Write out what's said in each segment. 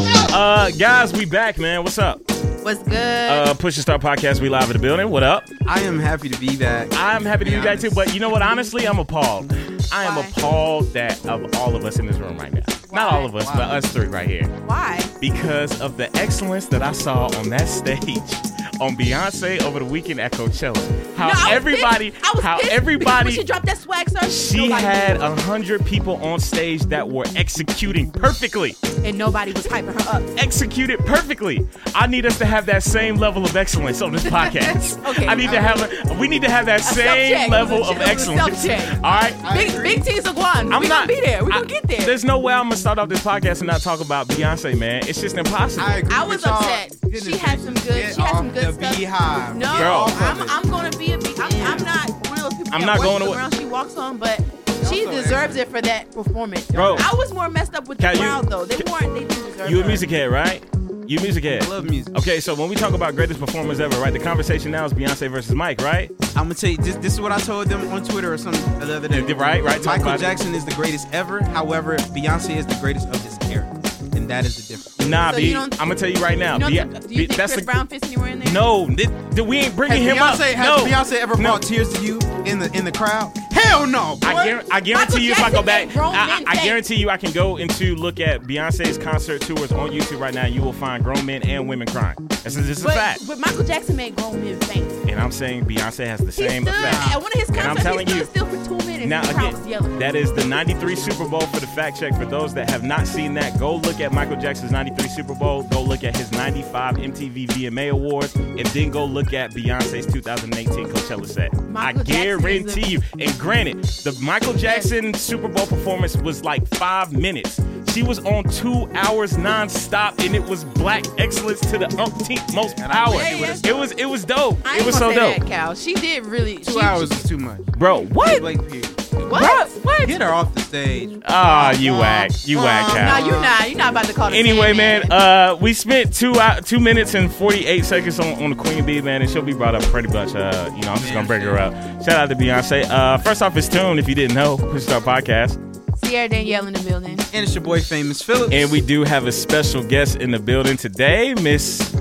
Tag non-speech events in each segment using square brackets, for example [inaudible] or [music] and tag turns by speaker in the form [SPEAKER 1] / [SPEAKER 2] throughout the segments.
[SPEAKER 1] Uh, guys, we back, man. What's up?
[SPEAKER 2] What's good?
[SPEAKER 1] Uh, Push and Start Podcast. We live in the building. What up?
[SPEAKER 3] I am happy to be back.
[SPEAKER 1] I'm happy to be back too. But you know what? Honestly, I'm appalled. I am
[SPEAKER 2] Why?
[SPEAKER 1] appalled that of all of us in this room right now. Not
[SPEAKER 2] Why?
[SPEAKER 1] all of us, but us three right here,
[SPEAKER 2] Why?
[SPEAKER 1] because of the excellence that I saw on that [laughs] stage. On Beyonce over the weekend at Coachella, how
[SPEAKER 2] No, I was
[SPEAKER 1] everybody,
[SPEAKER 2] pissed. I was
[SPEAKER 1] how
[SPEAKER 2] pissed because
[SPEAKER 1] everybody,
[SPEAKER 2] when she dropped that swag, sir.
[SPEAKER 1] She
[SPEAKER 2] nobody-
[SPEAKER 1] had a hundred people on stage that were executing perfectly.
[SPEAKER 2] and nobody was hyping her up.
[SPEAKER 1] Executed perfectly. I need us to have that same level of excellence on this podcast.
[SPEAKER 2] [laughs] Okay,
[SPEAKER 1] I need to
[SPEAKER 2] all
[SPEAKER 1] have a, we need to have that same
[SPEAKER 2] self-check.
[SPEAKER 1] level
[SPEAKER 2] It was a
[SPEAKER 1] of excellence.
[SPEAKER 2] self-check.
[SPEAKER 1] All right.
[SPEAKER 2] Big Big T's Guan.
[SPEAKER 1] I'm
[SPEAKER 2] we
[SPEAKER 1] not
[SPEAKER 2] gonna be there. We
[SPEAKER 1] I-
[SPEAKER 2] gonna get there.
[SPEAKER 1] There's no way I'm gonna start off this podcast and not talk about Beyonce, man. It's just impossible.
[SPEAKER 3] I agree
[SPEAKER 2] I
[SPEAKER 3] with
[SPEAKER 2] was
[SPEAKER 3] y'all.
[SPEAKER 2] upset.
[SPEAKER 3] Goodness
[SPEAKER 2] She had
[SPEAKER 3] gracious.
[SPEAKER 2] some good-
[SPEAKER 3] Get
[SPEAKER 2] she had some
[SPEAKER 3] off
[SPEAKER 2] good
[SPEAKER 3] the
[SPEAKER 2] stuff.
[SPEAKER 3] Beehive.
[SPEAKER 2] no,
[SPEAKER 3] Get off of
[SPEAKER 2] I'm,
[SPEAKER 3] it.
[SPEAKER 2] I'm gonna be a big. I'm, I'm not one of those people
[SPEAKER 1] I'm
[SPEAKER 2] that
[SPEAKER 1] not
[SPEAKER 2] worship
[SPEAKER 1] going
[SPEAKER 2] the
[SPEAKER 1] to-
[SPEAKER 2] ground she walks on, but she
[SPEAKER 3] so
[SPEAKER 2] deserves it for that performance.
[SPEAKER 1] Bro.
[SPEAKER 2] I was more messed up with the
[SPEAKER 1] Can you-
[SPEAKER 2] crowd though. They weren't. They didn't deserve
[SPEAKER 1] You a
[SPEAKER 2] her.
[SPEAKER 1] music head, right? You a music head.
[SPEAKER 3] I love music.
[SPEAKER 1] Okay, so when we talk about greatest performers ever, right? The conversation now is Beyonce versus Mike, right?
[SPEAKER 3] I'm gonna tell you this. This is what I told them on Twitter or something the other day.
[SPEAKER 1] Yeah, right, right, talk
[SPEAKER 3] Michael
[SPEAKER 1] about it.
[SPEAKER 3] Jackson is the greatest ever. However, Beyonce is the greatest of his era, and that is the difference.
[SPEAKER 1] Nah,
[SPEAKER 2] So
[SPEAKER 1] B.
[SPEAKER 2] you don't-
[SPEAKER 1] I'm gonna tell you right now.
[SPEAKER 2] You know,
[SPEAKER 1] Be-
[SPEAKER 2] do
[SPEAKER 1] Be-
[SPEAKER 2] you think
[SPEAKER 1] that's
[SPEAKER 2] Chris
[SPEAKER 1] the-
[SPEAKER 2] Brown fits anywhere in there?
[SPEAKER 1] No, th- th- we ain't bringing
[SPEAKER 3] Has
[SPEAKER 1] him up.
[SPEAKER 3] Beyonce, has
[SPEAKER 1] no.
[SPEAKER 3] Beyonce ever
[SPEAKER 1] No.
[SPEAKER 3] brought tears to you in the in the crowd? Hell no. boy.
[SPEAKER 1] I, guar- I
[SPEAKER 2] Michael
[SPEAKER 1] guarantee you, if I
[SPEAKER 2] Jackson
[SPEAKER 1] go back,
[SPEAKER 2] made grown
[SPEAKER 1] I,
[SPEAKER 2] men
[SPEAKER 1] I- I
[SPEAKER 2] fake.
[SPEAKER 1] guarantee you, I can go into look at Beyonce's concert tours on YouTube right now. You will find grown men and women crying. This is just a
[SPEAKER 2] But,
[SPEAKER 1] fact.
[SPEAKER 2] but Michael Jackson made grown men faint.
[SPEAKER 1] And I'm saying Beyonce has the
[SPEAKER 2] He
[SPEAKER 1] same
[SPEAKER 2] stood
[SPEAKER 1] effect.
[SPEAKER 2] at one of his
[SPEAKER 1] And I'm
[SPEAKER 2] concerts.
[SPEAKER 1] telling
[SPEAKER 2] he
[SPEAKER 1] you,
[SPEAKER 2] stood still for two minutes.
[SPEAKER 1] Now
[SPEAKER 2] and the crowd was
[SPEAKER 1] again,
[SPEAKER 2] yelling.
[SPEAKER 1] that is the '93 Super Bowl for the fact check. For those that have not seen that, go look at Michael Jackson's '93 Super Bowl. Go look at his '95 MTV VMA Awards, and then go look at Beyonce's 2018 Coachella set.
[SPEAKER 2] Michael
[SPEAKER 1] I
[SPEAKER 2] Jackson is
[SPEAKER 1] guarantee
[SPEAKER 2] a-
[SPEAKER 1] you. And granted, the Michael Jackson Super Bowl performance was like five minutes. She was on two hours nonstop, and it was black excellence to the umpteenth most
[SPEAKER 3] and I
[SPEAKER 1] power.
[SPEAKER 2] wish she would've-
[SPEAKER 1] It was it was dope.
[SPEAKER 2] I ain't
[SPEAKER 1] It was so
[SPEAKER 2] gonna
[SPEAKER 1] dope,
[SPEAKER 2] say that, Cal. She did really.
[SPEAKER 3] Two
[SPEAKER 2] she,
[SPEAKER 3] hours is too much.
[SPEAKER 1] bro. What?
[SPEAKER 3] Blake Pierce.
[SPEAKER 2] What? What?
[SPEAKER 3] Get her off the stage.
[SPEAKER 1] Ah, you whack, you whack, Cal.
[SPEAKER 2] Uh, Nah, you're not. You're not about to call. the
[SPEAKER 1] Anyway,
[SPEAKER 2] Sandman.
[SPEAKER 1] man, uh, we spent two uh, two minutes and forty eight seconds on, on the Queen Bee, man, and she'll be brought up pretty much. Uh, you know, I'm just gonna bring her up. Shout out to Beyonce. Uh, first off, it's tune if you didn't know, Push Start Podcast,
[SPEAKER 2] Sierra Danielle in the building.
[SPEAKER 3] And it's your boy, Famous Phillips.
[SPEAKER 1] and we do have a special guest in the building today, Miss.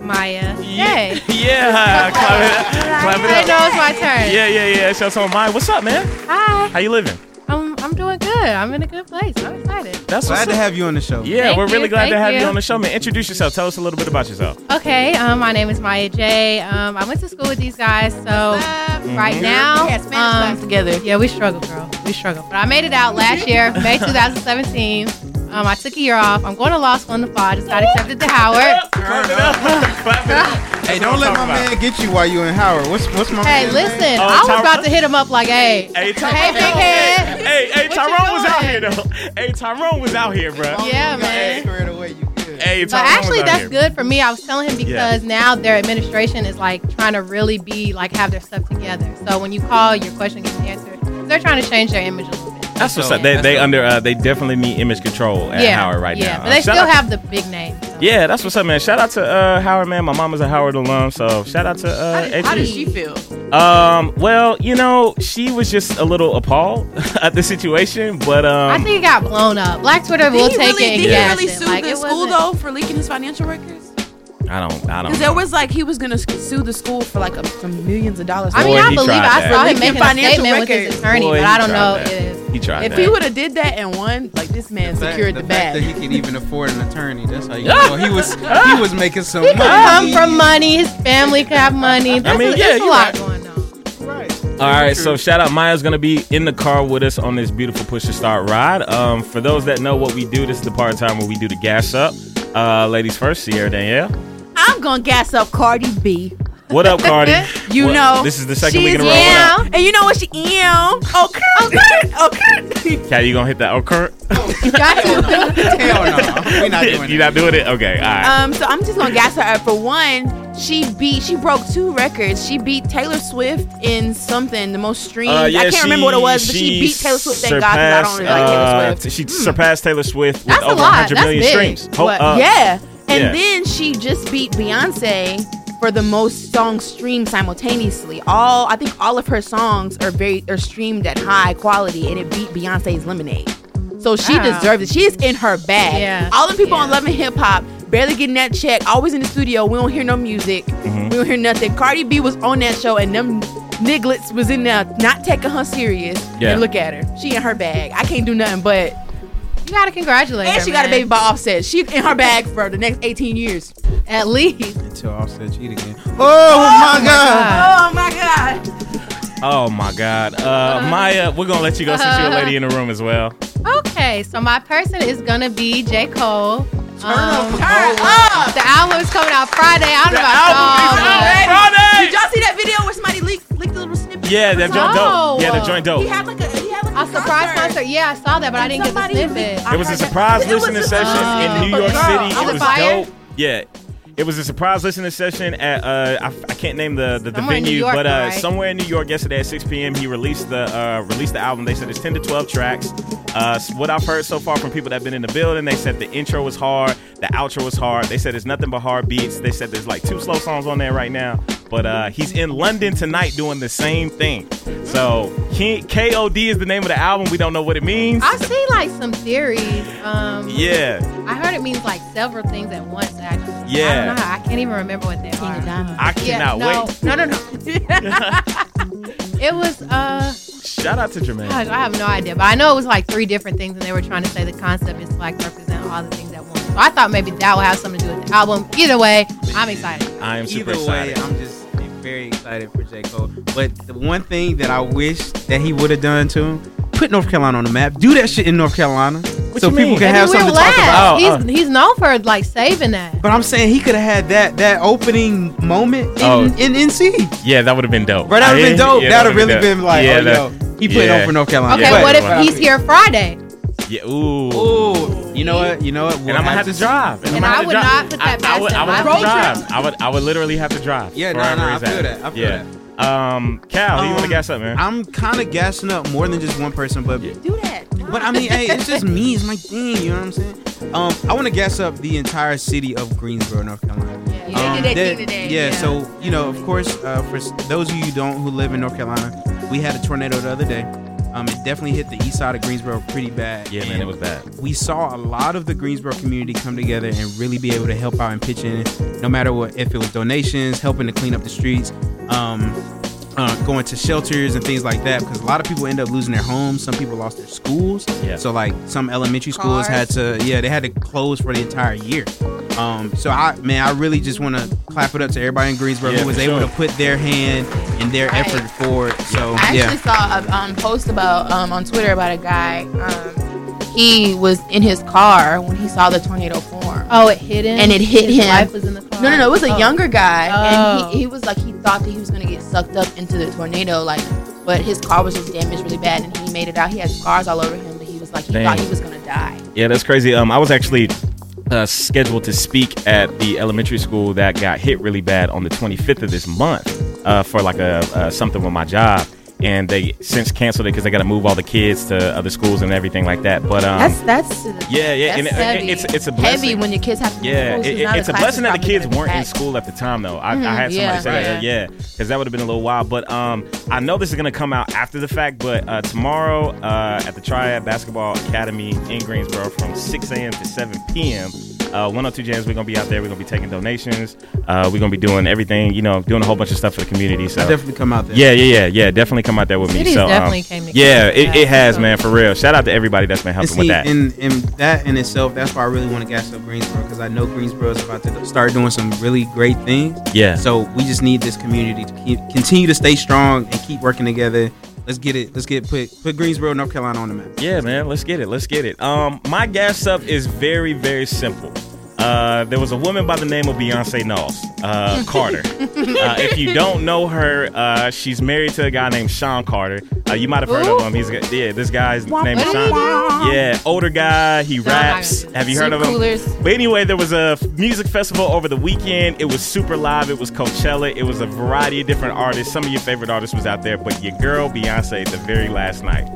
[SPEAKER 4] Maya.
[SPEAKER 1] Yeah,
[SPEAKER 4] Yay.
[SPEAKER 1] [laughs]
[SPEAKER 4] [laughs]
[SPEAKER 1] yeah, clap it, clap it
[SPEAKER 4] I
[SPEAKER 1] up.
[SPEAKER 4] know it's my turn.
[SPEAKER 1] Yeah, yeah, yeah. It's your on my. What's up, man?
[SPEAKER 4] Hi.
[SPEAKER 1] How you living?
[SPEAKER 4] I'm, I'm doing good. I'm in a good place. I'm excited.
[SPEAKER 1] That's
[SPEAKER 3] glad
[SPEAKER 1] what's
[SPEAKER 3] to
[SPEAKER 1] up.
[SPEAKER 3] have you on the show.
[SPEAKER 1] Yeah,
[SPEAKER 4] Thank
[SPEAKER 1] we're
[SPEAKER 4] you,
[SPEAKER 1] really glad to
[SPEAKER 4] thank
[SPEAKER 1] have you.
[SPEAKER 4] you.
[SPEAKER 1] on the show, man. Introduce yourself. Tell us a little bit about yourself.
[SPEAKER 4] Okay. Um, my name is Maya J. Um, I went to school with these guys. So right now,
[SPEAKER 2] Mm-hmm. We had Spanish class
[SPEAKER 4] um,
[SPEAKER 2] together.
[SPEAKER 4] yeah, we struggle, girl. We struggle. But I made it out last year, May 2017. Um, I took a year off. I'm going to law school in the fall. I just got accepted to
[SPEAKER 1] [laughs]
[SPEAKER 4] Howard.
[SPEAKER 1] Clap it up. [laughs] Clap it up.
[SPEAKER 3] Hey, don't let my man get you while you in Howard. What's what's my
[SPEAKER 4] Hey,
[SPEAKER 3] man's
[SPEAKER 4] listen,
[SPEAKER 3] name?
[SPEAKER 1] Oh,
[SPEAKER 4] I was
[SPEAKER 1] Tyra-
[SPEAKER 4] about to hit him up like, hey,
[SPEAKER 1] Hey, Tyrone.
[SPEAKER 4] hey, big head.
[SPEAKER 1] Hey, hey,
[SPEAKER 4] What you
[SPEAKER 1] Tyrone was out
[SPEAKER 4] doing?
[SPEAKER 1] here though. Hey, Tyrone was out here, bro.
[SPEAKER 4] Yeah. man.
[SPEAKER 3] Squared away, you good.
[SPEAKER 1] Hey, Tyrone
[SPEAKER 4] But actually,
[SPEAKER 1] was out
[SPEAKER 4] that's
[SPEAKER 1] here.
[SPEAKER 4] good for me. I was telling him because now their administration is like trying to really be like have their stuff together. So when you call, your question gets answered. They're trying to change their image a little bit.
[SPEAKER 1] That's what's
[SPEAKER 3] So-
[SPEAKER 1] up. They,
[SPEAKER 3] that's
[SPEAKER 1] they
[SPEAKER 3] what-
[SPEAKER 1] under uh, they definitely need image control at Howard right
[SPEAKER 4] yeah,
[SPEAKER 1] now.
[SPEAKER 4] but they
[SPEAKER 1] Uh, shout
[SPEAKER 4] still
[SPEAKER 1] out-
[SPEAKER 4] have the big name. so.
[SPEAKER 1] Yeah, that's what's up, man. Shout out to uh, Howard, man. My mama's a Howard alum, so shout out to
[SPEAKER 2] How
[SPEAKER 1] uh,
[SPEAKER 2] did, how did
[SPEAKER 1] HE.
[SPEAKER 2] she feel?
[SPEAKER 1] Um, well, you know, she was just a little appalled [laughs] at the situation, but um,
[SPEAKER 4] I think it got blown up. Black Twitter will
[SPEAKER 2] did he
[SPEAKER 4] take
[SPEAKER 2] really,
[SPEAKER 4] it and
[SPEAKER 2] did
[SPEAKER 4] gas
[SPEAKER 2] he really
[SPEAKER 4] it.
[SPEAKER 2] sue
[SPEAKER 4] Like,
[SPEAKER 2] the
[SPEAKER 4] it
[SPEAKER 2] school
[SPEAKER 4] wasn't-
[SPEAKER 2] though for leaking his financial records?
[SPEAKER 1] I don't, I
[SPEAKER 2] Because
[SPEAKER 1] don't.
[SPEAKER 2] there was like he was gonna sue- sue the school for like a, some millions of dollars.
[SPEAKER 4] I mean,
[SPEAKER 1] Boy,
[SPEAKER 4] I
[SPEAKER 1] he
[SPEAKER 4] believe it.
[SPEAKER 1] tried
[SPEAKER 4] I
[SPEAKER 1] that.
[SPEAKER 4] saw
[SPEAKER 2] Leaking
[SPEAKER 4] him making a
[SPEAKER 2] financial
[SPEAKER 4] statement with
[SPEAKER 2] records.
[SPEAKER 4] his attorney,
[SPEAKER 1] Boy,
[SPEAKER 4] but
[SPEAKER 1] he
[SPEAKER 4] I don't
[SPEAKER 1] tried
[SPEAKER 4] know
[SPEAKER 1] that.
[SPEAKER 4] if.
[SPEAKER 1] He tried.
[SPEAKER 2] if
[SPEAKER 1] that.
[SPEAKER 2] he would have did that and won, like this man
[SPEAKER 3] The fact-
[SPEAKER 2] secured the,
[SPEAKER 3] fact
[SPEAKER 2] bag.
[SPEAKER 3] that he could even afford an attorney. That's how you know he was he was making some
[SPEAKER 4] He could come
[SPEAKER 3] money.
[SPEAKER 4] from money. His family could have money. There's,
[SPEAKER 1] mean, yeah,
[SPEAKER 4] a, there's a
[SPEAKER 1] you're
[SPEAKER 4] lot
[SPEAKER 1] right.
[SPEAKER 4] going on.
[SPEAKER 3] Right.
[SPEAKER 1] All right, so shout out Maya's gonna be in the car with us on this beautiful push to start ride. Um, for those that know what we do, this is the part of time where we do the gas up. Uh, ladies first, Sierra Danielle.
[SPEAKER 2] I'm gonna gas up Cardi B.
[SPEAKER 1] What up, Cardi?
[SPEAKER 2] [laughs] You
[SPEAKER 1] What-
[SPEAKER 2] know,
[SPEAKER 1] this is the second
[SPEAKER 2] she's
[SPEAKER 1] week in a row. Oh,
[SPEAKER 4] down.
[SPEAKER 1] What
[SPEAKER 2] And you know what she Oh, am? Okay, okay, [laughs] okay.
[SPEAKER 1] up? Cat, you gonna hit that? Oh, Kurt,
[SPEAKER 4] Got to.
[SPEAKER 3] Hell [laughs] no,
[SPEAKER 1] [laughs]
[SPEAKER 3] we're not doing
[SPEAKER 1] you not
[SPEAKER 3] that.
[SPEAKER 1] doing it? Okay, all right.
[SPEAKER 2] Um, so I'm just gonna gas her up. For one, she beat, she broke two records. She beat Taylor Swift in something, the most streamed.
[SPEAKER 1] Uh,
[SPEAKER 2] I can't remember what it was, but she beat Taylor Swift. Thank God, 'cause I don't really like Taylor
[SPEAKER 1] surpassed,
[SPEAKER 2] Swift. Hmm.
[SPEAKER 1] uh, She surpassed Taylor Swift with
[SPEAKER 4] That's a
[SPEAKER 1] over
[SPEAKER 4] lot.
[SPEAKER 1] 100
[SPEAKER 4] That's
[SPEAKER 1] million
[SPEAKER 4] big.
[SPEAKER 1] streams. Ho-
[SPEAKER 2] What?
[SPEAKER 1] uh,
[SPEAKER 2] yeah. And
[SPEAKER 1] yeah.
[SPEAKER 2] then she just beat Beyonce for the most songs streamed simultaneously. All I think all of her songs are very are streamed at high quality, and it beat Beyonce's Lemonade. So she
[SPEAKER 4] Wow.
[SPEAKER 2] deserves it. She is in her bag.
[SPEAKER 4] Yeah.
[SPEAKER 2] All the people on
[SPEAKER 4] Yeah.
[SPEAKER 2] Love and Hip Hop barely getting that check, always in the studio. We don't hear no music.
[SPEAKER 1] Mm-hmm.
[SPEAKER 2] We don't hear nothing. Cardi B was on that show, and them nigglets was in there not taking her serious.
[SPEAKER 1] Yeah.
[SPEAKER 2] And look at her. She in her bag. I can't do nothing but.
[SPEAKER 4] You gotta congratulate her.
[SPEAKER 2] And she got a
[SPEAKER 4] man.
[SPEAKER 2] baby by Offset. She in her bag for the next 18 years.
[SPEAKER 4] At least.
[SPEAKER 3] Until Offset cheat again. Oh, my
[SPEAKER 1] Uh,
[SPEAKER 3] God.
[SPEAKER 2] Oh my God.
[SPEAKER 1] Oh my God,
[SPEAKER 2] Uh-huh.
[SPEAKER 1] uh, Maya, we're gonna let you go since you're a lady in the room as well.
[SPEAKER 4] Okay, so my person is gonna be J. Cole. Um,
[SPEAKER 2] Turn up.
[SPEAKER 4] the album is coming out Friday. I don't know
[SPEAKER 1] The
[SPEAKER 4] about
[SPEAKER 1] album is
[SPEAKER 4] y'all,
[SPEAKER 1] out
[SPEAKER 4] but-
[SPEAKER 2] Friday.
[SPEAKER 1] Friday.
[SPEAKER 2] Oh, Did y'all see that video where somebody leaked, leaked the little snippet?
[SPEAKER 1] Yeah, that
[SPEAKER 2] that
[SPEAKER 1] joint dope.
[SPEAKER 4] No.
[SPEAKER 1] Yeah, that joint dope.
[SPEAKER 2] Oh, He had like a he had like
[SPEAKER 4] A surprise concert. Yeah, I saw that, but I didn't get the
[SPEAKER 2] Somebody-
[SPEAKER 4] snippet.
[SPEAKER 2] I
[SPEAKER 1] It was a
[SPEAKER 2] heard that-
[SPEAKER 1] surprise
[SPEAKER 2] It was
[SPEAKER 1] listening
[SPEAKER 2] a
[SPEAKER 1] session
[SPEAKER 2] surprise.
[SPEAKER 1] in New York
[SPEAKER 2] Girl,
[SPEAKER 1] City.
[SPEAKER 2] I
[SPEAKER 1] It
[SPEAKER 4] was
[SPEAKER 1] was
[SPEAKER 4] fired?
[SPEAKER 1] dope. Yeah. It was a surprise listening session at uh, I, I can't name the the, the
[SPEAKER 4] Somewhere in New
[SPEAKER 1] venue,
[SPEAKER 4] York,
[SPEAKER 1] but uh,
[SPEAKER 4] right?
[SPEAKER 1] somewhere in New York yesterday at 6 p.m. he released the uh, released the album. They said it's 10 to 12 tracks. Uh, s- what I've heard so far from people that've been in the building, they said the intro was hard, the outro was hard. They said it's nothing but hard beats. They said there's like two slow songs on there right now, but uh, he's in London tonight doing the same thing. So K- KOD is the name of the album. We don't know what it means.
[SPEAKER 4] I've seen like some theories. Um,
[SPEAKER 1] yeah. [laughs]
[SPEAKER 4] I heard it means like several things at once. Actually, I
[SPEAKER 1] Yeah.
[SPEAKER 4] don't know. how- I can't even remember what they
[SPEAKER 2] King
[SPEAKER 4] are.
[SPEAKER 2] of Diamonds.
[SPEAKER 1] I
[SPEAKER 4] Yeah,
[SPEAKER 1] cannot
[SPEAKER 4] no,
[SPEAKER 1] wait.
[SPEAKER 4] no, no, no.
[SPEAKER 1] [laughs]
[SPEAKER 4] It was uh,
[SPEAKER 1] Shout out to Jermaine.
[SPEAKER 4] gosh, I have no idea, but I know it was like three different things, and they were trying to say the concept is to, like represent all the things at once. So I thought maybe that would have something to do with the album. Either way, I'm excited.
[SPEAKER 1] I am super
[SPEAKER 3] Either way,
[SPEAKER 1] excited.
[SPEAKER 3] I'm just very excited for J. Cole. But the one thing that I wish that he would have done to him, put North Carolina on the map. Do that shit in North Carolina so
[SPEAKER 1] you
[SPEAKER 3] people
[SPEAKER 1] mean?
[SPEAKER 3] can
[SPEAKER 4] Maybe
[SPEAKER 3] have
[SPEAKER 4] we're
[SPEAKER 3] something to talk about.
[SPEAKER 1] about.
[SPEAKER 4] last.
[SPEAKER 1] Oh,
[SPEAKER 4] he's he's known for like saving that.
[SPEAKER 3] But I'm saying he could have had that that opening moment in,
[SPEAKER 1] Oh.
[SPEAKER 3] in NC.
[SPEAKER 1] yeah, that would have been dope.
[SPEAKER 3] Right, that would have been
[SPEAKER 1] Yeah,
[SPEAKER 3] dope.
[SPEAKER 1] yeah,
[SPEAKER 3] that would have
[SPEAKER 1] would've
[SPEAKER 3] really been,
[SPEAKER 1] dope.
[SPEAKER 3] like,
[SPEAKER 1] yeah,
[SPEAKER 3] oh,
[SPEAKER 1] that-
[SPEAKER 3] yo, he put
[SPEAKER 1] yeah.
[SPEAKER 3] it on for North Carolina.
[SPEAKER 4] Okay,
[SPEAKER 1] but-
[SPEAKER 4] what if
[SPEAKER 1] Wow.
[SPEAKER 4] he's here Friday?
[SPEAKER 1] yeah, ooh.
[SPEAKER 3] Oh, you know what? You know what?
[SPEAKER 1] and I'm gonna have to drive.
[SPEAKER 4] And
[SPEAKER 1] I'ma
[SPEAKER 4] I
[SPEAKER 1] have to
[SPEAKER 4] would
[SPEAKER 1] drive.
[SPEAKER 4] not put that
[SPEAKER 1] I, I
[SPEAKER 4] past
[SPEAKER 1] would, I
[SPEAKER 4] him.
[SPEAKER 1] would
[SPEAKER 4] I
[SPEAKER 1] have
[SPEAKER 4] would
[SPEAKER 1] to
[SPEAKER 4] drive.
[SPEAKER 1] drive. I would, I would literally have to drive.
[SPEAKER 3] Yeah,
[SPEAKER 1] for
[SPEAKER 3] nah, nah,
[SPEAKER 1] wherever
[SPEAKER 3] I
[SPEAKER 1] he's
[SPEAKER 3] feel
[SPEAKER 1] at.
[SPEAKER 3] that, I feel
[SPEAKER 1] yeah. Um, Cal, you wanna
[SPEAKER 3] Um,
[SPEAKER 1] guess something, man?
[SPEAKER 3] I'm kind of gassing up more than just one person, but
[SPEAKER 2] Do that.
[SPEAKER 3] But I mean, hey, it's just me. It's my thing. You know what I'm saying? Um, I want to gas up the entire city of Greensboro, North Carolina.
[SPEAKER 4] Yeah,
[SPEAKER 2] They
[SPEAKER 3] Um,
[SPEAKER 2] did that
[SPEAKER 3] that-
[SPEAKER 2] thing today,
[SPEAKER 3] Yeah,
[SPEAKER 4] yeah.
[SPEAKER 3] So you know, of course, uh, for s- those of you who don't who live in North Carolina, we had a tornado the other day. Um, it definitely hit the east side of Greensboro pretty bad.
[SPEAKER 1] yeah, man,
[SPEAKER 3] And
[SPEAKER 1] it was bad.
[SPEAKER 3] We saw a lot of the Greensboro community come together and really be able to help out and pitch in, no matter what, if it was donations, helping to clean up the streets, um, uh, going to shelters and things like that. Because a lot of people end up losing their homes. Some people lost their schools.
[SPEAKER 1] Yeah.
[SPEAKER 3] So like some elementary schools
[SPEAKER 4] Cars.
[SPEAKER 3] had to, yeah, they had to close for the entire year. Um, so I, man, I really just want to clap it up to everybody in Greensboro
[SPEAKER 1] Yeah,
[SPEAKER 3] who was
[SPEAKER 1] for
[SPEAKER 3] able
[SPEAKER 1] sure.
[SPEAKER 3] to put their hand and their
[SPEAKER 2] Right.
[SPEAKER 3] effort forward. So
[SPEAKER 2] I
[SPEAKER 3] yeah.
[SPEAKER 2] actually saw a um, post about um, on Twitter about a guy. Um, he was in his car when he saw the tornado form.
[SPEAKER 4] Oh, it hit him,
[SPEAKER 2] And it hit
[SPEAKER 4] His
[SPEAKER 2] him.
[SPEAKER 4] Wife was in the car.
[SPEAKER 2] No, no, no. It was a
[SPEAKER 4] Oh.
[SPEAKER 2] younger guy,
[SPEAKER 4] Oh.
[SPEAKER 2] and he, he was like he thought that he was gonna get sucked up into the tornado, like. But his car was just damaged really bad, and he made it out. He had scars all over him, but he was like he
[SPEAKER 1] Dang.
[SPEAKER 2] thought he was gonna die.
[SPEAKER 1] Yeah, that's crazy. Um, I was actually uh, scheduled to speak at the elementary school that got hit really bad on the 25th of this month uh, for like a uh, something with my job, and they since canceled it because they got to move all the kids to other schools and everything like that. But um,
[SPEAKER 2] That's that's
[SPEAKER 1] yeah, yeah, and it-
[SPEAKER 4] that's heavy.
[SPEAKER 1] it's it's a blessing.
[SPEAKER 2] heavy when your kids have to.
[SPEAKER 1] Yeah,
[SPEAKER 2] move
[SPEAKER 1] it,
[SPEAKER 2] schools,
[SPEAKER 1] it-
[SPEAKER 2] 'cause now
[SPEAKER 1] it's a
[SPEAKER 2] the
[SPEAKER 1] blessing that the
[SPEAKER 2] class is
[SPEAKER 1] kids
[SPEAKER 2] probably
[SPEAKER 1] weren't
[SPEAKER 2] gonna
[SPEAKER 1] in
[SPEAKER 2] be
[SPEAKER 1] school at the time, though. I, I
[SPEAKER 2] Mhm,
[SPEAKER 1] had somebody
[SPEAKER 2] yeah.
[SPEAKER 1] say that, yeah, because that would have been a little wild. But um, I know this is gonna come out after the fact, but uh, tomorrow uh, at the Triad Basketball Academy in Greensboro from 6 a.m. to 7 p.m. Uh, 102 Jams, we're gonna be out there. We're gonna be taking donations. Uh, we're gonna be doing everything, you know, doing a whole bunch of stuff for the community. So
[SPEAKER 3] I definitely come out there.
[SPEAKER 1] yeah, yeah, yeah, yeah. Definitely come out there with me.
[SPEAKER 4] Cities
[SPEAKER 1] So um,
[SPEAKER 4] definitely came together.
[SPEAKER 1] yeah, it, it has,
[SPEAKER 4] So-
[SPEAKER 1] man, for real. Shout out to everybody that's been
[SPEAKER 3] And
[SPEAKER 1] helping
[SPEAKER 3] see,
[SPEAKER 1] with that.
[SPEAKER 3] And, and that in itself, that's why I really want to gas up Greensboro because I know Greensboro is about to start doing some really great things.
[SPEAKER 1] yeah.
[SPEAKER 3] So we just need this community to keep, continue to stay strong and keep working together. Let's get it. Let's get put put Greensboro, North Carolina on the map.
[SPEAKER 1] Yeah, man, let's get it. Let's get it. Um, my gas up is very, very simple. Uh, there was a woman by the name of Beyonce Knowles, uh, Carter. Uh, if you don't know her, uh, she's married to a guy named Sean Carter. Uh, you might have heard of
[SPEAKER 4] Who?
[SPEAKER 1] him. He's yeah, this guy's name is
[SPEAKER 4] what
[SPEAKER 1] Sean.
[SPEAKER 4] did
[SPEAKER 1] Yeah, older guy. He
[SPEAKER 4] I'm not
[SPEAKER 1] raps.
[SPEAKER 4] gonna do
[SPEAKER 1] Have you
[SPEAKER 4] this.
[SPEAKER 1] heard of him?
[SPEAKER 2] Coolers.
[SPEAKER 1] But anyway, there was a music festival over the weekend. It was super live. It was Coachella. It was a variety of different artists. Some of your favorite artists was out there, but your girl Beyonce the very last night.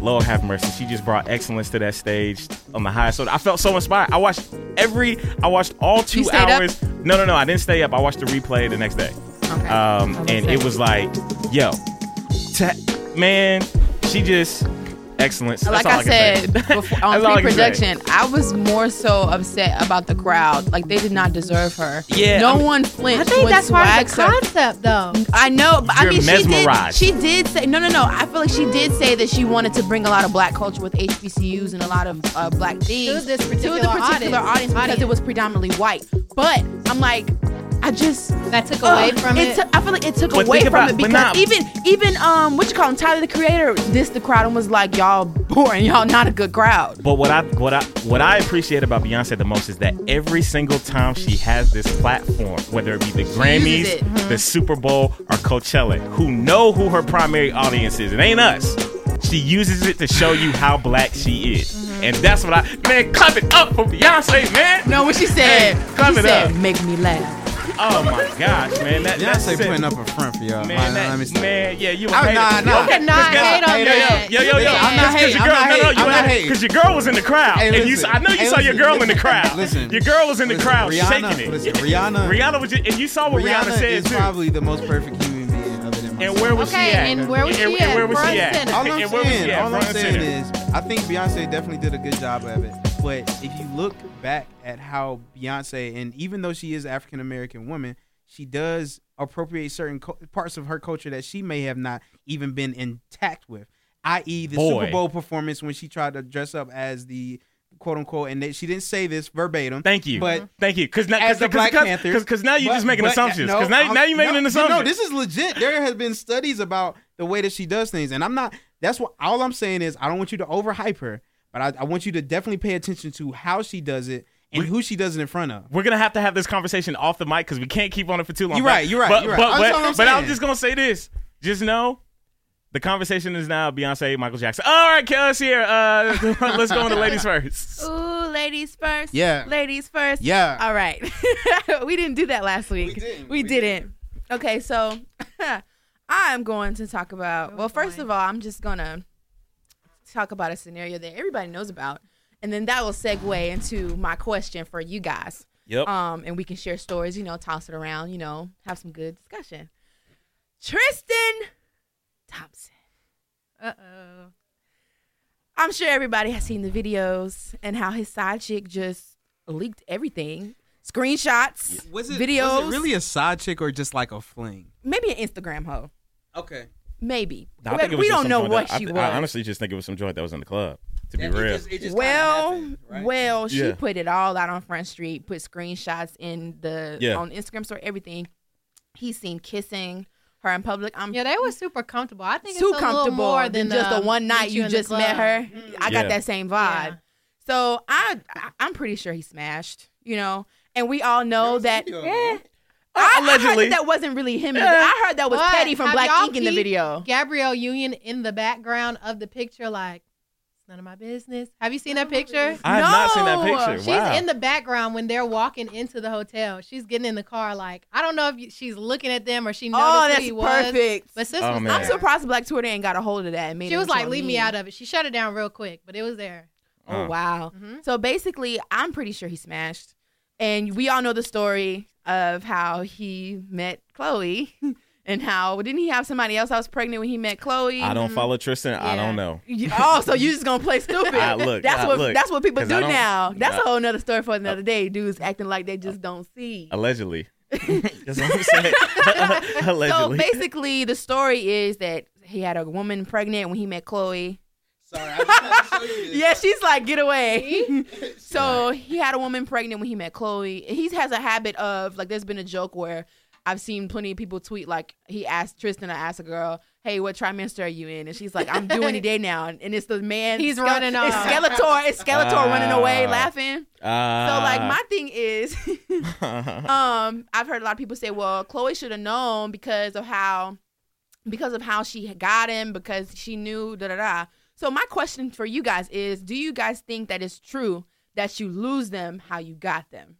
[SPEAKER 1] Lord have mercy. She just brought excellence to that stage on the highest order. I felt so inspired. I watched every. I watched all two
[SPEAKER 4] You stayed up?
[SPEAKER 1] hours. No, no, no. I didn't stay up. I watched the replay the next day.
[SPEAKER 2] Okay.
[SPEAKER 1] Um,
[SPEAKER 4] was
[SPEAKER 1] and
[SPEAKER 4] sick.
[SPEAKER 1] it was like, yo, ta- man, she just excellence.
[SPEAKER 2] like
[SPEAKER 1] That's all
[SPEAKER 2] I,
[SPEAKER 1] I can say. [laughs]
[SPEAKER 2] said before, on
[SPEAKER 1] That's all I can say.
[SPEAKER 2] pre-production, I, was more so upset about the crowd. Like they did not deserve her.
[SPEAKER 1] Yeah,
[SPEAKER 2] no
[SPEAKER 1] I mean-
[SPEAKER 2] one
[SPEAKER 4] I
[SPEAKER 2] flinched.
[SPEAKER 4] think
[SPEAKER 2] when
[SPEAKER 4] that's part of
[SPEAKER 2] Swag Mm-hmm.
[SPEAKER 4] the
[SPEAKER 2] said-
[SPEAKER 4] concept, though.
[SPEAKER 2] I know, but I
[SPEAKER 1] You're
[SPEAKER 2] mean,
[SPEAKER 1] mesmerized.
[SPEAKER 2] she did. She did say no, no, no. I feel like she did say that she wanted to bring a lot of black culture with HBCUs and a lot of uh, black things
[SPEAKER 4] To this
[SPEAKER 2] the
[SPEAKER 4] particular
[SPEAKER 2] particular audience,
[SPEAKER 4] audience.
[SPEAKER 2] because it was predominantly white. But I'm like, I just
[SPEAKER 4] That took away
[SPEAKER 2] Ugh,
[SPEAKER 4] from it.
[SPEAKER 2] took- I feel like it took
[SPEAKER 1] But
[SPEAKER 2] away
[SPEAKER 1] think
[SPEAKER 2] from
[SPEAKER 1] about-
[SPEAKER 2] it
[SPEAKER 1] but
[SPEAKER 2] because
[SPEAKER 1] not-
[SPEAKER 2] even even um what you call him Tyler the Creator dissed the crowd and was like y'all boring y'all not a good crowd.
[SPEAKER 1] But what I what I what I appreciate about Beyonce the most is that every single time she has this platform, whether it be the Grammys,
[SPEAKER 2] uses it. Mm-hmm.
[SPEAKER 1] the Super Bowl, or Coachella, who know who her primary audience is, it ain't us. She uses it to show you how black she is, and that's what I man. Clap it up for Beyonce, man!
[SPEAKER 2] Mm-hmm. No, what she said,
[SPEAKER 1] Hey, clap
[SPEAKER 2] she
[SPEAKER 1] it
[SPEAKER 2] said
[SPEAKER 1] up.
[SPEAKER 2] make me laugh.
[SPEAKER 1] Oh my gosh, man! That, that's
[SPEAKER 3] Beyonce
[SPEAKER 1] it.
[SPEAKER 3] putting up a front for y'all.
[SPEAKER 1] Man,
[SPEAKER 3] Let me
[SPEAKER 1] that,
[SPEAKER 3] stop.
[SPEAKER 1] man, yeah, you a
[SPEAKER 3] I'm
[SPEAKER 1] hater.
[SPEAKER 3] not- nah.
[SPEAKER 1] Okay, 'cause
[SPEAKER 4] cannot
[SPEAKER 1] guess-
[SPEAKER 4] hate on
[SPEAKER 1] yo,
[SPEAKER 4] that.
[SPEAKER 1] Yo, yo, yo, yo.
[SPEAKER 4] You
[SPEAKER 1] I'm
[SPEAKER 4] can't.
[SPEAKER 1] not
[SPEAKER 3] hating.
[SPEAKER 1] Your
[SPEAKER 3] I'm
[SPEAKER 1] girl,
[SPEAKER 3] not
[SPEAKER 1] no, no,
[SPEAKER 3] hating.
[SPEAKER 1] you
[SPEAKER 3] I'm not hating.
[SPEAKER 1] Because your girl was in the crowd.
[SPEAKER 3] Hey,
[SPEAKER 1] and you,
[SPEAKER 3] listen.
[SPEAKER 1] I know you
[SPEAKER 3] Hey,
[SPEAKER 1] saw your
[SPEAKER 3] listen.
[SPEAKER 1] girl in the crowd.
[SPEAKER 3] Listen.
[SPEAKER 1] Your girl was in the
[SPEAKER 3] Listen,
[SPEAKER 1] crowd
[SPEAKER 3] Rihanna,
[SPEAKER 1] shaking it.
[SPEAKER 3] listen, Rihanna-
[SPEAKER 1] Rihanna was just, and you saw what Rihanna,
[SPEAKER 3] Rihanna
[SPEAKER 1] said
[SPEAKER 3] is
[SPEAKER 1] too.
[SPEAKER 3] probably the most perfect human being other than myself.
[SPEAKER 1] and where was
[SPEAKER 4] Okay,
[SPEAKER 1] she at?
[SPEAKER 4] and where was
[SPEAKER 1] and,
[SPEAKER 4] she
[SPEAKER 1] and
[SPEAKER 4] at?
[SPEAKER 1] where was
[SPEAKER 4] Front
[SPEAKER 1] she at?
[SPEAKER 4] center.
[SPEAKER 1] And
[SPEAKER 3] All I'm
[SPEAKER 1] where was she
[SPEAKER 3] saying,
[SPEAKER 1] at?
[SPEAKER 3] all I'm
[SPEAKER 1] Front
[SPEAKER 3] saying
[SPEAKER 1] center.
[SPEAKER 3] is, I think Beyonce definitely did a good job of it. But if you look back at how Beyonce, and even though she is African American woman, she does appropriate certain co- parts of her culture that she may have not even been intact with, i.e., the
[SPEAKER 1] Boy.
[SPEAKER 3] Super Bowl performance when she tried to dress up as the quote unquote, and they, she didn't say this verbatim.
[SPEAKER 1] Thank you.
[SPEAKER 3] But
[SPEAKER 1] Thank you. Because now,
[SPEAKER 3] as
[SPEAKER 1] cause,
[SPEAKER 3] the Black
[SPEAKER 1] cause,
[SPEAKER 3] Panther.
[SPEAKER 1] Cause, 'cause now you're
[SPEAKER 3] But-
[SPEAKER 1] just making
[SPEAKER 3] but-
[SPEAKER 1] assumptions.
[SPEAKER 3] no,
[SPEAKER 1] Because now,
[SPEAKER 3] I'm-
[SPEAKER 1] now you're making
[SPEAKER 3] no,
[SPEAKER 1] an assumption.
[SPEAKER 3] No, this is legit. There has been studies about the way that she does things, and I'm not. That's what all I'm saying is I don't want you to overhype her, but I, I want you to definitely pay attention to how she does it and who she does it in front of.
[SPEAKER 1] we're gonna have to have this conversation off the mic because we can't keep on it for too long.
[SPEAKER 3] You're
[SPEAKER 1] But-
[SPEAKER 3] right, you're right,
[SPEAKER 1] But
[SPEAKER 3] you're right.
[SPEAKER 1] but,
[SPEAKER 3] That's
[SPEAKER 1] but,
[SPEAKER 3] all I'm
[SPEAKER 1] but I'm
[SPEAKER 3] saying.
[SPEAKER 1] just gonna say this. Just know. The conversation is now Beyonce, Michael Jackson. All right, Kels here. Uh, [laughs] let's go on to [laughs] ladies first.
[SPEAKER 2] Ooh, ladies first.
[SPEAKER 3] Yeah.
[SPEAKER 2] ladies first.
[SPEAKER 3] Yeah.
[SPEAKER 2] All right. [laughs] we didn't do that last week.
[SPEAKER 3] didn't.
[SPEAKER 2] We,
[SPEAKER 3] We
[SPEAKER 2] didn't. Okay, so [laughs] I'm going to talk about.
[SPEAKER 4] Oh,
[SPEAKER 2] well, first
[SPEAKER 4] boy.
[SPEAKER 2] of all, I'm just gonna talk about a scenario that everybody knows about, and then that will segue into my question for you guys.
[SPEAKER 1] Yep.
[SPEAKER 2] Um, and we can share stories. You know, toss it around. You know, have some good discussion. Tristan Thompson.
[SPEAKER 4] Uh oh.
[SPEAKER 2] I'm sure everybody has seen the videos and how his side chick just leaked everything. Screenshots, videos,
[SPEAKER 3] really a side chick or just like a fling?
[SPEAKER 2] maybe an Instagram hoe,
[SPEAKER 3] Okay,
[SPEAKER 2] maybe.
[SPEAKER 1] Nah, I
[SPEAKER 2] But
[SPEAKER 1] think it was
[SPEAKER 2] we
[SPEAKER 1] just
[SPEAKER 2] don't
[SPEAKER 1] some
[SPEAKER 2] know
[SPEAKER 1] joint
[SPEAKER 2] what
[SPEAKER 1] that- I
[SPEAKER 2] she
[SPEAKER 1] thi-
[SPEAKER 2] was.
[SPEAKER 1] I honestly just think it was some joint that was in the club. To be real,
[SPEAKER 2] well, well, she
[SPEAKER 1] Yeah.
[SPEAKER 2] put it all out on Front Street, put screenshots in the
[SPEAKER 1] Yeah.
[SPEAKER 2] on Instagram story, everything. He's seen kissing her in public. I'm
[SPEAKER 4] Yeah, they were super comfortable. I think
[SPEAKER 2] too
[SPEAKER 4] it's a little
[SPEAKER 2] comfortable
[SPEAKER 4] more
[SPEAKER 2] than
[SPEAKER 4] than
[SPEAKER 2] just
[SPEAKER 4] um,
[SPEAKER 2] the one night
[SPEAKER 4] meet
[SPEAKER 2] you,
[SPEAKER 4] in the
[SPEAKER 2] just met
[SPEAKER 4] club. Mm.
[SPEAKER 2] her. I got
[SPEAKER 1] Yeah.
[SPEAKER 2] that same vibe.
[SPEAKER 4] Yeah.
[SPEAKER 2] So I, I, I'm pretty sure he smashed. You know, and we all know that. Eh, I, I heard
[SPEAKER 1] Allegedly.
[SPEAKER 2] that, that wasn't really him. in the-
[SPEAKER 1] Yeah.
[SPEAKER 2] I heard that was
[SPEAKER 4] But
[SPEAKER 2] Petty from
[SPEAKER 4] have
[SPEAKER 2] Black
[SPEAKER 4] y'all
[SPEAKER 2] Ink in the
[SPEAKER 4] peeped
[SPEAKER 2] video.
[SPEAKER 4] Gabrielle Union in the background of the picture, like it's none of my business. Have you seen that picture?
[SPEAKER 1] I have not seen that
[SPEAKER 2] No,
[SPEAKER 1] picture.
[SPEAKER 4] She's
[SPEAKER 1] wow.
[SPEAKER 4] in the background when they're walking into the hotel. She's getting in the car, like I don't know if you, she's looking at them or she noticed
[SPEAKER 2] Oh,
[SPEAKER 4] who
[SPEAKER 2] that's
[SPEAKER 4] he was.
[SPEAKER 2] perfect.
[SPEAKER 4] But sis
[SPEAKER 1] Oh,
[SPEAKER 4] was
[SPEAKER 1] man.
[SPEAKER 2] I'm
[SPEAKER 4] there.
[SPEAKER 2] surprised Black Twitter ain't got a hold of that. And made
[SPEAKER 4] She
[SPEAKER 2] it
[SPEAKER 4] was
[SPEAKER 2] into
[SPEAKER 4] like,
[SPEAKER 2] a
[SPEAKER 4] "Leave me
[SPEAKER 2] meme."
[SPEAKER 4] out of it." She shut it down real quick, but it was there.
[SPEAKER 2] Oh
[SPEAKER 1] Uh.
[SPEAKER 2] wow!
[SPEAKER 4] Mhm.
[SPEAKER 2] So basically, I'm pretty sure he smashed, and we all know the story of how he met Chloe, [laughs] and how didn't he have somebody else that was pregnant when he met Chloe?
[SPEAKER 1] I don't follow Tristan. I
[SPEAKER 4] Yeah.
[SPEAKER 1] don't know.
[SPEAKER 2] [laughs] You- oh, so you just gonna play
[SPEAKER 1] [laughs]
[SPEAKER 2] stupid?
[SPEAKER 1] I look,
[SPEAKER 2] [laughs] that's
[SPEAKER 1] I
[SPEAKER 2] what
[SPEAKER 1] look,
[SPEAKER 2] that's what people
[SPEAKER 1] 'cause
[SPEAKER 2] do
[SPEAKER 1] I don't-
[SPEAKER 2] now. That's
[SPEAKER 1] I-
[SPEAKER 2] a whole nother story for another day. Dudes acting like they just don't
[SPEAKER 1] [laughs]
[SPEAKER 2] see.
[SPEAKER 1] Allegedly. That's what I'm saying. [laughs] Allegedly.
[SPEAKER 2] So basically, the story is that he had a woman pregnant when he met Chloe.
[SPEAKER 3] sorry. I show you
[SPEAKER 2] Yeah, she's like, get away. [laughs] so he had a woman pregnant when he met Chloe. He has a habit of like, there's been a joke where I've seen plenty of people tweet like, he asked Tristan, I asked a girl, hey, what trimester are you in? And she's like, I'm due
[SPEAKER 4] [laughs]
[SPEAKER 2] any day now. And, and it's the man.
[SPEAKER 4] He's
[SPEAKER 2] Skele-
[SPEAKER 4] running
[SPEAKER 2] It's
[SPEAKER 4] off.
[SPEAKER 2] Skeletor. It's Skeletor running away,
[SPEAKER 1] Ah.
[SPEAKER 2] laughing. So like, my thing is. [laughs]
[SPEAKER 1] my.
[SPEAKER 2] um i've heard a lot of people say well chloe should have known because of how because of how she had got him because she knew da da da so my question for you guys is do you guys think that it's true that you lose them how you got them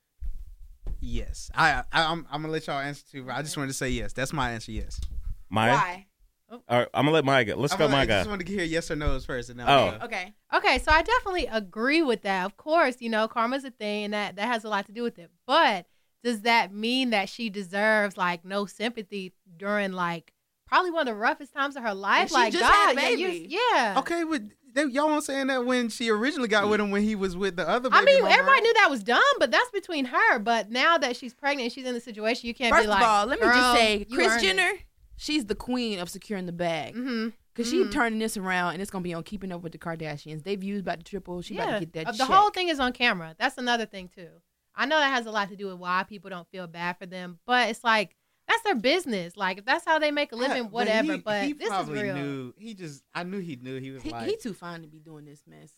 [SPEAKER 3] [laughs] Yes, I, I I'm, I'm gonna let y'all answer too. But I just wanted to say yes. That's my answer. Yes.
[SPEAKER 1] [laughs] Maya.
[SPEAKER 2] why
[SPEAKER 1] All right, I'm gonna let Maya go. Let's
[SPEAKER 3] I'm
[SPEAKER 1] go,
[SPEAKER 3] gonna-
[SPEAKER 1] Maya.
[SPEAKER 3] I just
[SPEAKER 1] guy.
[SPEAKER 3] wanted to hear yes or no's first. And now
[SPEAKER 1] Oh.
[SPEAKER 2] okay
[SPEAKER 4] Okay, so I definitely agree with that. Of course, you know, karma's a thing and that, that has a lot to do with it. But does that mean that she deserves like no sympathy during like probably one of the roughest times of her life.
[SPEAKER 2] she
[SPEAKER 4] like
[SPEAKER 2] just
[SPEAKER 4] God,
[SPEAKER 2] had a
[SPEAKER 4] yeah, you-
[SPEAKER 2] baby.
[SPEAKER 4] yeah.
[SPEAKER 3] Okay, but they, y'all weren't saying that when she originally got with him when he was with the other.
[SPEAKER 4] I
[SPEAKER 3] baby
[SPEAKER 4] mean,
[SPEAKER 3] mama,
[SPEAKER 4] everybody
[SPEAKER 3] right?
[SPEAKER 4] knew that was dumb, but that's between her. But now that she's pregnant and she's in the situation, you can't
[SPEAKER 2] First
[SPEAKER 4] be
[SPEAKER 2] of
[SPEAKER 4] like.
[SPEAKER 2] all, let me
[SPEAKER 4] "Girl,
[SPEAKER 2] just say,
[SPEAKER 4] you
[SPEAKER 2] Chris
[SPEAKER 4] earned it."
[SPEAKER 2] Jenner, she's the queen of securing the bag.
[SPEAKER 4] Mhm.
[SPEAKER 2] Cause she turning this around, and it's gonna be on Keeping Up with the Kardashians. They views about to triple. She about to get that.
[SPEAKER 4] Uh, The
[SPEAKER 2] check.
[SPEAKER 4] whole thing is on camera. That's another thing too. I know that has a lot to do with why people don't feel bad for them, but it's like that's their business. Like if that's how they make a
[SPEAKER 3] Yeah,
[SPEAKER 4] living,
[SPEAKER 3] but
[SPEAKER 4] whatever.
[SPEAKER 3] he-
[SPEAKER 4] but
[SPEAKER 3] he
[SPEAKER 4] this is
[SPEAKER 3] probably
[SPEAKER 4] real.
[SPEAKER 3] Knew, he just, I knew he knew. He was
[SPEAKER 2] He,
[SPEAKER 3] like,
[SPEAKER 2] he too fine to be doing this mess.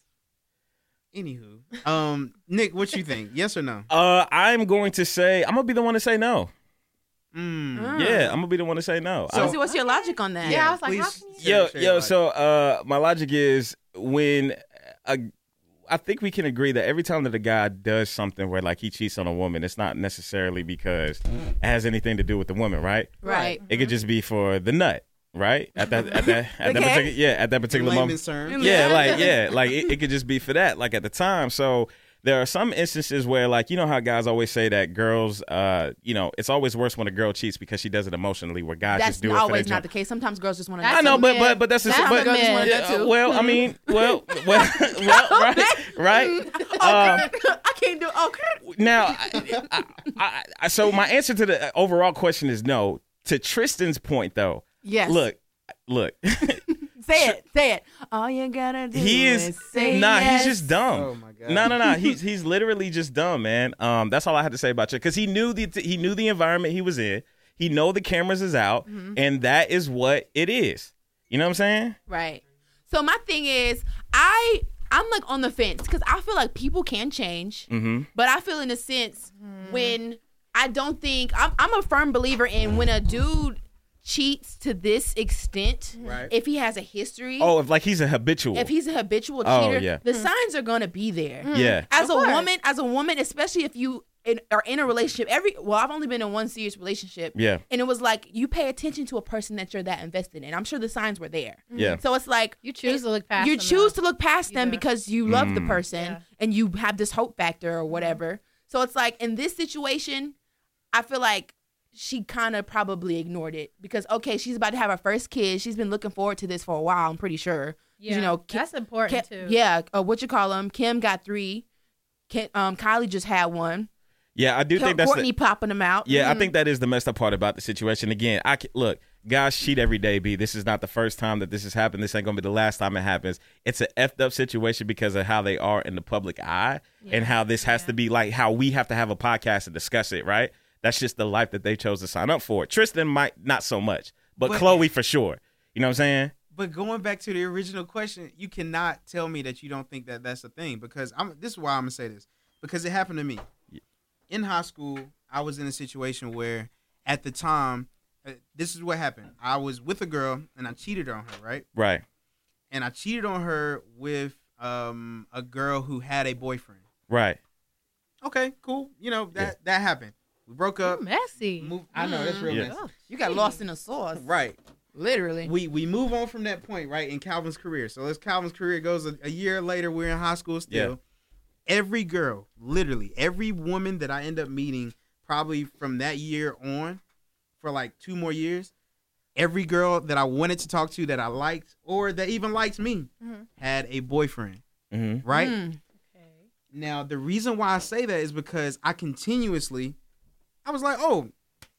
[SPEAKER 3] anywho, um, Nick, what you think? Yes or no?
[SPEAKER 1] Uh, I'm going to say I'm gonna be the one to say no.
[SPEAKER 3] Mm.
[SPEAKER 2] Mm.
[SPEAKER 1] Yeah, I'm gonna be the one to say no.
[SPEAKER 3] So-
[SPEAKER 1] I-
[SPEAKER 2] So, what's your logic on that?
[SPEAKER 4] Yeah, I was like, how
[SPEAKER 3] please
[SPEAKER 4] can you-
[SPEAKER 3] share-
[SPEAKER 1] yo,
[SPEAKER 3] share
[SPEAKER 1] yo.
[SPEAKER 3] your
[SPEAKER 1] So, uh, my logic is when a, I think we can agree that every time that a guy does something where like he cheats on a woman, it's not necessarily because it has anything to do with the woman, right?
[SPEAKER 2] Right.
[SPEAKER 1] It
[SPEAKER 3] Mm-hmm.
[SPEAKER 1] could just be for the nut, right? At that, at that,
[SPEAKER 3] [laughs]
[SPEAKER 1] at that
[SPEAKER 2] Okay.
[SPEAKER 1] particular, yeah, at that
[SPEAKER 3] In
[SPEAKER 1] particular moment.
[SPEAKER 2] [laughs]
[SPEAKER 3] layman's terms.
[SPEAKER 1] Yeah,
[SPEAKER 2] Yeah.
[SPEAKER 1] like yeah, like it, it could just be for that. Like at the time, so there are some instances where like you know how guys always say that girls, uh, you know, it's always worse when a girl cheats because she does it emotionally, where guys
[SPEAKER 2] That's
[SPEAKER 1] just do it for their
[SPEAKER 2] always
[SPEAKER 1] job.
[SPEAKER 2] not the case. Sometimes girls just want
[SPEAKER 4] That's
[SPEAKER 1] I know,
[SPEAKER 4] a
[SPEAKER 1] but
[SPEAKER 4] myth.
[SPEAKER 1] but but that's a,
[SPEAKER 4] That's
[SPEAKER 1] but,
[SPEAKER 4] a myth.
[SPEAKER 1] yeah,
[SPEAKER 2] Too.
[SPEAKER 1] well, I mean, well, [laughs] well, well, right,
[SPEAKER 2] [laughs]
[SPEAKER 1] right. Um,
[SPEAKER 2] Mm-hmm. [laughs] I can't do. oh, Okay.
[SPEAKER 1] now, I, I, I, I, so my answer to the overall question is no. To Tristan's point, though,
[SPEAKER 2] Yes.
[SPEAKER 1] look, look, [laughs]
[SPEAKER 2] Say it. Say it. All you gotta do
[SPEAKER 1] Uh, he
[SPEAKER 2] is,
[SPEAKER 1] is
[SPEAKER 2] say
[SPEAKER 1] nah,
[SPEAKER 2] yes.
[SPEAKER 1] he's just dumb.
[SPEAKER 3] Oh my god.
[SPEAKER 1] No, no, no. He's he's literally just dumb, man. Um, that's all I had to say about you because he knew the he knew the environment he was in. He know the cameras is out,
[SPEAKER 2] Mm-hmm.
[SPEAKER 1] and that is what it is. You know what I'm saying?
[SPEAKER 2] Right. So my thing is, I I'm like on the fence because I feel like people can change,
[SPEAKER 1] Mm-hmm.
[SPEAKER 2] but I feel in a sense when I don't think I'm, I'm a firm believer in when a dude cheats to this extent,
[SPEAKER 3] Right.
[SPEAKER 2] if he has a history,
[SPEAKER 1] Oh, if like he's a habitual.
[SPEAKER 2] if hmm. he's a habitual
[SPEAKER 1] Oh,
[SPEAKER 2] cheater,
[SPEAKER 1] yeah.
[SPEAKER 2] the signs are gonna be there.
[SPEAKER 1] yeah.
[SPEAKER 2] As
[SPEAKER 4] Of
[SPEAKER 2] a
[SPEAKER 4] course.
[SPEAKER 2] woman, as a woman, especially if you in, are in a relationship, every well, I've only been in one serious relationship,
[SPEAKER 1] Yeah.
[SPEAKER 2] and it was like you pay attention to a person that you're that invested in. I'm sure the signs were there.
[SPEAKER 1] Yeah.
[SPEAKER 2] So it's like
[SPEAKER 4] Mm-hmm. You choose to look past.
[SPEAKER 2] you
[SPEAKER 4] them,
[SPEAKER 2] choose
[SPEAKER 4] though.
[SPEAKER 2] to look past
[SPEAKER 4] You
[SPEAKER 2] them
[SPEAKER 4] do.
[SPEAKER 2] because you love the
[SPEAKER 1] Mm.
[SPEAKER 2] person
[SPEAKER 4] Yeah.
[SPEAKER 2] and you have this hope factor or whatever. So it's like in this situation, I feel like she kind of probably ignored it because okay, she's about to have her first kid. She's been looking forward to this for a while. I'm pretty sure.
[SPEAKER 4] Yeah,
[SPEAKER 2] You know, Ki-
[SPEAKER 4] that's important
[SPEAKER 2] Ki-
[SPEAKER 4] too.
[SPEAKER 2] yeah. Uh, what you call them? Kim got three. Ki- um, Kylie just had one.
[SPEAKER 1] Yeah, I do
[SPEAKER 2] Ki-
[SPEAKER 1] think that's
[SPEAKER 2] Courtney
[SPEAKER 1] the,
[SPEAKER 2] popping them out. Mm-hmm.
[SPEAKER 1] yeah. I think that is the messed up part about the situation. Again, I ca- look. Guys cheat every day, B. This is not the first time that this has happened. This ain't gonna be the last time it happens. It's an effed up situation because of how they are in the public eye and how this has to be like how we have to have a podcast and discuss it, right? That's just the life that they chose to sign up for. Tristan might not so much, but,
[SPEAKER 3] But-
[SPEAKER 1] Chloe for sure. You know what I'm saying?
[SPEAKER 3] But going back to the original question, you cannot tell me that you don't think that that's a thing because I'm. This is why I'm gonna say this because it happened to me in high school. I was in a situation where, at the time, uh, this is what happened. I was with a girl and I cheated on her, right?
[SPEAKER 1] Right.
[SPEAKER 3] And I cheated on her with um, a girl who had a boyfriend.
[SPEAKER 1] Right.
[SPEAKER 3] Okay, cool. You know that
[SPEAKER 1] Yeah.
[SPEAKER 3] that happened. We broke up.
[SPEAKER 4] You messy.
[SPEAKER 3] Move. I know that's real
[SPEAKER 1] Yeah.
[SPEAKER 3] messy.
[SPEAKER 4] Oh,
[SPEAKER 2] you got
[SPEAKER 4] geez.
[SPEAKER 2] lost in the sauce,
[SPEAKER 3] Right.
[SPEAKER 2] literally.
[SPEAKER 3] we we move on from that point right in calvin's career so as calvin's career goes a, a year later we're in high school still
[SPEAKER 1] Yeah.
[SPEAKER 3] every girl literally every woman that i end up meeting probably from that year on for like two more years every girl that i wanted to talk to that i liked or that even liked me
[SPEAKER 4] Mhm.
[SPEAKER 3] had a boyfriend
[SPEAKER 1] Mm-hmm.
[SPEAKER 3] right
[SPEAKER 2] Mm.
[SPEAKER 4] Okay.
[SPEAKER 3] now, the reason why I say that is because I continuously, I was like, oh,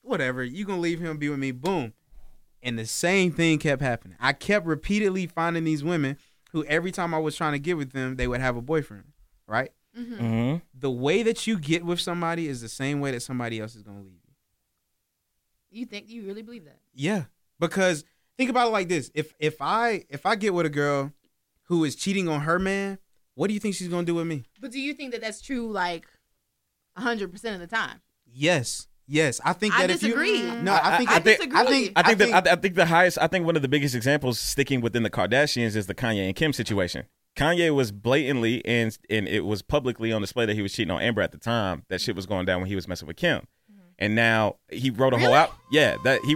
[SPEAKER 3] whatever, you gonna leave him, be with me, boom. And the same thing kept happening. I kept repeatedly finding these women who every time I was trying to get with them, they would have a boyfriend, right?
[SPEAKER 1] Mm-hmm.
[SPEAKER 3] The way that you get with somebody is the same way that somebody else is gonna leave you.
[SPEAKER 2] You think you really believe that?
[SPEAKER 3] Yeah. Because think about it like this. If if I if I get with a girl who is cheating on her man, what do you think she's gonna do with me?
[SPEAKER 2] But do you think that that's true, like, hundred percent of the time?
[SPEAKER 3] Yes. Yes. I think
[SPEAKER 2] I
[SPEAKER 3] that if
[SPEAKER 2] disagree.
[SPEAKER 3] you No, I,
[SPEAKER 1] I-
[SPEAKER 3] think
[SPEAKER 1] I- I
[SPEAKER 3] that-
[SPEAKER 1] think-
[SPEAKER 2] disagree.
[SPEAKER 3] I think-
[SPEAKER 1] I think,
[SPEAKER 3] I
[SPEAKER 1] that I, I think the highest. I think one of the biggest examples sticking within the Kardashians is the Kanye and Kim situation. Kanye was blatantly and and it was publicly on display that he was cheating on Amber at the
[SPEAKER 3] Mm-hmm.
[SPEAKER 1] time. That shit was going down when he was messing with Kim, and now he wrote a whole out. Yeah, that he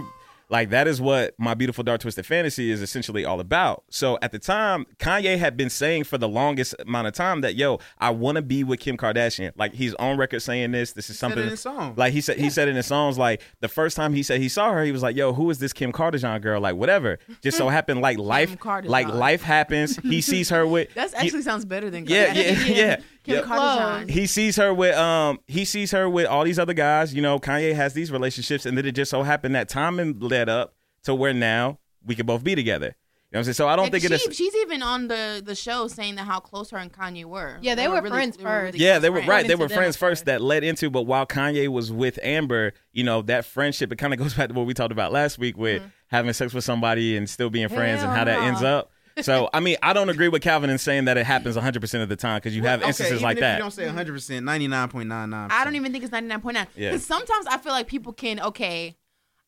[SPEAKER 1] Like that is what my beautiful dark twisted fantasy is essentially all about. So at the time, Kanye had been saying for the longest amount of time that yo, I want to be with Kim Kardashian. Like he's on record saying this. This is
[SPEAKER 3] Said it
[SPEAKER 1] something
[SPEAKER 3] in his song.
[SPEAKER 1] like he said, he said in his songs, like the first time he said he saw her, he was like, "Yo, who is this Kim Kardashian girl?" Like whatever. Just
[SPEAKER 3] [laughs]
[SPEAKER 1] so happened, like life,
[SPEAKER 2] Kardashian.
[SPEAKER 1] like life happens. He sees her with
[SPEAKER 2] [laughs] That actually sounds better than
[SPEAKER 1] Yeah,
[SPEAKER 2] [laughs] Kardashian.
[SPEAKER 1] yeah, yeah.
[SPEAKER 2] Kim
[SPEAKER 1] Yeah.
[SPEAKER 2] Kardashian.
[SPEAKER 1] he sees her with um he sees her with all these other guys. You know, Kanye has these relationships, and then it just so happened that timing led up to where now we could both be together. You know what I'm saying? So I don't
[SPEAKER 2] Like,
[SPEAKER 1] think it
[SPEAKER 2] she,
[SPEAKER 1] is.
[SPEAKER 2] she's even on the the show saying that how close her and Kanye were.
[SPEAKER 4] Yeah, they were friends first.
[SPEAKER 1] Yeah, they were
[SPEAKER 2] friends.
[SPEAKER 1] right. They
[SPEAKER 4] Into
[SPEAKER 1] were
[SPEAKER 4] them
[SPEAKER 1] friends
[SPEAKER 4] at
[SPEAKER 1] first
[SPEAKER 4] first.
[SPEAKER 1] that led into, but while Kanye was with Amber, you know, that friendship, it kind of goes [laughs] back to what we talked about last week with having sex with somebody and still being friends and
[SPEAKER 2] Hell
[SPEAKER 1] how that
[SPEAKER 2] no.
[SPEAKER 1] ends up. So, I mean, I don't agree with Calvin in saying that it happens 100% of the time because you have
[SPEAKER 3] Okay,
[SPEAKER 1] instances
[SPEAKER 3] even
[SPEAKER 1] like
[SPEAKER 3] if
[SPEAKER 1] that.
[SPEAKER 3] You don't say 100, percent 99.99.
[SPEAKER 2] I don't even think it's ninety nine point nine.
[SPEAKER 1] Yeah.
[SPEAKER 2] Because sometimes I feel like people can okay.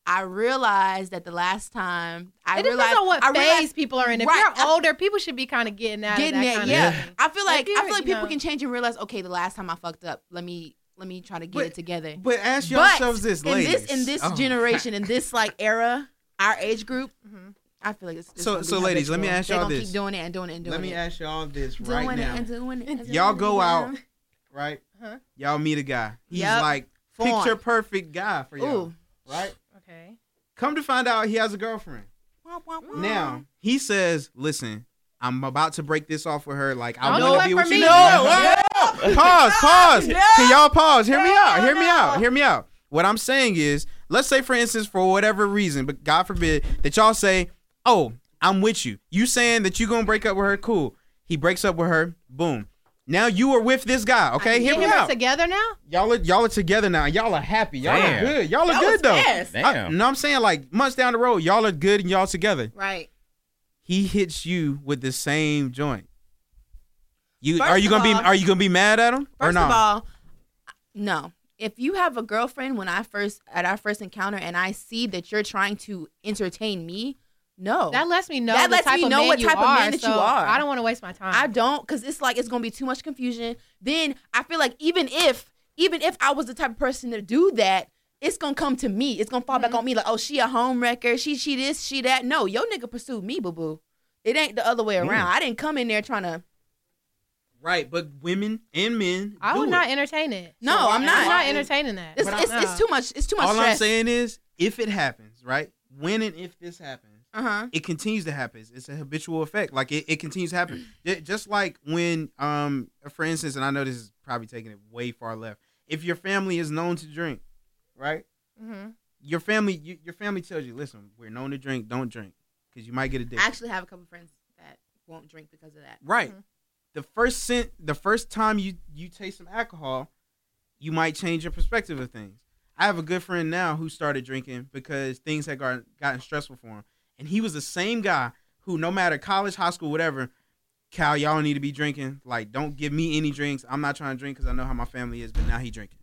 [SPEAKER 2] I realized that the last time I
[SPEAKER 4] It
[SPEAKER 2] realized
[SPEAKER 4] depends on what
[SPEAKER 2] I realized-
[SPEAKER 4] phase people are in. If
[SPEAKER 2] Right,
[SPEAKER 4] you're
[SPEAKER 2] I-
[SPEAKER 4] older, people should be kind of getting out
[SPEAKER 2] getting
[SPEAKER 4] of that
[SPEAKER 2] it.
[SPEAKER 4] kind
[SPEAKER 2] Yeah,
[SPEAKER 4] of thing.
[SPEAKER 2] I feel
[SPEAKER 4] Like,
[SPEAKER 2] like
[SPEAKER 4] you're-
[SPEAKER 2] I feel like
[SPEAKER 4] you
[SPEAKER 2] people
[SPEAKER 4] know.
[SPEAKER 2] can change and realize. Okay, the last time I fucked up. Let me let me try to get
[SPEAKER 3] But-
[SPEAKER 2] it together.
[SPEAKER 3] But ask
[SPEAKER 2] But
[SPEAKER 3] yourselves this,
[SPEAKER 2] in this
[SPEAKER 3] ladies.
[SPEAKER 2] in this
[SPEAKER 3] Oh. [laughs]
[SPEAKER 2] generation, in this like era, our age group,
[SPEAKER 4] Mm-hmm.
[SPEAKER 2] I feel like it's, it's
[SPEAKER 3] So-
[SPEAKER 2] gonna be
[SPEAKER 3] so ladies, let me
[SPEAKER 2] habitual.
[SPEAKER 3] ask
[SPEAKER 2] They
[SPEAKER 3] y'all
[SPEAKER 2] gonna
[SPEAKER 3] this.
[SPEAKER 2] keep doing it and doing it and doing
[SPEAKER 3] Let me
[SPEAKER 2] it.
[SPEAKER 3] ask y'all this
[SPEAKER 2] doing
[SPEAKER 3] right
[SPEAKER 2] it
[SPEAKER 3] now.
[SPEAKER 2] and doing it. and doing
[SPEAKER 3] Y'all
[SPEAKER 2] it
[SPEAKER 3] go out,
[SPEAKER 2] and-
[SPEAKER 3] right?
[SPEAKER 4] Huh?
[SPEAKER 3] Y'all meet a guy. He's
[SPEAKER 2] Yep.
[SPEAKER 3] like
[SPEAKER 2] Fawn.
[SPEAKER 3] picture perfect guy for y'all,
[SPEAKER 2] Ooh.
[SPEAKER 3] right?
[SPEAKER 4] Okay.
[SPEAKER 3] Come to find out, he has a girlfriend.
[SPEAKER 2] Wah, wah, wah.
[SPEAKER 4] Mm-hmm.
[SPEAKER 3] Now he says, "Listen, I'm about to break this off with her. Like I
[SPEAKER 4] Don't
[SPEAKER 3] want
[SPEAKER 4] do
[SPEAKER 3] to
[SPEAKER 4] it
[SPEAKER 3] be
[SPEAKER 4] for
[SPEAKER 3] with
[SPEAKER 4] me.
[SPEAKER 3] you."
[SPEAKER 4] No, [laughs]
[SPEAKER 3] pause, pause.
[SPEAKER 2] No.
[SPEAKER 3] Can y'all pause? Hear me out. Hear me
[SPEAKER 2] No.
[SPEAKER 3] out. Hear me out. What I'm saying is, let's say, for instance, for whatever reason, but God forbid that y'all say, "Oh, I'm with you." You saying that you gonna break up with her? Cool. He breaks up with her. Boom. Now you are with this guy. Okay, hear
[SPEAKER 4] You
[SPEAKER 3] me
[SPEAKER 4] guys
[SPEAKER 3] out.
[SPEAKER 4] together now?
[SPEAKER 3] Y'all are y'all are together now. Y'all are happy. Y'all
[SPEAKER 1] Damn.
[SPEAKER 3] are good. Y'all are
[SPEAKER 2] That was
[SPEAKER 3] good though.
[SPEAKER 2] fast.
[SPEAKER 1] Damn.
[SPEAKER 3] no, I'm saying like months down the road, y'all are good and y'all together.
[SPEAKER 2] right?
[SPEAKER 3] He hits you with the same joint. You
[SPEAKER 2] First
[SPEAKER 3] are you
[SPEAKER 2] of
[SPEAKER 3] gonna be
[SPEAKER 2] all-
[SPEAKER 3] are you gonna be mad at him or
[SPEAKER 2] First
[SPEAKER 3] not?
[SPEAKER 2] of all, no. If you have a girlfriend when I first at our first encounter and I see that you're trying to entertain me, no,
[SPEAKER 4] That lets me know
[SPEAKER 2] That
[SPEAKER 4] the
[SPEAKER 2] lets
[SPEAKER 4] type
[SPEAKER 2] me
[SPEAKER 4] of
[SPEAKER 2] know
[SPEAKER 4] man
[SPEAKER 2] what
[SPEAKER 4] you
[SPEAKER 2] type of
[SPEAKER 4] are,
[SPEAKER 2] man that you
[SPEAKER 4] so
[SPEAKER 2] are.
[SPEAKER 4] I don't want to waste my time.
[SPEAKER 2] I don't because it's like it's gonna be too much confusion. Then I feel like even if even if I was the type of person to do that, it's gonna come to me. It's gonna fall back on me like, oh, she a home wrecker. She she this she that. No, your nigga pursued me, boo boo. It ain't the other way around. I didn't come in there trying to.
[SPEAKER 3] Right, but women and men.
[SPEAKER 4] I
[SPEAKER 3] do
[SPEAKER 4] would
[SPEAKER 3] it.
[SPEAKER 4] not entertain it.
[SPEAKER 2] No, I'm not.
[SPEAKER 4] I'm not entertaining that.
[SPEAKER 2] It's,
[SPEAKER 4] No.
[SPEAKER 2] it's, it's too much. It's too much
[SPEAKER 3] All I'm
[SPEAKER 2] stress.
[SPEAKER 3] saying is, if it happens, right? When and if this happens,
[SPEAKER 2] uh huh.
[SPEAKER 3] it continues to happen. It's a habitual effect. Like it, it continues to happen.
[SPEAKER 2] [clears throat]
[SPEAKER 3] Ju- Just like when, um, for instance, and I know this is probably taking it way far left. If your family is known to drink, right?
[SPEAKER 4] Mhm.
[SPEAKER 3] Your family, you, your family tells you, listen, we're known to drink. Don't drink because you might get addicted.
[SPEAKER 2] I actually have a couple friends that won't drink because of that.
[SPEAKER 3] Right.
[SPEAKER 4] Mhm.
[SPEAKER 3] The first sen- the first time you you taste some alcohol, you might change your perspective of things. I have a good friend now who started drinking because things had gotten, gotten stressful for him, and he was the same guy who, no matter college, high school, whatever, Cal, y'all don't need to be drinking. Like, don't give me any drinks. I'm not trying to drink because I know how my family is. But now he drinking.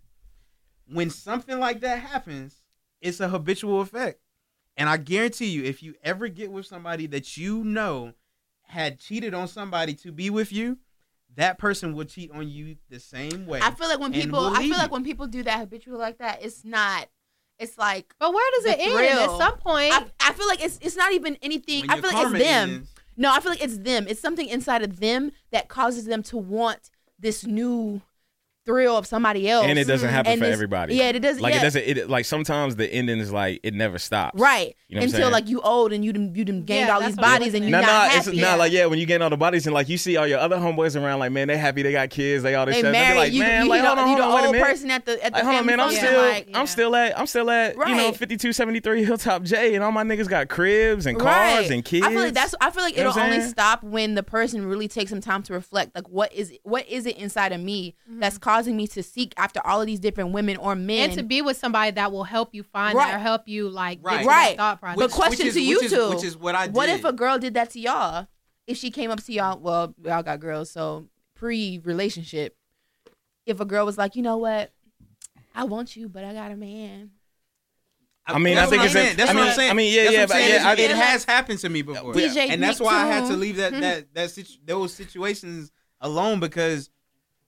[SPEAKER 3] When something like that happens, it's a habitual effect, and I guarantee you, if you ever get with somebody that you know had cheated on somebody to be with you, that person will cheat on you the same way.
[SPEAKER 2] I feel like when
[SPEAKER 3] And
[SPEAKER 2] people,
[SPEAKER 3] we'll
[SPEAKER 2] I
[SPEAKER 3] leave
[SPEAKER 2] feel
[SPEAKER 3] you.
[SPEAKER 2] like when people do that habitual like that, it's not. It's like
[SPEAKER 4] But where does
[SPEAKER 2] The
[SPEAKER 4] it end?
[SPEAKER 2] thrill.
[SPEAKER 4] At some point,
[SPEAKER 2] I, I feel like it's it's not even anything.
[SPEAKER 3] When
[SPEAKER 2] I
[SPEAKER 3] your
[SPEAKER 2] feel like
[SPEAKER 3] karma
[SPEAKER 2] it's them.
[SPEAKER 3] ends,
[SPEAKER 2] No, I feel like it's them. It's something inside of them that causes them to want this new thrill of somebody else. Mm-hmm.
[SPEAKER 1] And it doesn't happen
[SPEAKER 2] Oh, And
[SPEAKER 1] for
[SPEAKER 2] this-
[SPEAKER 1] everybody.
[SPEAKER 2] Yeah, it doesn't.
[SPEAKER 1] Like
[SPEAKER 2] yeah.
[SPEAKER 1] it doesn't. It like sometimes the ending is like it never stops.
[SPEAKER 2] Right.
[SPEAKER 1] You know what I'm
[SPEAKER 2] Until
[SPEAKER 1] saying?
[SPEAKER 2] like you old and you done, you done gained
[SPEAKER 4] Yeah,
[SPEAKER 2] all these
[SPEAKER 4] that's what I'm
[SPEAKER 2] bodies and
[SPEAKER 4] looking
[SPEAKER 2] you're
[SPEAKER 1] No,
[SPEAKER 4] at.
[SPEAKER 2] not
[SPEAKER 1] no, it's
[SPEAKER 2] happy.
[SPEAKER 1] not like yeah. When you get all the bodies and like you see all your other homeboys around, like man, they happy, they got kids, they all this
[SPEAKER 2] they
[SPEAKER 1] stuff. They be
[SPEAKER 2] married
[SPEAKER 1] like
[SPEAKER 2] you.
[SPEAKER 1] man,
[SPEAKER 2] you
[SPEAKER 1] like
[SPEAKER 2] the,
[SPEAKER 1] hold on,
[SPEAKER 2] you
[SPEAKER 1] hold
[SPEAKER 2] the
[SPEAKER 1] on, wait a
[SPEAKER 2] old
[SPEAKER 1] minute.
[SPEAKER 2] person at the at the
[SPEAKER 1] Like, hold on,
[SPEAKER 2] family
[SPEAKER 1] man. I'm
[SPEAKER 2] function.
[SPEAKER 1] still,
[SPEAKER 2] Like,
[SPEAKER 1] I'm still at, I'm still at, you know,
[SPEAKER 2] Right.
[SPEAKER 1] 5273 Hilltop J, and all my niggas got cribs and cars
[SPEAKER 2] right.
[SPEAKER 1] and kids.
[SPEAKER 2] I feel like that's. I feel like
[SPEAKER 1] You know
[SPEAKER 2] it'll
[SPEAKER 1] what I'm
[SPEAKER 2] only
[SPEAKER 1] saying?
[SPEAKER 2] stop when the person really takes some time to reflect. Like, what is what is it inside of me that's causing me to seek after all of these different women or men
[SPEAKER 4] Mm-hmm. and to be with somebody that will help you find
[SPEAKER 2] Right.
[SPEAKER 4] that or help you like get
[SPEAKER 3] Right.
[SPEAKER 4] to that
[SPEAKER 2] Right.
[SPEAKER 4] thought
[SPEAKER 2] But
[SPEAKER 4] process.
[SPEAKER 3] Which-
[SPEAKER 2] question
[SPEAKER 3] which is-
[SPEAKER 2] to you
[SPEAKER 3] which is-
[SPEAKER 2] two:
[SPEAKER 3] which is what I
[SPEAKER 2] What
[SPEAKER 3] did.
[SPEAKER 2] if a girl did that to y'all? If she came up to y'all, well, y'all got girls, so pre-relationship. If a girl was like, you know what, I want you, but I got a man.
[SPEAKER 1] I mean, I
[SPEAKER 3] That's
[SPEAKER 1] think
[SPEAKER 3] what
[SPEAKER 1] it's.
[SPEAKER 3] I'm
[SPEAKER 1] a-
[SPEAKER 3] saying. That's
[SPEAKER 1] I mean,
[SPEAKER 3] what I'm saying.
[SPEAKER 1] I mean, yeah,
[SPEAKER 3] That's
[SPEAKER 1] yeah,
[SPEAKER 3] what
[SPEAKER 1] but
[SPEAKER 3] I'm saying.
[SPEAKER 1] yeah, I,
[SPEAKER 3] it has happened to me Hmm. before,
[SPEAKER 2] DJ
[SPEAKER 3] and that's
[SPEAKER 2] Nick
[SPEAKER 3] why I had to
[SPEAKER 2] too.
[SPEAKER 3] leave that that that situ- those situations alone because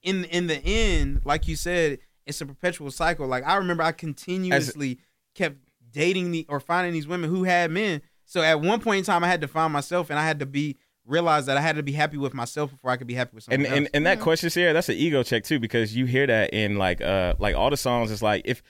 [SPEAKER 3] in in the end, like you said, it's a perpetual cycle. Like I remember, I continuously kept dating the or finding these women who had men. So at one point in time, I had to find myself, and I had to be realize that I had to be happy with myself before I could be happy with someone
[SPEAKER 1] and,
[SPEAKER 3] else.
[SPEAKER 1] and and that question, Sierra, that's an ego check too, because you hear that in like uh like all the songs. It's like if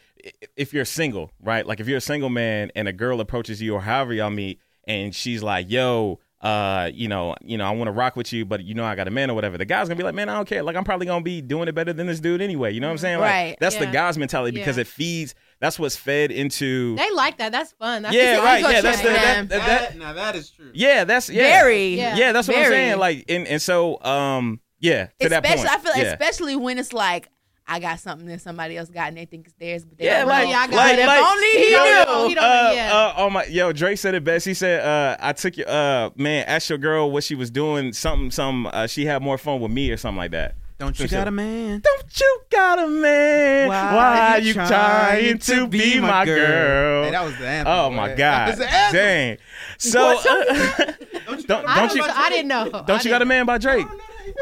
[SPEAKER 1] if you're single, right? Like if you're a single man and a girl approaches you or however y'all meet, and she's like, "Yo, uh, you know, you know, I want to rock with you, but you know, I got a man or whatever." The guy's gonna be like, "Man, I don't care. Like I'm probably gonna be doing it better than this dude anyway." You know what I'm saying? Like,
[SPEAKER 2] Right.
[SPEAKER 1] That's the
[SPEAKER 4] Yeah.
[SPEAKER 1] guy's mentality because
[SPEAKER 4] Yeah.
[SPEAKER 1] it feeds. That's what's fed into.
[SPEAKER 4] They like that. That's fun. That's
[SPEAKER 1] yeah,
[SPEAKER 2] the
[SPEAKER 1] right.
[SPEAKER 2] ego
[SPEAKER 1] Yeah, that's
[SPEAKER 2] check,
[SPEAKER 1] the
[SPEAKER 2] man.
[SPEAKER 1] that, that, that,
[SPEAKER 3] now that is true.
[SPEAKER 1] yeah, that's yeah.
[SPEAKER 2] Very.
[SPEAKER 4] Yeah.
[SPEAKER 1] Yeah, that's what I'm
[SPEAKER 2] Very.
[SPEAKER 1] saying. Like, and and so, um, yeah, to that
[SPEAKER 2] especially
[SPEAKER 1] point,
[SPEAKER 2] I feel like
[SPEAKER 1] yeah.
[SPEAKER 2] especially when it's like I got something that somebody else got and they think it's theirs, but they
[SPEAKER 1] Yeah,
[SPEAKER 2] don't
[SPEAKER 1] like,
[SPEAKER 2] know.
[SPEAKER 4] Yeah, I
[SPEAKER 1] like,
[SPEAKER 4] got
[SPEAKER 1] like,
[SPEAKER 4] it. If
[SPEAKER 2] only he
[SPEAKER 1] yo,
[SPEAKER 2] knew.
[SPEAKER 1] yo,
[SPEAKER 4] He don't
[SPEAKER 1] uh,
[SPEAKER 4] know, yeah.
[SPEAKER 1] uh, oh my, yo, Drake said it best. He said, uh, "I took your, uh, man, asked your girl what she was doing. Something, some, uh, she had more fun with me or something like that."
[SPEAKER 3] Don't you
[SPEAKER 1] So-
[SPEAKER 3] got a man?
[SPEAKER 1] Don't you got a man? Why, are you trying to be my girl?
[SPEAKER 3] Hey, that was the anthem.
[SPEAKER 1] oh
[SPEAKER 3] boy. [laughs]
[SPEAKER 1] my
[SPEAKER 3] That
[SPEAKER 1] god,
[SPEAKER 3] was the anthem.
[SPEAKER 1] dang. So, [laughs] uh, don't,
[SPEAKER 4] I
[SPEAKER 1] don't
[SPEAKER 4] don't
[SPEAKER 1] you,
[SPEAKER 4] know- I didn't know.
[SPEAKER 1] don't you got a man by Drake?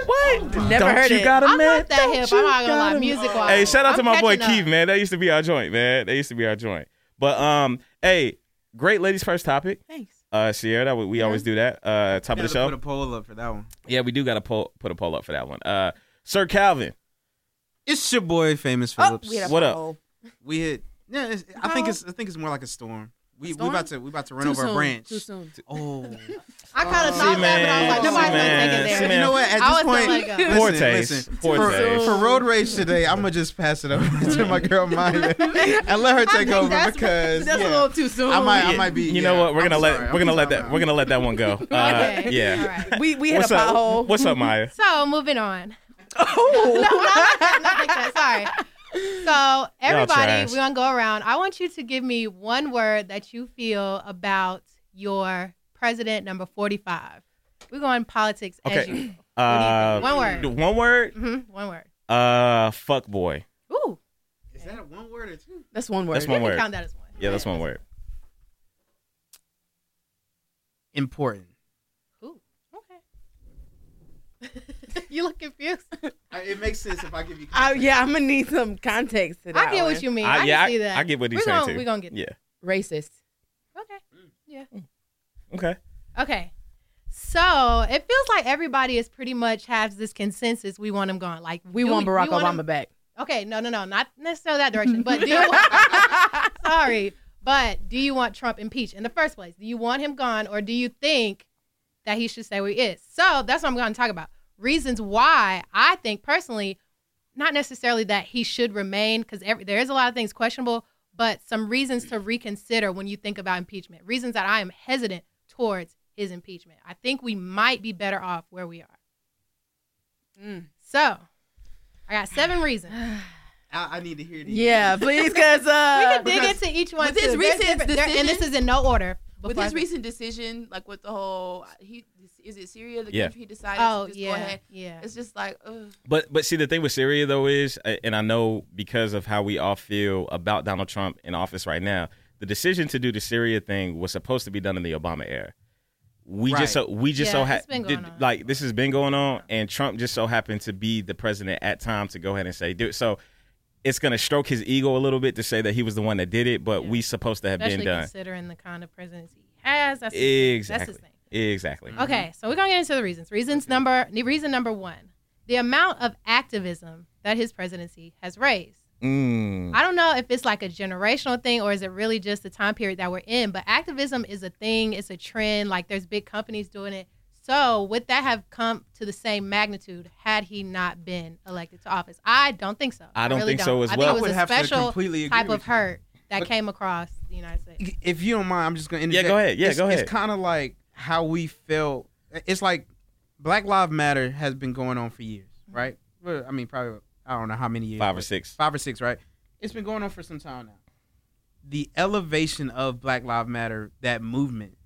[SPEAKER 1] What?
[SPEAKER 2] Never
[SPEAKER 1] don't
[SPEAKER 2] heard
[SPEAKER 1] you
[SPEAKER 2] it.
[SPEAKER 1] got a
[SPEAKER 4] I'm
[SPEAKER 1] man?
[SPEAKER 4] not that
[SPEAKER 1] Don't
[SPEAKER 4] hip.
[SPEAKER 1] you
[SPEAKER 4] I'm not gonna
[SPEAKER 1] got
[SPEAKER 4] lie.
[SPEAKER 1] a
[SPEAKER 4] Music wise,
[SPEAKER 1] Hey, shout out
[SPEAKER 4] I'm
[SPEAKER 1] to my boy
[SPEAKER 4] catching up.
[SPEAKER 1] Keith, man. That used to be our joint, man. That used to be our joint. But um, hey, great ladies first topic.
[SPEAKER 2] Thanks.
[SPEAKER 1] Uh, Sierra, that we, we always do that. Uh, top
[SPEAKER 3] You
[SPEAKER 1] of the show.
[SPEAKER 3] gotta Put a poll up for that one.
[SPEAKER 1] yeah, we do got to pull put a poll up for that one. Uh, Sir Calvin,
[SPEAKER 3] It's your boy, Famous
[SPEAKER 2] Oh,
[SPEAKER 3] Phillips.
[SPEAKER 2] we had a
[SPEAKER 1] What up?
[SPEAKER 2] poll.
[SPEAKER 3] we hit. Yeah, it's, I think it's. I think it's more like a storm. We we
[SPEAKER 2] storm?
[SPEAKER 3] about to we about to run
[SPEAKER 2] Too
[SPEAKER 3] over
[SPEAKER 2] soon.
[SPEAKER 3] a branch.
[SPEAKER 2] Too soon.
[SPEAKER 3] Oh,
[SPEAKER 4] I kind of
[SPEAKER 3] See,
[SPEAKER 4] thought
[SPEAKER 1] man.
[SPEAKER 4] that, but I was like,
[SPEAKER 3] See,
[SPEAKER 4] nobody's
[SPEAKER 1] man.
[SPEAKER 4] gonna take
[SPEAKER 1] See,
[SPEAKER 4] it
[SPEAKER 3] you
[SPEAKER 1] man.
[SPEAKER 4] there.
[SPEAKER 3] know what? At
[SPEAKER 4] I
[SPEAKER 3] this
[SPEAKER 4] was
[SPEAKER 3] point,
[SPEAKER 4] still like, uh,
[SPEAKER 3] listen,
[SPEAKER 1] Poor taste.
[SPEAKER 3] listen.
[SPEAKER 1] Poor
[SPEAKER 3] for,
[SPEAKER 1] taste.
[SPEAKER 3] for road rage today, I'm gonna just pass it over [laughs] to my girl Maya and let her take
[SPEAKER 4] think
[SPEAKER 3] over
[SPEAKER 4] that's-
[SPEAKER 3] because
[SPEAKER 2] That's
[SPEAKER 3] yeah,
[SPEAKER 2] a little too soon.
[SPEAKER 3] I might I
[SPEAKER 1] Yeah,
[SPEAKER 3] might be.
[SPEAKER 1] You
[SPEAKER 3] yeah,
[SPEAKER 1] know what? We're
[SPEAKER 3] I'm
[SPEAKER 1] gonna let
[SPEAKER 3] sorry.
[SPEAKER 1] we're
[SPEAKER 3] I'm
[SPEAKER 1] gonna let
[SPEAKER 3] sorry.
[SPEAKER 1] that we're gonna let that
[SPEAKER 3] [laughs]
[SPEAKER 1] one go. Uh,
[SPEAKER 4] [laughs] Okay. All
[SPEAKER 1] yeah.
[SPEAKER 4] right.
[SPEAKER 2] we we hit
[SPEAKER 1] What's
[SPEAKER 2] a
[SPEAKER 1] up?
[SPEAKER 2] pothole. [laughs]
[SPEAKER 1] What's up,
[SPEAKER 4] [laughs]
[SPEAKER 1] Maya?
[SPEAKER 4] So moving on. [laughs]
[SPEAKER 2] Oh.
[SPEAKER 4] Not like that. Sorry.
[SPEAKER 1] [laughs]
[SPEAKER 4] So
[SPEAKER 1] trash.
[SPEAKER 4] everybody, we're gonna go around. I want you to give me one word that you feel about your president number forty-five. We're going politics as
[SPEAKER 1] Okay. [clears throat]
[SPEAKER 4] usual.
[SPEAKER 1] Uh,
[SPEAKER 4] One word.
[SPEAKER 1] One word.
[SPEAKER 4] Mhm, One word.
[SPEAKER 1] Uh, fuck boy.
[SPEAKER 4] Ooh,
[SPEAKER 3] Is that one word or two?
[SPEAKER 2] That's one word.
[SPEAKER 1] That's one
[SPEAKER 4] we
[SPEAKER 1] word.
[SPEAKER 4] count that as one.
[SPEAKER 1] Yeah, that's one word.
[SPEAKER 3] Important.
[SPEAKER 4] Ooh, okay. [laughs] you look
[SPEAKER 2] [laughs]
[SPEAKER 4] confused.
[SPEAKER 3] I- It makes sense if I give you.
[SPEAKER 2] I, yeah, I'm gonna need some context to that.
[SPEAKER 4] I get
[SPEAKER 2] one.
[SPEAKER 4] what you mean.
[SPEAKER 1] I-
[SPEAKER 4] I,
[SPEAKER 1] yeah,
[SPEAKER 4] can
[SPEAKER 1] I-
[SPEAKER 4] see that.
[SPEAKER 1] I get what he's
[SPEAKER 4] we're
[SPEAKER 1] saying
[SPEAKER 4] gonna,
[SPEAKER 1] too.
[SPEAKER 4] We're gonna get.
[SPEAKER 1] Yeah.
[SPEAKER 2] Racist.
[SPEAKER 4] Okay.
[SPEAKER 1] Okay.
[SPEAKER 4] Okay. So it feels like everybody is pretty much has this consensus. We want him gone. Like
[SPEAKER 2] We
[SPEAKER 4] do-
[SPEAKER 2] want
[SPEAKER 4] you
[SPEAKER 2] Barack
[SPEAKER 4] him-
[SPEAKER 2] Obama back.
[SPEAKER 4] Okay, no, no, no, not necessarily that direction. But do you, sorry, but do you want Trump impeached in the first place? Do you want him gone, or do you think that he should stay where he is? So that's what I'm going to talk about. Reasons why I think personally, not necessarily that he should remain, because there is a lot of things questionable, but some reasons to reconsider when you think about impeachment. Reasons that I am hesitant towards his impeachment. I think we might be better off where we are.
[SPEAKER 2] Mm.
[SPEAKER 4] So I got seven reasons.
[SPEAKER 3] I, I need to hear these.
[SPEAKER 2] Yeah, please, cause
[SPEAKER 4] we
[SPEAKER 2] uh,
[SPEAKER 4] can dig
[SPEAKER 3] because
[SPEAKER 4] into each one.
[SPEAKER 2] with his
[SPEAKER 4] too. There's
[SPEAKER 2] recent
[SPEAKER 4] different- there- and this
[SPEAKER 2] decision-
[SPEAKER 4] is in no order.
[SPEAKER 2] with
[SPEAKER 4] before
[SPEAKER 2] his
[SPEAKER 4] I-
[SPEAKER 2] recent decision, like with the whole he is it Syria the
[SPEAKER 1] Yeah.
[SPEAKER 2] country he decided
[SPEAKER 4] oh
[SPEAKER 2] to just go
[SPEAKER 4] yeah,
[SPEAKER 2] ahead.
[SPEAKER 4] yeah.
[SPEAKER 2] It's just like ugh.
[SPEAKER 1] But but see the thing with Syria though is, uh, and I know because of how we all feel about Donald Trump in office right now, the decision to do the Syria thing was supposed to be done in the Obama era. We
[SPEAKER 3] Right.
[SPEAKER 1] just so we just so
[SPEAKER 4] Yeah,
[SPEAKER 1] ha-
[SPEAKER 4] it's been
[SPEAKER 1] did-
[SPEAKER 4] going on.
[SPEAKER 1] like this has been going on, and Trump just so happened to be the president at time to go ahead and say do it. So it's gonna stroke his ego a little bit to say that he was the one that did it, but
[SPEAKER 4] Yeah.
[SPEAKER 1] we supposed to have
[SPEAKER 4] Especially
[SPEAKER 1] been done.
[SPEAKER 4] considering the kind of presidency he has. That's his,
[SPEAKER 1] Exactly. Mm-hmm.
[SPEAKER 4] that's his thing.
[SPEAKER 1] Exactly.
[SPEAKER 4] Okay, so we're gonna get into the reasons. Reasons number reason number one: the amount of activism that his presidency has raised.
[SPEAKER 1] Mm.
[SPEAKER 4] I don't know if it's like a generational thing or is it really just the time period that we're in, but activism is a thing, it's a trend. Like there's big companies doing it. So would that have come to the same magnitude had he not been elected to office? I don't think so.
[SPEAKER 1] I don't
[SPEAKER 4] really
[SPEAKER 1] think so as
[SPEAKER 4] I
[SPEAKER 1] well.
[SPEAKER 4] Think it
[SPEAKER 3] would
[SPEAKER 4] was a
[SPEAKER 3] have to
[SPEAKER 4] special
[SPEAKER 3] completely agree
[SPEAKER 4] type
[SPEAKER 3] with
[SPEAKER 4] of
[SPEAKER 3] you.
[SPEAKER 4] hurt that
[SPEAKER 3] But-
[SPEAKER 4] came across the United States.
[SPEAKER 3] if you don't mind, I'm just gonna interject.
[SPEAKER 1] go ahead. Yeah,
[SPEAKER 3] It's-
[SPEAKER 1] go ahead.
[SPEAKER 3] It's kind of like how we felt. It's like Black Lives Matter has been going on for years,
[SPEAKER 4] Mm-hmm.
[SPEAKER 3] right? Well, I mean, probably I don't know how many years.
[SPEAKER 1] Five or
[SPEAKER 3] but
[SPEAKER 1] six.
[SPEAKER 3] Five or six, right? It's been going on for some time now. The elevation of Black Lives Matter, that movement,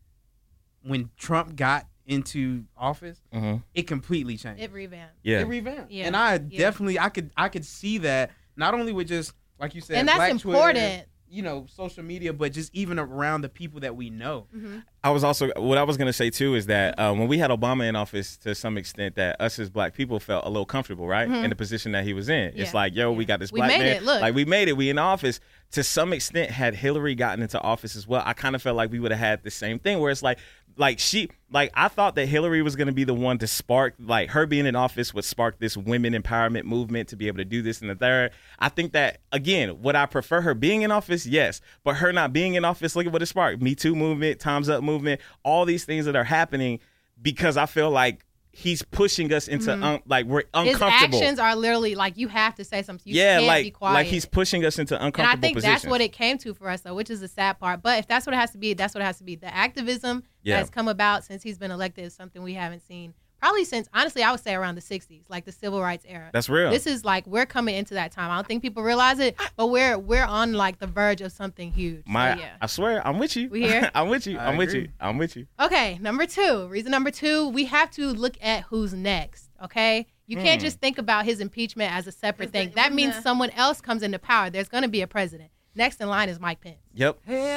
[SPEAKER 3] when Trump got into office,
[SPEAKER 1] hmm
[SPEAKER 3] it completely changed
[SPEAKER 4] It revamped.
[SPEAKER 1] Yeah.
[SPEAKER 3] it revamped.
[SPEAKER 4] Yeah.
[SPEAKER 3] And I
[SPEAKER 4] Yeah.
[SPEAKER 3] definitely I could I could see that not only with just like you said,
[SPEAKER 4] and that's
[SPEAKER 3] Black Twitter,
[SPEAKER 4] important
[SPEAKER 3] you know social media, but just even around the people that we know.
[SPEAKER 4] Mm-hmm.
[SPEAKER 1] I was also what I was gonna say too is that uh, when we had Obama in office, to some extent, that us as black people felt a little comfortable, right, in the position that he was in. It's
[SPEAKER 4] Mm-hmm. Yeah.
[SPEAKER 1] like, yo, we got this
[SPEAKER 4] We
[SPEAKER 1] black
[SPEAKER 4] made
[SPEAKER 1] man,
[SPEAKER 4] it, look.
[SPEAKER 1] like we made it, we in office. To some extent, had Hillary gotten into office as well, I kind of felt like we would have had the same thing, where it's like, like she, like I thought that Hillary was gonna be the one to spark, like her being in office would spark this women empowerment movement to be able to do this and the third. I think that again, would I prefer her being in office? Yes, but her not being in office, look at what it sparked: Me Too movement, Times Up movement, all these things that are happening because I feel like he's pushing us into un- like we're
[SPEAKER 4] Mm-hmm. His
[SPEAKER 1] uncomfortable.
[SPEAKER 4] actions are literally like you have to say something. You
[SPEAKER 1] yeah,
[SPEAKER 4] can't
[SPEAKER 1] like
[SPEAKER 4] be quiet.
[SPEAKER 1] like he's pushing us into uncomfortable
[SPEAKER 4] and I think
[SPEAKER 1] positions.
[SPEAKER 4] that's what it came to for us, though, which is the sad part. But if that's what it has to be, that's what it has to be. The activism
[SPEAKER 1] Yeah.
[SPEAKER 4] that has come about since he's been elected is something we haven't seen probably since, honestly, I would say around the 60s, like the civil rights era.
[SPEAKER 1] that's real.
[SPEAKER 4] This is like we're coming into that time. I don't think people realize it, but we're we're on like the verge of something huge. So,
[SPEAKER 1] my,
[SPEAKER 4] yeah.
[SPEAKER 1] I swear, I'm with you.
[SPEAKER 4] We here?
[SPEAKER 1] [laughs] I'm with you.
[SPEAKER 3] I
[SPEAKER 1] I'm with
[SPEAKER 3] agree.
[SPEAKER 1] you. I'm with you.
[SPEAKER 4] Okay, number two. Reason number two, we have to look at who's next. Okay, you
[SPEAKER 1] Hmm.
[SPEAKER 4] can't just think about his impeachment as a separate
[SPEAKER 2] Is that-
[SPEAKER 4] thing. That means
[SPEAKER 2] yeah.
[SPEAKER 4] someone else comes into power. There's going to be a president. Next in line is Mike Pence.
[SPEAKER 1] Yep.
[SPEAKER 2] Hell no.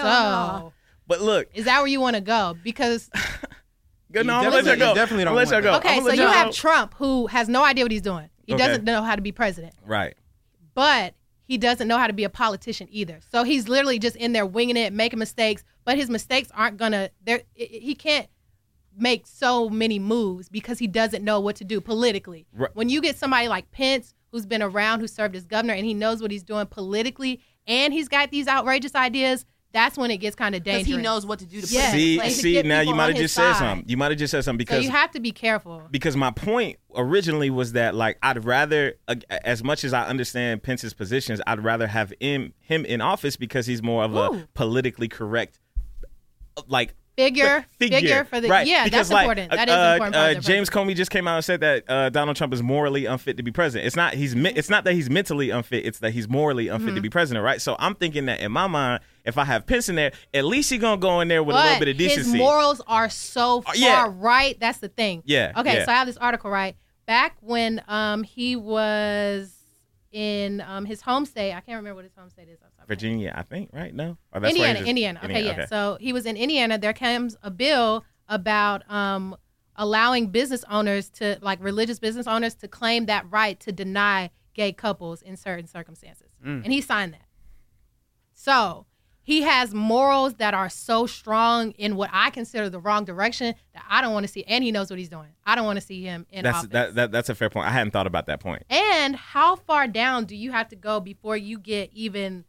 [SPEAKER 4] So,
[SPEAKER 1] But look,
[SPEAKER 4] is that where you want to go? Because
[SPEAKER 1] no, I'm gonna let
[SPEAKER 3] definitely-
[SPEAKER 1] you go.
[SPEAKER 3] you definitely don't
[SPEAKER 1] I'm gonna let
[SPEAKER 3] want
[SPEAKER 1] you go.
[SPEAKER 3] that.
[SPEAKER 1] I'm
[SPEAKER 4] okay,
[SPEAKER 1] gonna
[SPEAKER 4] so
[SPEAKER 1] let
[SPEAKER 4] you
[SPEAKER 1] go.
[SPEAKER 4] have Trump who has no idea what he's doing. He
[SPEAKER 1] Okay.
[SPEAKER 4] doesn't know how to be president,
[SPEAKER 1] right.
[SPEAKER 4] but he doesn't know how to be a politician either. So he's literally just in there winging it, making mistakes. But his mistakes aren't gonna. There, he can't make so many moves because he doesn't know what to do politically.
[SPEAKER 1] Right.
[SPEAKER 4] When you get somebody like Pence, who's been around, who served as governor, and he knows what he's doing politically, and he's got these outrageous ideas, that's when it gets kind of
[SPEAKER 2] Because
[SPEAKER 4] dangerous.
[SPEAKER 2] he knows what to do to
[SPEAKER 4] Yeah.
[SPEAKER 2] protect
[SPEAKER 1] See,
[SPEAKER 2] the
[SPEAKER 1] [laughs]
[SPEAKER 2] place.
[SPEAKER 1] see,
[SPEAKER 4] get
[SPEAKER 1] now
[SPEAKER 4] people
[SPEAKER 1] you might
[SPEAKER 4] on
[SPEAKER 1] have
[SPEAKER 4] his
[SPEAKER 1] just said
[SPEAKER 4] side.
[SPEAKER 1] something. You might have just said something
[SPEAKER 4] So
[SPEAKER 1] because
[SPEAKER 4] you have to be careful.
[SPEAKER 1] because my point originally was that like I'd rather uh, as much as I understand Pence's positions, I'd rather have him him in office because he's more of a
[SPEAKER 4] Ooh.
[SPEAKER 1] politically correct uh, like
[SPEAKER 4] Figure,
[SPEAKER 1] figure,
[SPEAKER 4] figure, for the
[SPEAKER 1] right.
[SPEAKER 4] yeah,
[SPEAKER 1] because,
[SPEAKER 4] that's
[SPEAKER 1] like,
[SPEAKER 4] important. That
[SPEAKER 1] uh,
[SPEAKER 4] is
[SPEAKER 1] uh,
[SPEAKER 4] important. for
[SPEAKER 1] uh,
[SPEAKER 4] the
[SPEAKER 1] James Comey just came out and said that uh, Donald Trump is morally unfit to be president. It's not he's me- it's not that he's mentally unfit. It's that he's morally unfit
[SPEAKER 4] Mm-hmm.
[SPEAKER 1] to be president. Right. So I'm thinking that in my mind, if I have Pence in there, at least he's gonna go in there with a little
[SPEAKER 4] But
[SPEAKER 1] bit of decency.
[SPEAKER 4] His morals are so
[SPEAKER 1] Uh,
[SPEAKER 4] far
[SPEAKER 1] yeah.
[SPEAKER 4] right. That's the thing.
[SPEAKER 1] Yeah,
[SPEAKER 4] Okay,
[SPEAKER 1] yeah.
[SPEAKER 4] so I have this article right back when um he was in um his home state. I can't remember what his home state is. I'm sorry.
[SPEAKER 1] Virginia, I think. Right? No. Or Oh, that's where he
[SPEAKER 4] Indiana,
[SPEAKER 1] was-
[SPEAKER 4] Indiana. Okay, yeah. So he was in Indiana. There comes a bill about um allowing business owners to like religious business owners to claim that right to deny gay couples in certain circumstances.
[SPEAKER 1] Mm.
[SPEAKER 4] And he signed that. So he has morals that are so strong in what I consider the wrong direction that I don't want to see, and he knows what he's doing. I don't want to see him in
[SPEAKER 1] That's
[SPEAKER 4] office.
[SPEAKER 1] that, that that's a fair point. I hadn't thought about that point.
[SPEAKER 4] And how far down do you have to go before you get even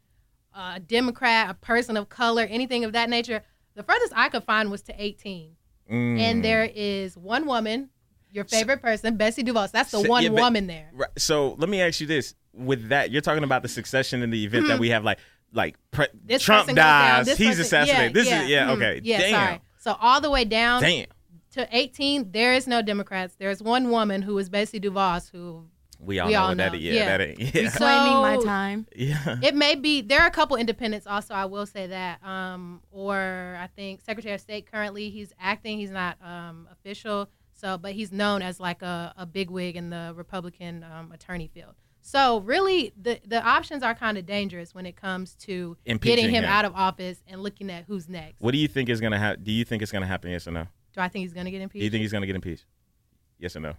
[SPEAKER 4] a Democrat, a person of color, anything of that nature? The furthest I could find was to 18.
[SPEAKER 1] Mm.
[SPEAKER 4] And there is one woman, your favorite person, Bessie DuVos. That's the
[SPEAKER 1] So-
[SPEAKER 4] one
[SPEAKER 1] yeah, but-
[SPEAKER 4] woman there.
[SPEAKER 1] Right. So let me ask you this: With that, you're talking about the succession in the event that we have, like, like pre-
[SPEAKER 4] Mm-hmm. This
[SPEAKER 1] Trump
[SPEAKER 4] person goes down,
[SPEAKER 1] dies,
[SPEAKER 4] this
[SPEAKER 1] he's
[SPEAKER 4] person-
[SPEAKER 1] assassinated. this is yeah,
[SPEAKER 4] mhm,
[SPEAKER 1] okay.
[SPEAKER 4] Yeah,
[SPEAKER 1] Damn,
[SPEAKER 4] sorry. Um, So all the way down
[SPEAKER 1] damn.
[SPEAKER 4] to 18, there is no Democrats. There is one woman who is Bessie DuVos who
[SPEAKER 1] We all
[SPEAKER 4] We
[SPEAKER 1] know
[SPEAKER 4] all
[SPEAKER 1] what that
[SPEAKER 4] know.
[SPEAKER 1] is. Yeah,
[SPEAKER 4] Yeah.
[SPEAKER 1] that ain't. [laughs] Yeah,
[SPEAKER 4] saw-
[SPEAKER 2] Claiming my
[SPEAKER 4] So-
[SPEAKER 2] time.
[SPEAKER 1] yeah.
[SPEAKER 4] it may be there are a couple independents also i will say that um or i think secretary of state currently he's acting he's not um official so but he's known as like a, a big wig in the republican um, attorney field so really the the options are kind of dangerous when it comes to
[SPEAKER 1] Impeaching
[SPEAKER 4] getting him,
[SPEAKER 1] him.
[SPEAKER 4] out of office and looking at who's next
[SPEAKER 1] What do you think is gonna happen? Do you think it's gonna happen? Yes or no?
[SPEAKER 4] do i think he's gonna get
[SPEAKER 1] Do you
[SPEAKER 4] impeached
[SPEAKER 1] think he's gonna get impeached? Yes or no?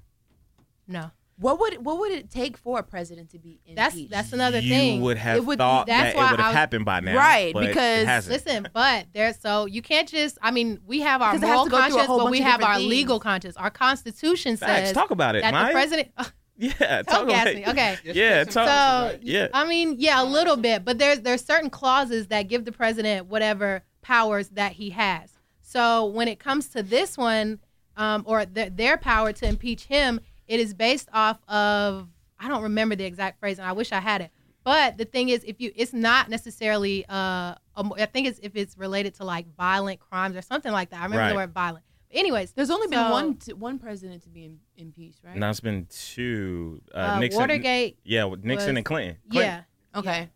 [SPEAKER 4] no
[SPEAKER 2] What would what would it take for a president to be impeached?
[SPEAKER 4] that's that's another
[SPEAKER 1] you
[SPEAKER 4] thing
[SPEAKER 1] would have
[SPEAKER 2] It would-
[SPEAKER 1] thought that
[SPEAKER 4] that's
[SPEAKER 1] it
[SPEAKER 4] why
[SPEAKER 1] would
[SPEAKER 4] I
[SPEAKER 1] have
[SPEAKER 4] was-
[SPEAKER 1] happened by now,
[SPEAKER 2] Right,
[SPEAKER 1] but it
[SPEAKER 2] because-
[SPEAKER 1] hasn't.
[SPEAKER 4] Listen, but there's so you can't just. I mean, we have our
[SPEAKER 2] Because it has
[SPEAKER 4] moral
[SPEAKER 2] to go through a
[SPEAKER 4] conscience,
[SPEAKER 2] whole
[SPEAKER 4] but
[SPEAKER 2] bunch
[SPEAKER 4] we
[SPEAKER 2] of
[SPEAKER 4] have
[SPEAKER 2] different
[SPEAKER 4] our
[SPEAKER 2] things.
[SPEAKER 4] legal conscience. Our Constitution
[SPEAKER 1] Facts.
[SPEAKER 4] says
[SPEAKER 1] Talk about it,
[SPEAKER 4] that
[SPEAKER 1] Maya.
[SPEAKER 4] the president.
[SPEAKER 1] [laughs]
[SPEAKER 4] [laughs]
[SPEAKER 1] Yeah, talk
[SPEAKER 4] Don't gas
[SPEAKER 1] about
[SPEAKER 4] me.
[SPEAKER 1] it.
[SPEAKER 4] Okay.
[SPEAKER 1] Yeah,
[SPEAKER 4] So
[SPEAKER 1] [laughs] talk. yeah,
[SPEAKER 4] I mean, yeah, a little bit, but there's there's certain clauses that give the president whatever powers that he has. So when it comes to this one, um, or th- their power to impeach him, it is based off of I don't remember the exact phrase, and I wish I had it. But the thing is, if you, it's not necessarily. Uh, a mo- I think it's if it's related to like violent crimes or something like that. I remember
[SPEAKER 1] Right.
[SPEAKER 4] the word violent. But anyways,
[SPEAKER 2] There's only
[SPEAKER 4] So-
[SPEAKER 2] been one one president to be im- impeached, right?
[SPEAKER 1] now it's been two. Uh,
[SPEAKER 4] uh,
[SPEAKER 1] Nixon,
[SPEAKER 4] Watergate.
[SPEAKER 1] Yeah, with Nixon
[SPEAKER 4] was-
[SPEAKER 1] and Clinton. Clinton.
[SPEAKER 4] Yeah.
[SPEAKER 2] Okay.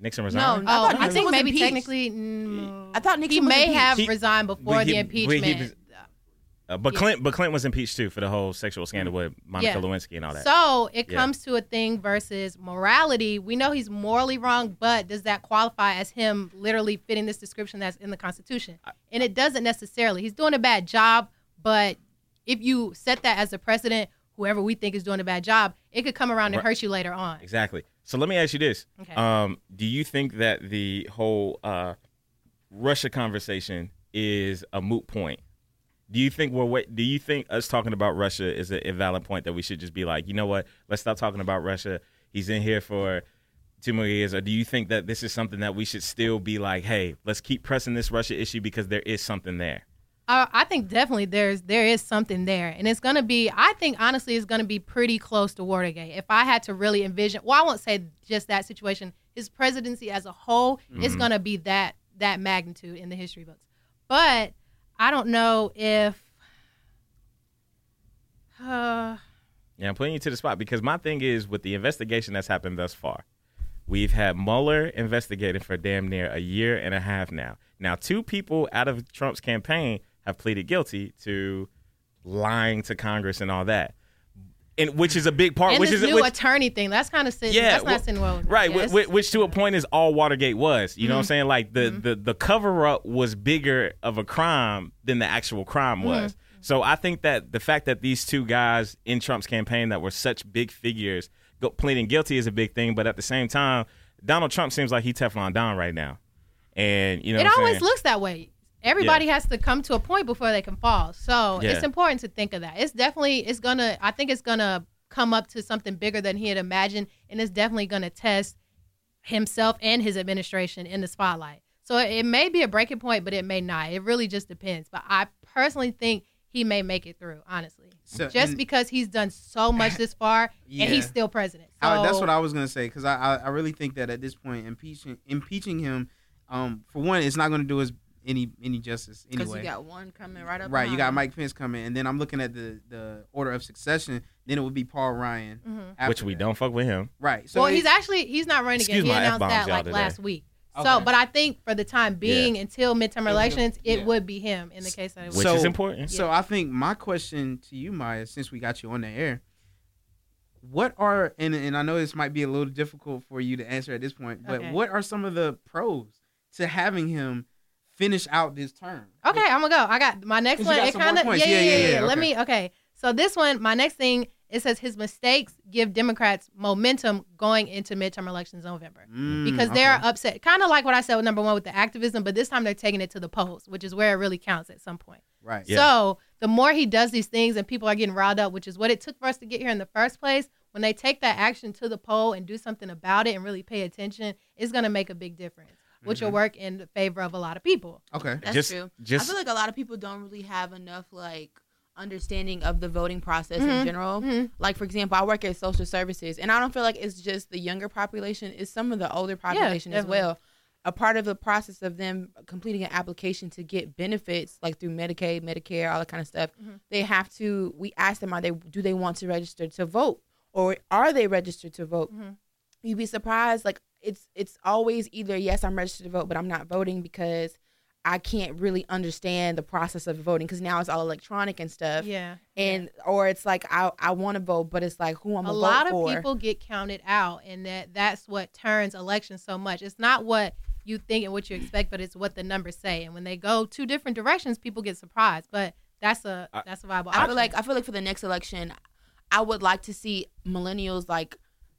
[SPEAKER 1] Nixon
[SPEAKER 2] No,
[SPEAKER 1] resigned.
[SPEAKER 2] I
[SPEAKER 4] Oh,
[SPEAKER 2] thought
[SPEAKER 4] I,
[SPEAKER 2] Nixon
[SPEAKER 4] think
[SPEAKER 2] was
[SPEAKER 4] maybe
[SPEAKER 2] impeached.
[SPEAKER 4] technically. mm,
[SPEAKER 2] I thought Nixon
[SPEAKER 4] he
[SPEAKER 2] was
[SPEAKER 4] may
[SPEAKER 2] impeached.
[SPEAKER 4] have
[SPEAKER 1] He-
[SPEAKER 4] resigned before
[SPEAKER 1] he-
[SPEAKER 4] the
[SPEAKER 1] when he
[SPEAKER 4] impeachment.
[SPEAKER 1] was- Uh, but
[SPEAKER 4] Yeah. Mm-hmm.
[SPEAKER 1] Clint, but Clint was impeached too for the whole sexual scandal with Monica
[SPEAKER 4] Yeah.
[SPEAKER 1] Lewinsky and all that.
[SPEAKER 4] So it
[SPEAKER 1] Yeah.
[SPEAKER 4] comes to a thing versus morality. We know he's morally wrong, but does that qualify as him literally fitting this description that's in the Constitution? And it doesn't necessarily. He's doing a bad job, but if you set that as a precedent, whoever we think is doing a bad job, it could come around and
[SPEAKER 1] Right.
[SPEAKER 4] hurt you later on.
[SPEAKER 1] Exactly. So let me ask you this:
[SPEAKER 4] Okay.
[SPEAKER 1] um, Do you think that the whole uh, Russia conversation is a moot point? Do you think we're wait, do you think us talking about Russia is an invalid point that we should just be like, you know what? Let's stop talking about Russia. He's in here for two more years, or do you think that this is something that we should still be like, hey, let's keep pressing this Russia issue because there is something there?
[SPEAKER 4] Uh, I think definitely there's there is something there, and it's gonna be. I think honestly, it's gonna be pretty close to Watergate. If I had to really envision, well, I won't say just that situation. His presidency as a whole
[SPEAKER 1] Mm-hmm.
[SPEAKER 4] is gonna be that that magnitude in the history books. But I don't know if. [sighs] Uh,
[SPEAKER 1] Yeah, I'm putting you to the spot because my thing is with the investigation that's happened thus far, we've had Mueller investigating for damn near a year and a half now. Now, two people out of Trump's campaign have pleaded guilty to lying to Congress and all that, and which is a big part.
[SPEAKER 4] and
[SPEAKER 1] which
[SPEAKER 4] this
[SPEAKER 1] is
[SPEAKER 4] new
[SPEAKER 1] which,
[SPEAKER 4] attorney thing that's kind of sitting.
[SPEAKER 1] Yeah,
[SPEAKER 4] that's
[SPEAKER 1] well-
[SPEAKER 4] not sitting well. with me.
[SPEAKER 1] right
[SPEAKER 4] Yeah,
[SPEAKER 1] whi-
[SPEAKER 4] it's-
[SPEAKER 1] whi- which to a point is all watergate was you know what i'm saying like the, the the cover up was bigger of a crime than the actual crime was so i think that the fact that these two guys in trump's campaign that were such big figures go, pleading guilty is a big thing but at the same time donald trump seems like he teflon don right now and you know
[SPEAKER 4] it
[SPEAKER 1] what I'm
[SPEAKER 4] always
[SPEAKER 1] saying?
[SPEAKER 4] looks that way. Everybody has to come to a point before they can fall. So
[SPEAKER 1] Yeah.
[SPEAKER 4] it's important to think of that. It's definitely it's gonna. I think it's gonna come up to something bigger than he had imagined, and it's definitely gonna test himself and his administration in the spotlight. So it, it may be a breaking point, but it may not. It really just depends. But I personally think he may make it through. Honestly,
[SPEAKER 3] So-
[SPEAKER 4] just
[SPEAKER 3] Uh, and-
[SPEAKER 4] because he's done so much this far,
[SPEAKER 3] Yeah.
[SPEAKER 4] and he's still president. So
[SPEAKER 3] I, that's what I was gonna say because I, I I really think that at this point impeaching impeaching him, um, for one, it's not gonna do us any any justice
[SPEAKER 2] Because
[SPEAKER 3] anyway.
[SPEAKER 2] you got one coming right up.
[SPEAKER 3] right, you got
[SPEAKER 2] behind.
[SPEAKER 3] Mike Pence coming, and then I'm looking at the the order of succession. Then it would be Paul Ryan,
[SPEAKER 4] Mhm.
[SPEAKER 3] after
[SPEAKER 1] which we
[SPEAKER 3] that.
[SPEAKER 1] don't fuck with him
[SPEAKER 3] Right. So
[SPEAKER 4] well,
[SPEAKER 3] it-
[SPEAKER 4] he's actually he's not running
[SPEAKER 1] Excuse
[SPEAKER 4] again. He
[SPEAKER 1] my
[SPEAKER 4] announced
[SPEAKER 1] F-bombs,
[SPEAKER 4] that
[SPEAKER 1] y'all,
[SPEAKER 4] like
[SPEAKER 1] today.
[SPEAKER 4] last week. So,
[SPEAKER 3] Okay.
[SPEAKER 4] but I think for the time being, until midterm elections, it
[SPEAKER 3] yeah.
[SPEAKER 4] would be him in the case that it was.
[SPEAKER 1] which
[SPEAKER 3] So-
[SPEAKER 1] is important
[SPEAKER 3] So I think my question to you, Maya, since we got you on the air, what are and and I know this might be a little difficult for you to answer at this point, but
[SPEAKER 4] Okay.
[SPEAKER 3] what are some of the pros to having him finish out this term?
[SPEAKER 4] Okay, I'm gonna go. I got my next
[SPEAKER 3] Cause you
[SPEAKER 4] one.
[SPEAKER 3] got
[SPEAKER 4] It
[SPEAKER 3] some more
[SPEAKER 4] kind of yeah,
[SPEAKER 3] points.
[SPEAKER 4] yeah, yeah.
[SPEAKER 3] Yeah, yeah, yeah,
[SPEAKER 4] yeah. Let
[SPEAKER 3] okay.
[SPEAKER 4] me okay. So this one, my next thing, it says his mistakes give Democrats momentum going into midterm elections in November.
[SPEAKER 1] Hmm,
[SPEAKER 3] Mm,
[SPEAKER 4] because they are upset. Kind of like what I said with number one with the activism, but this time they're taking it to the polls, which is where it really counts at some point.
[SPEAKER 3] right.
[SPEAKER 1] Yeah.
[SPEAKER 4] So the more he does these things and people are getting riled up, which is what it took for us to get here in the first place, when they take that action to the poll and do something about it and really pay attention, it's going to make a big difference, which
[SPEAKER 1] Mm-hmm.
[SPEAKER 4] will work in favor of a lot of people.
[SPEAKER 3] Okay.
[SPEAKER 2] That's
[SPEAKER 1] just
[SPEAKER 2] true. I
[SPEAKER 1] just
[SPEAKER 2] feel like a lot of people don't really have enough like understanding of the voting process in general.
[SPEAKER 4] Mhm.
[SPEAKER 2] Like for example, I work at social services, and I don't feel like it's just the younger population; it's some of the older population as
[SPEAKER 4] definitely.
[SPEAKER 2] well. A part of the process of them completing an application to get benefits, like through Medicaid, Medicare, all that kind of stuff, they have to. We ask them, are they do they want to register to vote, or are they registered to vote? you'd be surprised like it's it's always either yes i'm registered to vote but i'm not voting because i can't really understand the process of voting because now it's all electronic and stuff
[SPEAKER 4] Yeah.
[SPEAKER 2] and or it's like i i want to vote but it's like who i'm
[SPEAKER 4] a
[SPEAKER 2] gonna
[SPEAKER 4] lot
[SPEAKER 2] vote
[SPEAKER 4] of
[SPEAKER 2] for.
[SPEAKER 4] people get counted out, and that that's what turns elections so much. It's not what you think and what you expect, but it's what the numbers say. And when they go two different directions, people get surprised. But that's a
[SPEAKER 1] I-
[SPEAKER 4] that's a viable.
[SPEAKER 2] I
[SPEAKER 4] option.
[SPEAKER 2] feel like I feel like for the next election, I would like to see millennials like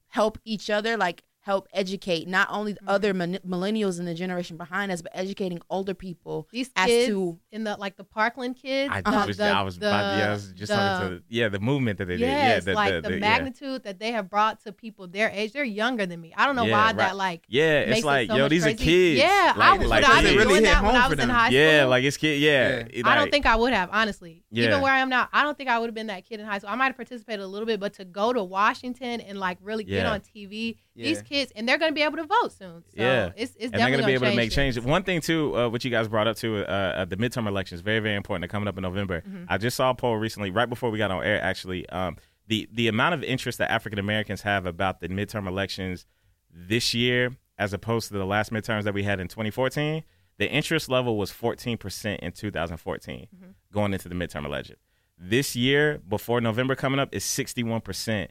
[SPEAKER 2] help each other, like help educate not only the other min- millennials in the generation behind us, but educating older people
[SPEAKER 4] these
[SPEAKER 2] as
[SPEAKER 4] kids
[SPEAKER 2] to
[SPEAKER 4] in the like the Parkland kids.
[SPEAKER 1] I,
[SPEAKER 4] the-
[SPEAKER 1] was,
[SPEAKER 4] the-
[SPEAKER 1] I was about, yeah, I was just talking to the, yeah the movement that they did yeah
[SPEAKER 4] yes,
[SPEAKER 1] the,
[SPEAKER 4] like the,
[SPEAKER 1] the- yeah.
[SPEAKER 4] magnitude that they have brought to people their age. They're younger than me. I don't know
[SPEAKER 1] Yeah,
[SPEAKER 4] why
[SPEAKER 1] right.
[SPEAKER 4] that like.
[SPEAKER 1] Yeah,
[SPEAKER 4] makes
[SPEAKER 1] it's
[SPEAKER 4] it
[SPEAKER 1] like,
[SPEAKER 4] so
[SPEAKER 1] yo,
[SPEAKER 4] much
[SPEAKER 1] these are
[SPEAKER 4] crazy.
[SPEAKER 1] kids.
[SPEAKER 4] Yeah, I
[SPEAKER 1] like,
[SPEAKER 4] would
[SPEAKER 1] like,
[SPEAKER 4] I
[SPEAKER 3] they really
[SPEAKER 4] was doing
[SPEAKER 3] hit
[SPEAKER 4] that when
[SPEAKER 3] home
[SPEAKER 4] I
[SPEAKER 3] for
[SPEAKER 4] was in
[SPEAKER 3] them.
[SPEAKER 4] high school.
[SPEAKER 1] yeah, like it's kid. Yeah,
[SPEAKER 3] Yeah.
[SPEAKER 1] it,
[SPEAKER 4] I don't
[SPEAKER 1] like-
[SPEAKER 4] think I would have, honestly.
[SPEAKER 1] Yeah.
[SPEAKER 4] Even where I am now, I don't think I would have been that kid in high school. I might have participated a little bit, but to go to Washington and like really get
[SPEAKER 1] Yeah.
[SPEAKER 4] on TV,
[SPEAKER 3] Yeah.
[SPEAKER 4] these kids, and they're going to be able to vote soon. So
[SPEAKER 1] Yeah.
[SPEAKER 4] it's, it's
[SPEAKER 1] and they're
[SPEAKER 4] definitely
[SPEAKER 1] going to be able to make
[SPEAKER 4] change.
[SPEAKER 1] changes. One thing too, uh, what you guys brought up too, uh, uh, the midterm elections, very very important. They're coming up in November.
[SPEAKER 4] Mm-hmm.
[SPEAKER 1] I just saw a poll recently, right before we got on air, actually. Um, the the amount of interest that African Americans have about the midterm elections this year, as opposed to the last midterms that we had in 2014, The interest level was 14% in 2014 going into the midterm election. This year, before November coming up, is 61%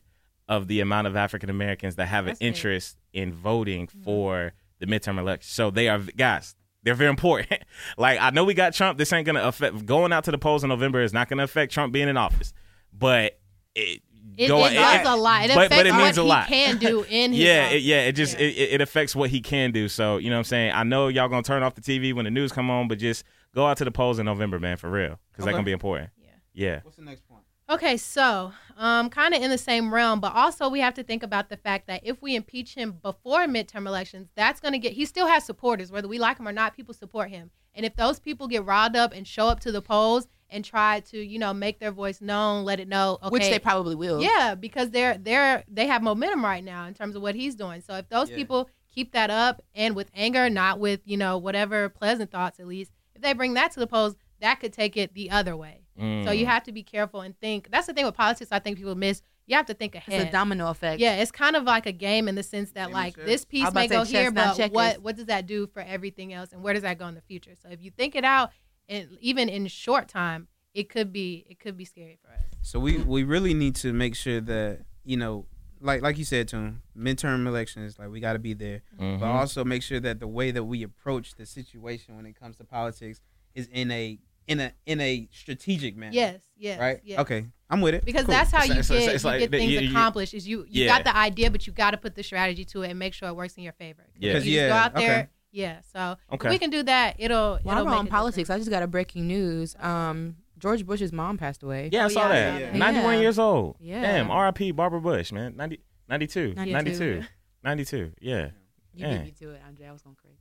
[SPEAKER 1] of the amount of African Americans that have an
[SPEAKER 4] That's Mm-hmm. big.
[SPEAKER 1] interest in voting for the midterm election. So they are, guys, they're very important. [laughs] like, I know we got Trump. This ain't going to affect, going out to the polls in November is not going to affect Trump being in office. But it,
[SPEAKER 4] It,
[SPEAKER 1] go-
[SPEAKER 4] it does a lot. It
[SPEAKER 1] but-
[SPEAKER 4] affects
[SPEAKER 1] but it means
[SPEAKER 4] what
[SPEAKER 1] a
[SPEAKER 4] he
[SPEAKER 1] lot.
[SPEAKER 4] can do
[SPEAKER 1] [laughs]
[SPEAKER 4] in his
[SPEAKER 1] yeah,
[SPEAKER 4] life.
[SPEAKER 1] it, yeah. It just
[SPEAKER 4] Yeah.
[SPEAKER 1] It, it it affects what he can do. So you know what I'm saying. I know y'all gonna turn off the TV when the news come on, but just go out to the polls in November, man, for real, because
[SPEAKER 3] Okay.
[SPEAKER 1] that gonna be important.
[SPEAKER 4] Yeah.
[SPEAKER 1] Yeah,
[SPEAKER 3] What's the next point?
[SPEAKER 4] Okay, so um, kind of in the same realm, but also we have to think about the fact that if we impeach him before midterm elections, that's going to get, he still has supporters, whether we like him or not, people support him. And if those people get riled up and show up to the polls and try to, you know, make their voice known, let it know, okay,
[SPEAKER 2] which they probably will.
[SPEAKER 4] yeah, because they're they're they have momentum right now in terms of what he's doing. So if those
[SPEAKER 3] Yeah.
[SPEAKER 4] people keep that up and with anger, not with you know whatever pleasant thoughts at least, if they bring that to the polls, that could take it the other way. So you
[SPEAKER 1] Mm.
[SPEAKER 4] have to be careful and think. That's the thing with politics. I think people miss. You have to think
[SPEAKER 2] it's
[SPEAKER 4] ahead.
[SPEAKER 2] a domino effect.
[SPEAKER 4] yeah, it's kind of like a game in the sense
[SPEAKER 3] Game
[SPEAKER 4] that
[SPEAKER 3] and
[SPEAKER 4] like
[SPEAKER 3] chess.
[SPEAKER 4] this
[SPEAKER 2] I
[SPEAKER 4] piece
[SPEAKER 2] was
[SPEAKER 4] may
[SPEAKER 2] about
[SPEAKER 4] go
[SPEAKER 2] to say
[SPEAKER 4] here,
[SPEAKER 2] chess, not
[SPEAKER 4] but what
[SPEAKER 2] checkers.
[SPEAKER 4] what does that do for everything else, and where does that go in the future? So if you think it out, and even in short time, it could be it could be scary for us.
[SPEAKER 3] So we we really need to make sure that you know, like like you said to him, midterm elections, like we got to be there,
[SPEAKER 1] Mhm.
[SPEAKER 3] but also make sure that the way that we approach the situation when it comes to politics is in a in a in a strategic manner.
[SPEAKER 4] Yes, yes,
[SPEAKER 3] Right.
[SPEAKER 4] yes.
[SPEAKER 3] Okay. I'm with it.
[SPEAKER 4] Because
[SPEAKER 3] Cool.
[SPEAKER 4] that's how
[SPEAKER 1] It's
[SPEAKER 4] you
[SPEAKER 1] like-
[SPEAKER 4] get
[SPEAKER 1] it's like- it's
[SPEAKER 4] you
[SPEAKER 1] like
[SPEAKER 4] get
[SPEAKER 1] that
[SPEAKER 4] things
[SPEAKER 1] you- you-
[SPEAKER 4] accomplished. Is you you
[SPEAKER 1] Yeah.
[SPEAKER 4] got the idea, but you got to put the strategy to it and make sure it works in your favor. 'Cause
[SPEAKER 1] Yeah.
[SPEAKER 4] if
[SPEAKER 3] Because,
[SPEAKER 4] you just
[SPEAKER 3] yeah,
[SPEAKER 4] go out there.
[SPEAKER 3] okay.
[SPEAKER 4] Yeah. So
[SPEAKER 1] Okay.
[SPEAKER 4] if we can do that, it'll.
[SPEAKER 2] While
[SPEAKER 4] it'll
[SPEAKER 2] we're
[SPEAKER 4] make
[SPEAKER 2] on
[SPEAKER 4] a
[SPEAKER 2] politics,
[SPEAKER 4] difference.
[SPEAKER 2] I just got a breaking news. Um, George Bush's mom passed away.
[SPEAKER 1] yeah, I
[SPEAKER 4] Oh,
[SPEAKER 1] saw
[SPEAKER 4] yeah,
[SPEAKER 1] that.
[SPEAKER 3] yeah,
[SPEAKER 2] yeah.
[SPEAKER 1] 91
[SPEAKER 2] Yeah.
[SPEAKER 1] years old.
[SPEAKER 2] Yeah.
[SPEAKER 1] Damn. R.I.P. Barbara Bush, man. 90, 92,
[SPEAKER 2] 92.
[SPEAKER 1] 92, 92. Yeah.
[SPEAKER 2] You
[SPEAKER 1] Yeah.
[SPEAKER 2] beat me to it, Andre. I was going crazy.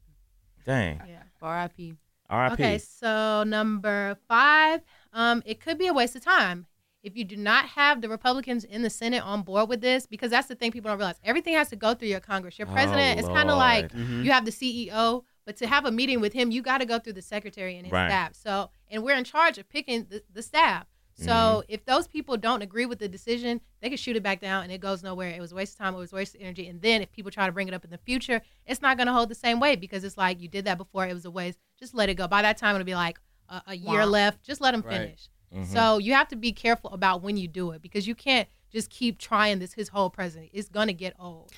[SPEAKER 1] Dang.
[SPEAKER 4] Yeah.
[SPEAKER 2] R.I.P.
[SPEAKER 1] R.I.P.
[SPEAKER 4] Okay, so number five, um, it could be a waste of time if you do not have the Republicans in the Senate on board with this, because that's the thing people don't realize. Everything has to go through your Congress. Your
[SPEAKER 1] Oh,
[SPEAKER 4] president is kind of like
[SPEAKER 3] Mhm.
[SPEAKER 4] you have the CEO, but to have a meeting with him, you got to go through the secretary and his
[SPEAKER 1] Right.
[SPEAKER 4] staff. So, and we're in charge of picking the, the staff. So, if those people don't agree with the decision, they can shoot it back down and it goes nowhere. It was a waste of time. It was a waste of energy. And then if people try to bring it up in the future, it's not going to hold the same weight because it's like you did that before. It was a waste. Just let it go. By that time, it'll be like a, a year
[SPEAKER 2] Womp.
[SPEAKER 4] left. Just let them
[SPEAKER 3] Right.
[SPEAKER 4] finish.
[SPEAKER 1] Mhm.
[SPEAKER 4] So you have to be careful about when you do it because you can't just keep trying this his whole presidency. It's going to get old.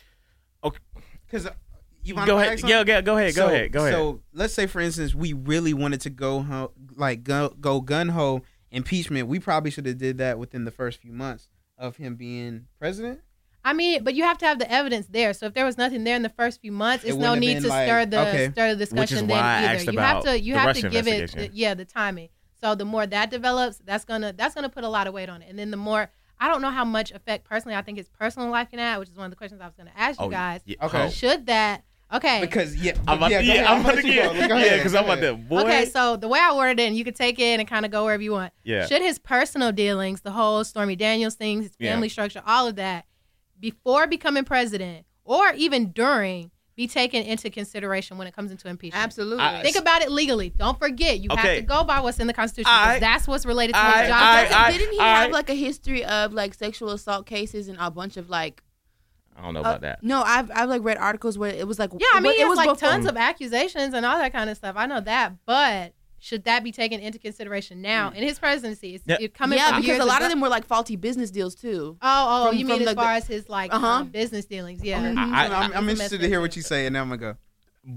[SPEAKER 3] Because you want
[SPEAKER 1] go ahead. Yeah, go, go ahead. Go ahead. Go ahead.
[SPEAKER 3] So let's say, for instance, we really wanted to go ho- like go, go gun ho impeachment. We probably should have did that within the first few months of him being president.
[SPEAKER 4] I mean, but you have to have the evidence there. So if there was nothing there in the first few months,
[SPEAKER 3] It
[SPEAKER 4] it's
[SPEAKER 3] wouldn't
[SPEAKER 4] no
[SPEAKER 3] have
[SPEAKER 4] need
[SPEAKER 3] been
[SPEAKER 4] to
[SPEAKER 3] like-
[SPEAKER 4] stir the
[SPEAKER 3] okay.
[SPEAKER 4] stir the discussion
[SPEAKER 1] Which is
[SPEAKER 4] then
[SPEAKER 1] why I
[SPEAKER 4] either.
[SPEAKER 1] asked
[SPEAKER 4] you have
[SPEAKER 1] about
[SPEAKER 4] to you
[SPEAKER 1] the
[SPEAKER 4] have
[SPEAKER 1] Russia
[SPEAKER 4] to give it
[SPEAKER 1] investigation.
[SPEAKER 4] the, yeah, the timing. So the more that develops, that's gonna that's gonna put a lot of weight on it. And then the more I don't know how much effect personally I think his personal life can have, which is one of the questions I was gonna ask
[SPEAKER 1] Oh,
[SPEAKER 4] you guys.
[SPEAKER 1] yeah.
[SPEAKER 3] Okay.
[SPEAKER 1] Oh.
[SPEAKER 4] Should that okay.
[SPEAKER 3] Because yeah,
[SPEAKER 1] I'm about,
[SPEAKER 3] [laughs] yeah,
[SPEAKER 1] yeah,
[SPEAKER 3] go ahead.
[SPEAKER 1] I'm about
[SPEAKER 3] let
[SPEAKER 1] to
[SPEAKER 3] you
[SPEAKER 1] get.
[SPEAKER 3] go. Go ahead.
[SPEAKER 1] [laughs] Yeah, because
[SPEAKER 3] Go
[SPEAKER 1] I'm about
[SPEAKER 3] ahead.
[SPEAKER 1] to. Boy.
[SPEAKER 4] Okay, so the way I worded it, and you could take it and kind of go wherever you want.
[SPEAKER 1] Yeah.
[SPEAKER 4] Should his personal dealings, the whole Stormy Daniels thing, his
[SPEAKER 1] Yeah.
[SPEAKER 4] family structure, all of that, before becoming president or even during, be taken into consideration when it comes into impeachment?
[SPEAKER 2] Absolutely.
[SPEAKER 1] I-
[SPEAKER 4] Think about it legally. Don't forget, you have
[SPEAKER 1] Okay.
[SPEAKER 4] to go by what's in the Constitution. 'cause
[SPEAKER 1] I-
[SPEAKER 4] that's what's related to
[SPEAKER 1] I-
[SPEAKER 4] his job.
[SPEAKER 1] I-
[SPEAKER 4] title.
[SPEAKER 1] I-
[SPEAKER 2] Didn't he have like a history of like sexual assault cases and a bunch of like?
[SPEAKER 1] I don't know about
[SPEAKER 2] uh,
[SPEAKER 1] that.
[SPEAKER 2] No, I've I've like read articles where it was like
[SPEAKER 4] yeah, I mean,
[SPEAKER 2] it
[SPEAKER 4] it was like
[SPEAKER 2] before-
[SPEAKER 4] tons of accusations and all that kind of stuff. I know that, but should that be taken into consideration now in his presidency? It's,
[SPEAKER 1] Mm. Yeah.
[SPEAKER 4] It coming
[SPEAKER 2] yeah,
[SPEAKER 4] from
[SPEAKER 2] because
[SPEAKER 4] years
[SPEAKER 2] a lot
[SPEAKER 4] ago-
[SPEAKER 2] of them were like faulty business deals too.
[SPEAKER 4] Oh, oh,
[SPEAKER 2] from-
[SPEAKER 4] you mean
[SPEAKER 2] from the-
[SPEAKER 4] as far as his like
[SPEAKER 2] Uh-huh.
[SPEAKER 4] um, business dealings? Yeah.
[SPEAKER 2] Mhm.
[SPEAKER 1] I-
[SPEAKER 3] I'm, I'm interested to hear what you say, and then I'm gonna go.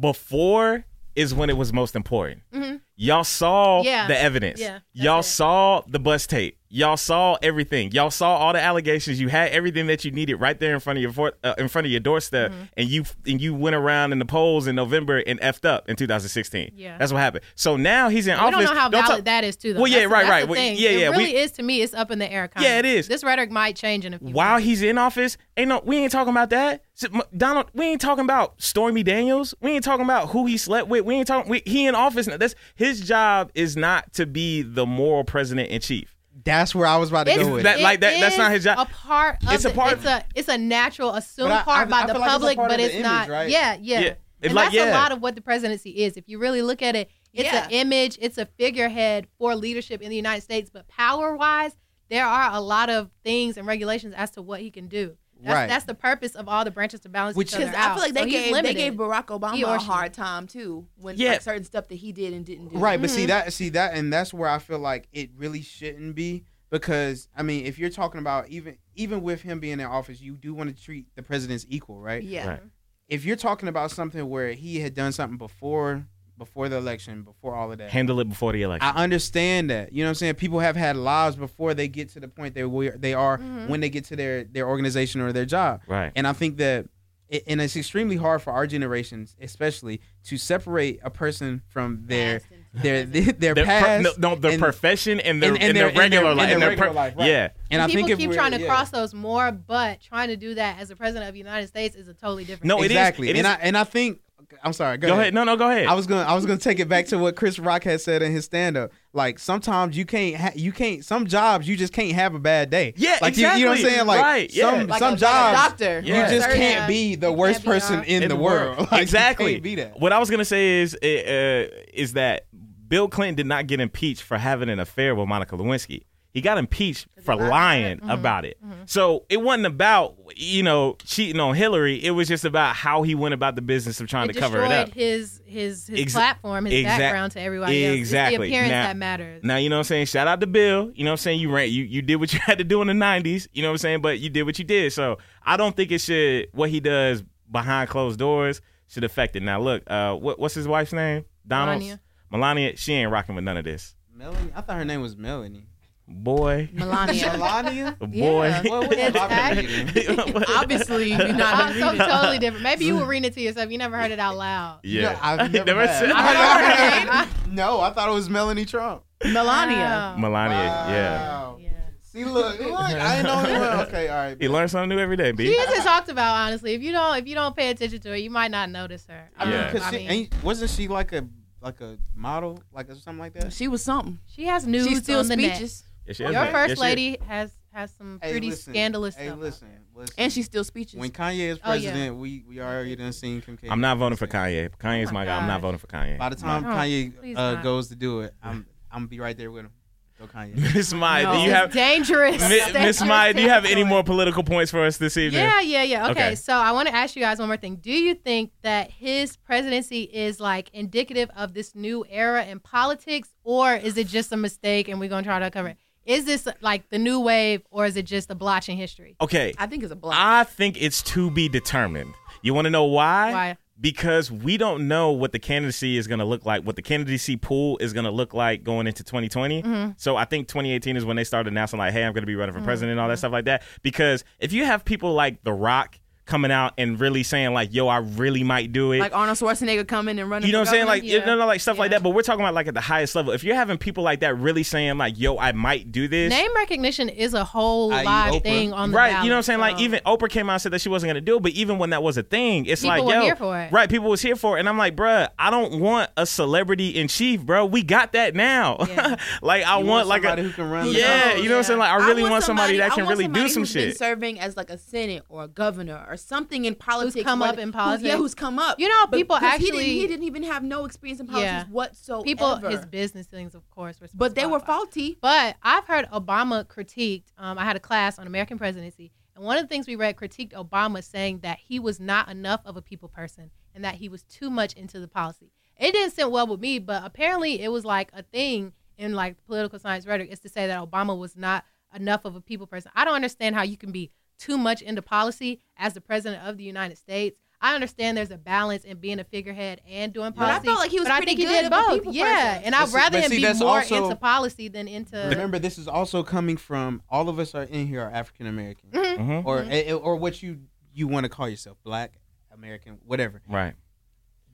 [SPEAKER 1] before is when it was most important.
[SPEAKER 4] Mhm.
[SPEAKER 1] Y'all saw
[SPEAKER 4] Yeah.
[SPEAKER 1] the evidence.
[SPEAKER 4] Yeah, that's
[SPEAKER 1] Y'all
[SPEAKER 4] it.
[SPEAKER 1] saw the bus tape. Y'all saw everything. Y'all saw all the allegations. You had everything that you needed right there in front of your for- uh, in front of your doorstep,
[SPEAKER 4] Mm-hmm.
[SPEAKER 1] and you and you went around in the polls in November and effed up in 2016.
[SPEAKER 4] Yeah.
[SPEAKER 1] that's what happened. So now he's in
[SPEAKER 4] We
[SPEAKER 1] office.
[SPEAKER 4] don't know how valid
[SPEAKER 1] talk-
[SPEAKER 4] that is, too. Though.
[SPEAKER 1] Well, yeah,
[SPEAKER 4] That's-
[SPEAKER 1] right,
[SPEAKER 4] that's
[SPEAKER 1] right.
[SPEAKER 4] the
[SPEAKER 1] Well,
[SPEAKER 4] thing.
[SPEAKER 1] yeah, yeah,
[SPEAKER 4] It
[SPEAKER 1] we-
[SPEAKER 4] really is to me. It's up in the air. Kind
[SPEAKER 1] Yeah,
[SPEAKER 4] of.
[SPEAKER 1] it is.
[SPEAKER 4] This rhetoric might change in a few.
[SPEAKER 1] While
[SPEAKER 4] months.
[SPEAKER 1] he's in office, ain't no, we ain't talking about that. S- M- Donald, we ain't talking about Stormy Daniels. We ain't talking about who he slept with. We ain't talking. We, he in office now. That's his job is not to be the moral president in chief.
[SPEAKER 3] That's where I was about to
[SPEAKER 4] It's-
[SPEAKER 3] go with.
[SPEAKER 1] that-
[SPEAKER 4] it
[SPEAKER 1] like that- that's
[SPEAKER 4] is
[SPEAKER 1] not his job.
[SPEAKER 4] A part. Of
[SPEAKER 1] It's a
[SPEAKER 4] the-
[SPEAKER 1] part
[SPEAKER 4] It's
[SPEAKER 1] of-
[SPEAKER 4] a. It's a natural assumed
[SPEAKER 3] But I-
[SPEAKER 4] part
[SPEAKER 3] I-
[SPEAKER 4] by
[SPEAKER 3] I
[SPEAKER 4] the
[SPEAKER 3] feel like it's a
[SPEAKER 4] public,
[SPEAKER 3] part
[SPEAKER 4] but
[SPEAKER 3] of
[SPEAKER 4] it's
[SPEAKER 3] the image,
[SPEAKER 4] not.
[SPEAKER 3] right?
[SPEAKER 4] Yeah, yeah.
[SPEAKER 1] Yeah. It's
[SPEAKER 4] And
[SPEAKER 1] like,
[SPEAKER 4] that's a
[SPEAKER 1] yeah.
[SPEAKER 4] lot of what the presidency is. If you really look at it, it's an
[SPEAKER 2] Yeah.
[SPEAKER 4] image. It's a figurehead for leadership in the United States. But power wise, there are a lot of things and regulations as to what he can do. That's,
[SPEAKER 3] Right.
[SPEAKER 4] That's the purpose of all the branches to balance
[SPEAKER 3] Which-
[SPEAKER 4] each other
[SPEAKER 2] Because I
[SPEAKER 4] out.
[SPEAKER 2] feel like they
[SPEAKER 4] So he's
[SPEAKER 2] gave they
[SPEAKER 4] limited.
[SPEAKER 2] gave Barack
[SPEAKER 4] He
[SPEAKER 2] Obama
[SPEAKER 4] or
[SPEAKER 2] a
[SPEAKER 4] she.
[SPEAKER 2] hard time too when
[SPEAKER 1] Yeah.
[SPEAKER 2] like, certain stuff that he did and didn't do.
[SPEAKER 3] Right, but see that see that and that's where I feel like it really shouldn't be because I mean, if you're talking about even even with him being in office, you do want to treat the presidents equal, right?
[SPEAKER 2] Yeah.
[SPEAKER 1] Right.
[SPEAKER 3] If you're talking about something where he had done something before before the election, before all of that.
[SPEAKER 1] Handle it before the election.
[SPEAKER 3] I understand that. You know what I'm saying? People have had lives before they get to the point they where they are
[SPEAKER 4] Mhm.
[SPEAKER 3] when they get to their their organization or their job.
[SPEAKER 1] right.
[SPEAKER 3] And I think that, it, and it's extremely hard for our generations, especially, to separate a person from their
[SPEAKER 2] Past and
[SPEAKER 3] their their,
[SPEAKER 1] Their
[SPEAKER 3] their
[SPEAKER 1] per-
[SPEAKER 3] past.
[SPEAKER 1] no, no, their
[SPEAKER 3] and-
[SPEAKER 1] profession and their,
[SPEAKER 3] and-
[SPEAKER 1] and,
[SPEAKER 3] and
[SPEAKER 1] their,
[SPEAKER 3] their- and their-
[SPEAKER 1] regular
[SPEAKER 3] and
[SPEAKER 1] life.
[SPEAKER 3] their
[SPEAKER 1] their
[SPEAKER 3] regular life, right.
[SPEAKER 1] Yeah.
[SPEAKER 3] And I
[SPEAKER 4] people
[SPEAKER 3] think if
[SPEAKER 4] keep
[SPEAKER 3] we're-
[SPEAKER 4] trying to
[SPEAKER 3] yeah.
[SPEAKER 4] cross those more, but trying to do that as the president of the United States is a totally different.
[SPEAKER 1] No, it is-
[SPEAKER 3] exactly.
[SPEAKER 1] it is-
[SPEAKER 3] and I and I think I'm sorry. Go,
[SPEAKER 1] Go ahead. No, no, go [laughs] ahead.
[SPEAKER 3] I was gonna I was gonna take it back to what Chris Rock had said in his stand up. Like sometimes you can't ha- you can't some jobs you just can't have a bad day.
[SPEAKER 1] Yeah,
[SPEAKER 3] like you, you know what I'm
[SPEAKER 1] exactly.
[SPEAKER 3] saying. Like
[SPEAKER 1] Right, yeah.
[SPEAKER 3] some
[SPEAKER 2] Like
[SPEAKER 3] some
[SPEAKER 2] a,
[SPEAKER 3] jobs
[SPEAKER 2] like a doctor.
[SPEAKER 1] Yeah.
[SPEAKER 3] you just
[SPEAKER 4] Surgeon.
[SPEAKER 3] can't be the worst
[SPEAKER 4] Can't be
[SPEAKER 3] person
[SPEAKER 4] our-
[SPEAKER 3] in, the, world. [laughs] Like, you
[SPEAKER 1] exactly.
[SPEAKER 3] can't be that.
[SPEAKER 1] What I was gonna say is, eh, uh, is that Bill Clinton did not get impeached for having an affair with Monica Lewinsky. He got impeached for
[SPEAKER 2] lied about
[SPEAKER 1] lying about it. So it wasn't about you know cheating on Hillary. It was just about how he went about the business of trying
[SPEAKER 4] It
[SPEAKER 1] to cover it up.
[SPEAKER 4] destroyed his his his
[SPEAKER 1] Ex-
[SPEAKER 4] platform, his
[SPEAKER 1] exac-
[SPEAKER 4] background to everybody else. It's the
[SPEAKER 1] exactly.
[SPEAKER 4] appearance
[SPEAKER 1] Now-
[SPEAKER 4] that matters. [laughs]
[SPEAKER 1] Now you know what I'm saying. Shout out to Bill. You know what I'm saying. You ran. You you did what you [laughs] had to do in the '90s. You know what I'm saying. But you did what you did. So I don't think it should. What he does behind closed doors should affect it. Now look, uh, what, what's his wife's name? Donald's
[SPEAKER 4] Melania.
[SPEAKER 1] Melania. She ain't rocking with none of this.
[SPEAKER 3] Melanie, I thought her name was Melanie.
[SPEAKER 4] [laughs]
[SPEAKER 1] Boy, [laughs]
[SPEAKER 2] Melania.
[SPEAKER 3] Melania.
[SPEAKER 1] boy.
[SPEAKER 2] Yeah.
[SPEAKER 3] [laughs]
[SPEAKER 1] [laughs]
[SPEAKER 3] What- what-
[SPEAKER 4] Exactly.
[SPEAKER 2] [laughs] Obviously, you're not. [laughs]
[SPEAKER 4] Uh, something totally different. Maybe you were reading it to yourself. You never heard it out
[SPEAKER 1] [laughs]
[SPEAKER 4] loud.
[SPEAKER 1] yeah.
[SPEAKER 3] No, I've never,
[SPEAKER 1] Never
[SPEAKER 3] had.
[SPEAKER 1] said-
[SPEAKER 3] I
[SPEAKER 4] I
[SPEAKER 3] never had- no, I thought it was Melanie Trump.
[SPEAKER 2] Melania.
[SPEAKER 4] Wow.
[SPEAKER 1] [laughs] Melania. Yeah.
[SPEAKER 3] Wow.
[SPEAKER 4] Yeah.
[SPEAKER 3] See, look, look, I ain't know. it was- Okay, all right.
[SPEAKER 1] He learns something new every day,
[SPEAKER 4] She
[SPEAKER 1] B.
[SPEAKER 4] isn't talked about honestly. If you don't if you don't pay attention to her, you might not notice her. Um,
[SPEAKER 3] I mean,
[SPEAKER 1] Yeah.
[SPEAKER 3] cause
[SPEAKER 4] I
[SPEAKER 3] she,
[SPEAKER 4] mean,
[SPEAKER 3] ain't, wasn't she like a like a model, like or something like that?
[SPEAKER 2] She was something.
[SPEAKER 4] she has news
[SPEAKER 2] She still
[SPEAKER 4] on the net.
[SPEAKER 2] speeches
[SPEAKER 1] Yes, she is,
[SPEAKER 4] Your
[SPEAKER 1] man.
[SPEAKER 4] first
[SPEAKER 1] Yes, she is.
[SPEAKER 4] lady has has some
[SPEAKER 3] Hey,
[SPEAKER 4] pretty
[SPEAKER 3] listen,
[SPEAKER 4] scandalous
[SPEAKER 3] Hey,
[SPEAKER 4] stuff.
[SPEAKER 3] listen, listen.
[SPEAKER 2] and she still speeches.
[SPEAKER 3] when Kanye is
[SPEAKER 4] Oh, yeah.
[SPEAKER 3] president, we we already done seen Kim K.
[SPEAKER 1] I'm not voting for Kanye. Kanye's
[SPEAKER 4] Oh
[SPEAKER 1] my
[SPEAKER 4] my
[SPEAKER 1] guy. I'm not
[SPEAKER 4] gosh.
[SPEAKER 1] voting for Kanye.
[SPEAKER 3] By the time
[SPEAKER 4] No,
[SPEAKER 3] Kanye
[SPEAKER 4] please
[SPEAKER 3] uh,
[SPEAKER 4] not.
[SPEAKER 3] goes to do it, I'm I'm gonna be right there with him. Go Kanye.
[SPEAKER 1] [laughs] Miss Maya,
[SPEAKER 2] No.
[SPEAKER 1] do you
[SPEAKER 4] Oh. It's
[SPEAKER 1] have
[SPEAKER 4] dangerous.
[SPEAKER 1] Mi- Miss
[SPEAKER 4] dangerous
[SPEAKER 1] Maya? Do you have any
[SPEAKER 4] territory.
[SPEAKER 1] more political points for us this evening?
[SPEAKER 4] Yeah, yeah, yeah. Okay,
[SPEAKER 1] Okay.
[SPEAKER 4] so I want to ask you guys one more thing. Do you think that his presidency is like indicative of this new era in politics, or is it just a mistake and we're gonna try to cover it? Is this like the new wave, or is it just a blotch in history?
[SPEAKER 1] Okay.
[SPEAKER 2] I think it's a block.
[SPEAKER 1] I think it's to be determined. You want to know why?
[SPEAKER 4] Why?
[SPEAKER 1] Because we don't know what the candidacy is going to look like, what the candidacy pool is going to look like going into 2020.
[SPEAKER 4] Mm-hmm.
[SPEAKER 1] So I think 2018 is when they started announcing, like, hey, I'm going to be running for president and all
[SPEAKER 4] Mm-hmm.
[SPEAKER 1] that stuff like that. Because if you have people like The Rock coming out and really saying, like, yo, I really might do it.
[SPEAKER 2] Like Arnold Schwarzenegger coming and running.
[SPEAKER 1] you know what
[SPEAKER 2] for
[SPEAKER 1] I'm saying? Like,
[SPEAKER 2] governor.
[SPEAKER 4] yeah.
[SPEAKER 1] no, no, like stuff like
[SPEAKER 4] Yeah.
[SPEAKER 1] that. But we're talking about like at the highest level. If you're having people like that really saying like, "Yo, I might do this,"
[SPEAKER 4] Name recognition is a whole
[SPEAKER 3] I.e. Oprah.
[SPEAKER 4] live thing on the
[SPEAKER 1] right?
[SPEAKER 4] ballot,
[SPEAKER 1] you know what I'm saying? Like
[SPEAKER 4] so-
[SPEAKER 1] even Oprah came out and said that she wasn't gonna do it, but even when that was a thing, it's
[SPEAKER 4] People
[SPEAKER 1] like
[SPEAKER 4] were
[SPEAKER 1] yo,
[SPEAKER 4] here for it.
[SPEAKER 1] right? People was here for it, and I'm like, bruh, I don't want a celebrity in chief, bro. We got that now.
[SPEAKER 4] Yeah.
[SPEAKER 1] [laughs] like I
[SPEAKER 3] You
[SPEAKER 1] want, like
[SPEAKER 3] somebody
[SPEAKER 1] a
[SPEAKER 3] who can run. the
[SPEAKER 1] yeah,
[SPEAKER 4] Oh,
[SPEAKER 1] you know what I'm
[SPEAKER 4] yeah.
[SPEAKER 1] saying? Like I really want, somebody, that
[SPEAKER 2] I
[SPEAKER 1] can
[SPEAKER 2] want
[SPEAKER 1] really do
[SPEAKER 2] somebody
[SPEAKER 1] some
[SPEAKER 2] who's
[SPEAKER 1] shit.
[SPEAKER 2] Been serving as like a senate or a governor or something in politics.
[SPEAKER 4] come
[SPEAKER 2] where-
[SPEAKER 4] up in
[SPEAKER 2] who-
[SPEAKER 4] politics.
[SPEAKER 2] yeah, who's come up?
[SPEAKER 4] You know,
[SPEAKER 2] But-
[SPEAKER 4] people
[SPEAKER 2] 'cause he
[SPEAKER 4] actually-
[SPEAKER 2] didn't, he didn't even have no experience in politics
[SPEAKER 4] Yeah.
[SPEAKER 2] whatsoever.
[SPEAKER 4] people his business things, of course, were supposed
[SPEAKER 2] but
[SPEAKER 4] to
[SPEAKER 2] they were
[SPEAKER 4] qualify.
[SPEAKER 2] faulty.
[SPEAKER 4] But I've heard Obama critiqued. Um, I had a class on American presidency, and one of the things we read critiqued Obama saying that he was not enough of a people person and that he was too much into the policy. It didn't sit well with me, but apparently it was like a thing in like political science rhetoric is to say that Obama was not enough of a people person. I don't understand how you can be too much into policy as the president of the United States. I understand there's a balance in being a figurehead and doing
[SPEAKER 3] But I
[SPEAKER 4] policy.
[SPEAKER 2] felt like he was
[SPEAKER 4] but I
[SPEAKER 2] pretty
[SPEAKER 4] think he
[SPEAKER 2] good of
[SPEAKER 4] did
[SPEAKER 2] a
[SPEAKER 4] both.
[SPEAKER 2] people
[SPEAKER 4] yeah,
[SPEAKER 2] person.
[SPEAKER 4] and I'd
[SPEAKER 3] But see-
[SPEAKER 4] rather
[SPEAKER 3] but
[SPEAKER 4] him
[SPEAKER 3] see,
[SPEAKER 4] be
[SPEAKER 3] that's
[SPEAKER 4] more
[SPEAKER 3] also-
[SPEAKER 4] into policy than into.
[SPEAKER 3] Remember, this is also coming from all of us are in here are African American,
[SPEAKER 4] Mm-hmm.
[SPEAKER 1] Mhm.
[SPEAKER 3] or eh, or what you you want to call yourself, Black American, whatever.
[SPEAKER 1] Right.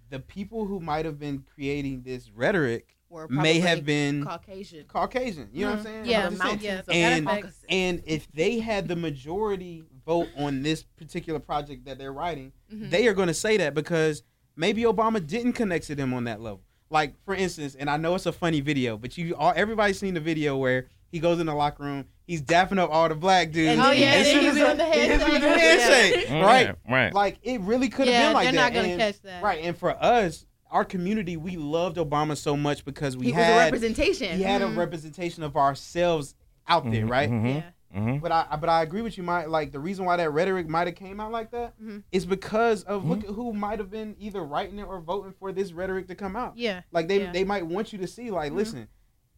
[SPEAKER 3] The people who might have been creating this rhetoric
[SPEAKER 2] Were
[SPEAKER 3] may
[SPEAKER 2] probably
[SPEAKER 3] have been
[SPEAKER 2] Caucasian.
[SPEAKER 3] Caucasian. You know what I'm saying?
[SPEAKER 4] Mm-hmm. Yeah,
[SPEAKER 3] I'm just saying.
[SPEAKER 4] yeah,
[SPEAKER 3] And-
[SPEAKER 4] that affects-
[SPEAKER 3] And if they had the majority vote on this particular project that they're writing,
[SPEAKER 2] Mhm.
[SPEAKER 3] they are going to say that because maybe Obama didn't connect to them on that level. Like for instance, and I know it's a funny video, but you all everybody's seen the video where he goes in the locker room, he's dapping up all the black dudes.
[SPEAKER 2] And Oh,
[SPEAKER 3] as
[SPEAKER 2] yeah, then
[SPEAKER 3] soon
[SPEAKER 2] he
[SPEAKER 3] as
[SPEAKER 2] doing the
[SPEAKER 3] he hits him with the
[SPEAKER 1] [laughs]
[SPEAKER 4] handshake.
[SPEAKER 3] handshake,
[SPEAKER 1] Mhm.
[SPEAKER 3] right?
[SPEAKER 1] Right.
[SPEAKER 3] Like it really could have
[SPEAKER 4] yeah,
[SPEAKER 3] been like
[SPEAKER 4] they're
[SPEAKER 3] that.
[SPEAKER 4] not gonna
[SPEAKER 3] And-
[SPEAKER 4] catch that.
[SPEAKER 3] Right, and for us, our community, we loved Obama so much because we
[SPEAKER 2] He was a
[SPEAKER 3] had
[SPEAKER 2] representation.
[SPEAKER 3] he had a
[SPEAKER 4] Mhm.
[SPEAKER 3] representation of ourselves out there,
[SPEAKER 1] Mhm,
[SPEAKER 3] right?
[SPEAKER 1] mhm.
[SPEAKER 4] Yeah.
[SPEAKER 1] Mhm.
[SPEAKER 3] But I I- but I agree with you. My like the reason why that rhetoric might have came out like that is
[SPEAKER 4] Mm-hmm.
[SPEAKER 2] Mhm.
[SPEAKER 3] because of
[SPEAKER 1] Mm-hmm.
[SPEAKER 3] look at who might have been either writing it or voting for this rhetoric to come out.
[SPEAKER 4] Yeah.
[SPEAKER 3] Like they
[SPEAKER 4] Yeah. Mm-hmm.
[SPEAKER 3] they might want you to see like listen,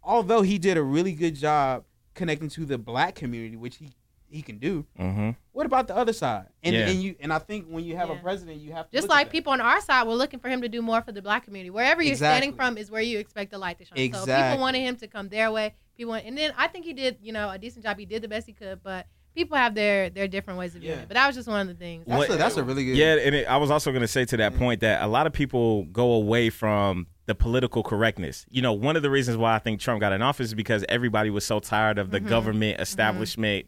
[SPEAKER 3] although he did a really good job connecting to the black community, which he he can do.
[SPEAKER 1] Mm-hmm.
[SPEAKER 3] What about the other side? And
[SPEAKER 1] Yeah.
[SPEAKER 3] and you and I think when you have a
[SPEAKER 4] Yeah.
[SPEAKER 3] president, you have to
[SPEAKER 4] Just
[SPEAKER 3] look at
[SPEAKER 4] like
[SPEAKER 3] that.
[SPEAKER 4] people on our side were looking for him to do more for the black community. Wherever you're
[SPEAKER 3] Exactly.
[SPEAKER 4] standing from is where you expect the light to shine. So
[SPEAKER 3] Exactly.
[SPEAKER 4] people wanted him to come their way. People want, and then I think he did, you know, a decent job. He did the best he could, but people have their their different ways of doing
[SPEAKER 3] Yeah.
[SPEAKER 4] it. But that was just one of the things.
[SPEAKER 3] That's
[SPEAKER 1] What-
[SPEAKER 3] a, that's a really good
[SPEAKER 1] Yeah, and it, I was also going to say to that point that a lot of people go away from the political correctness. You know, one of the reasons why I think Trump got in office is because everybody was so tired of the government establishment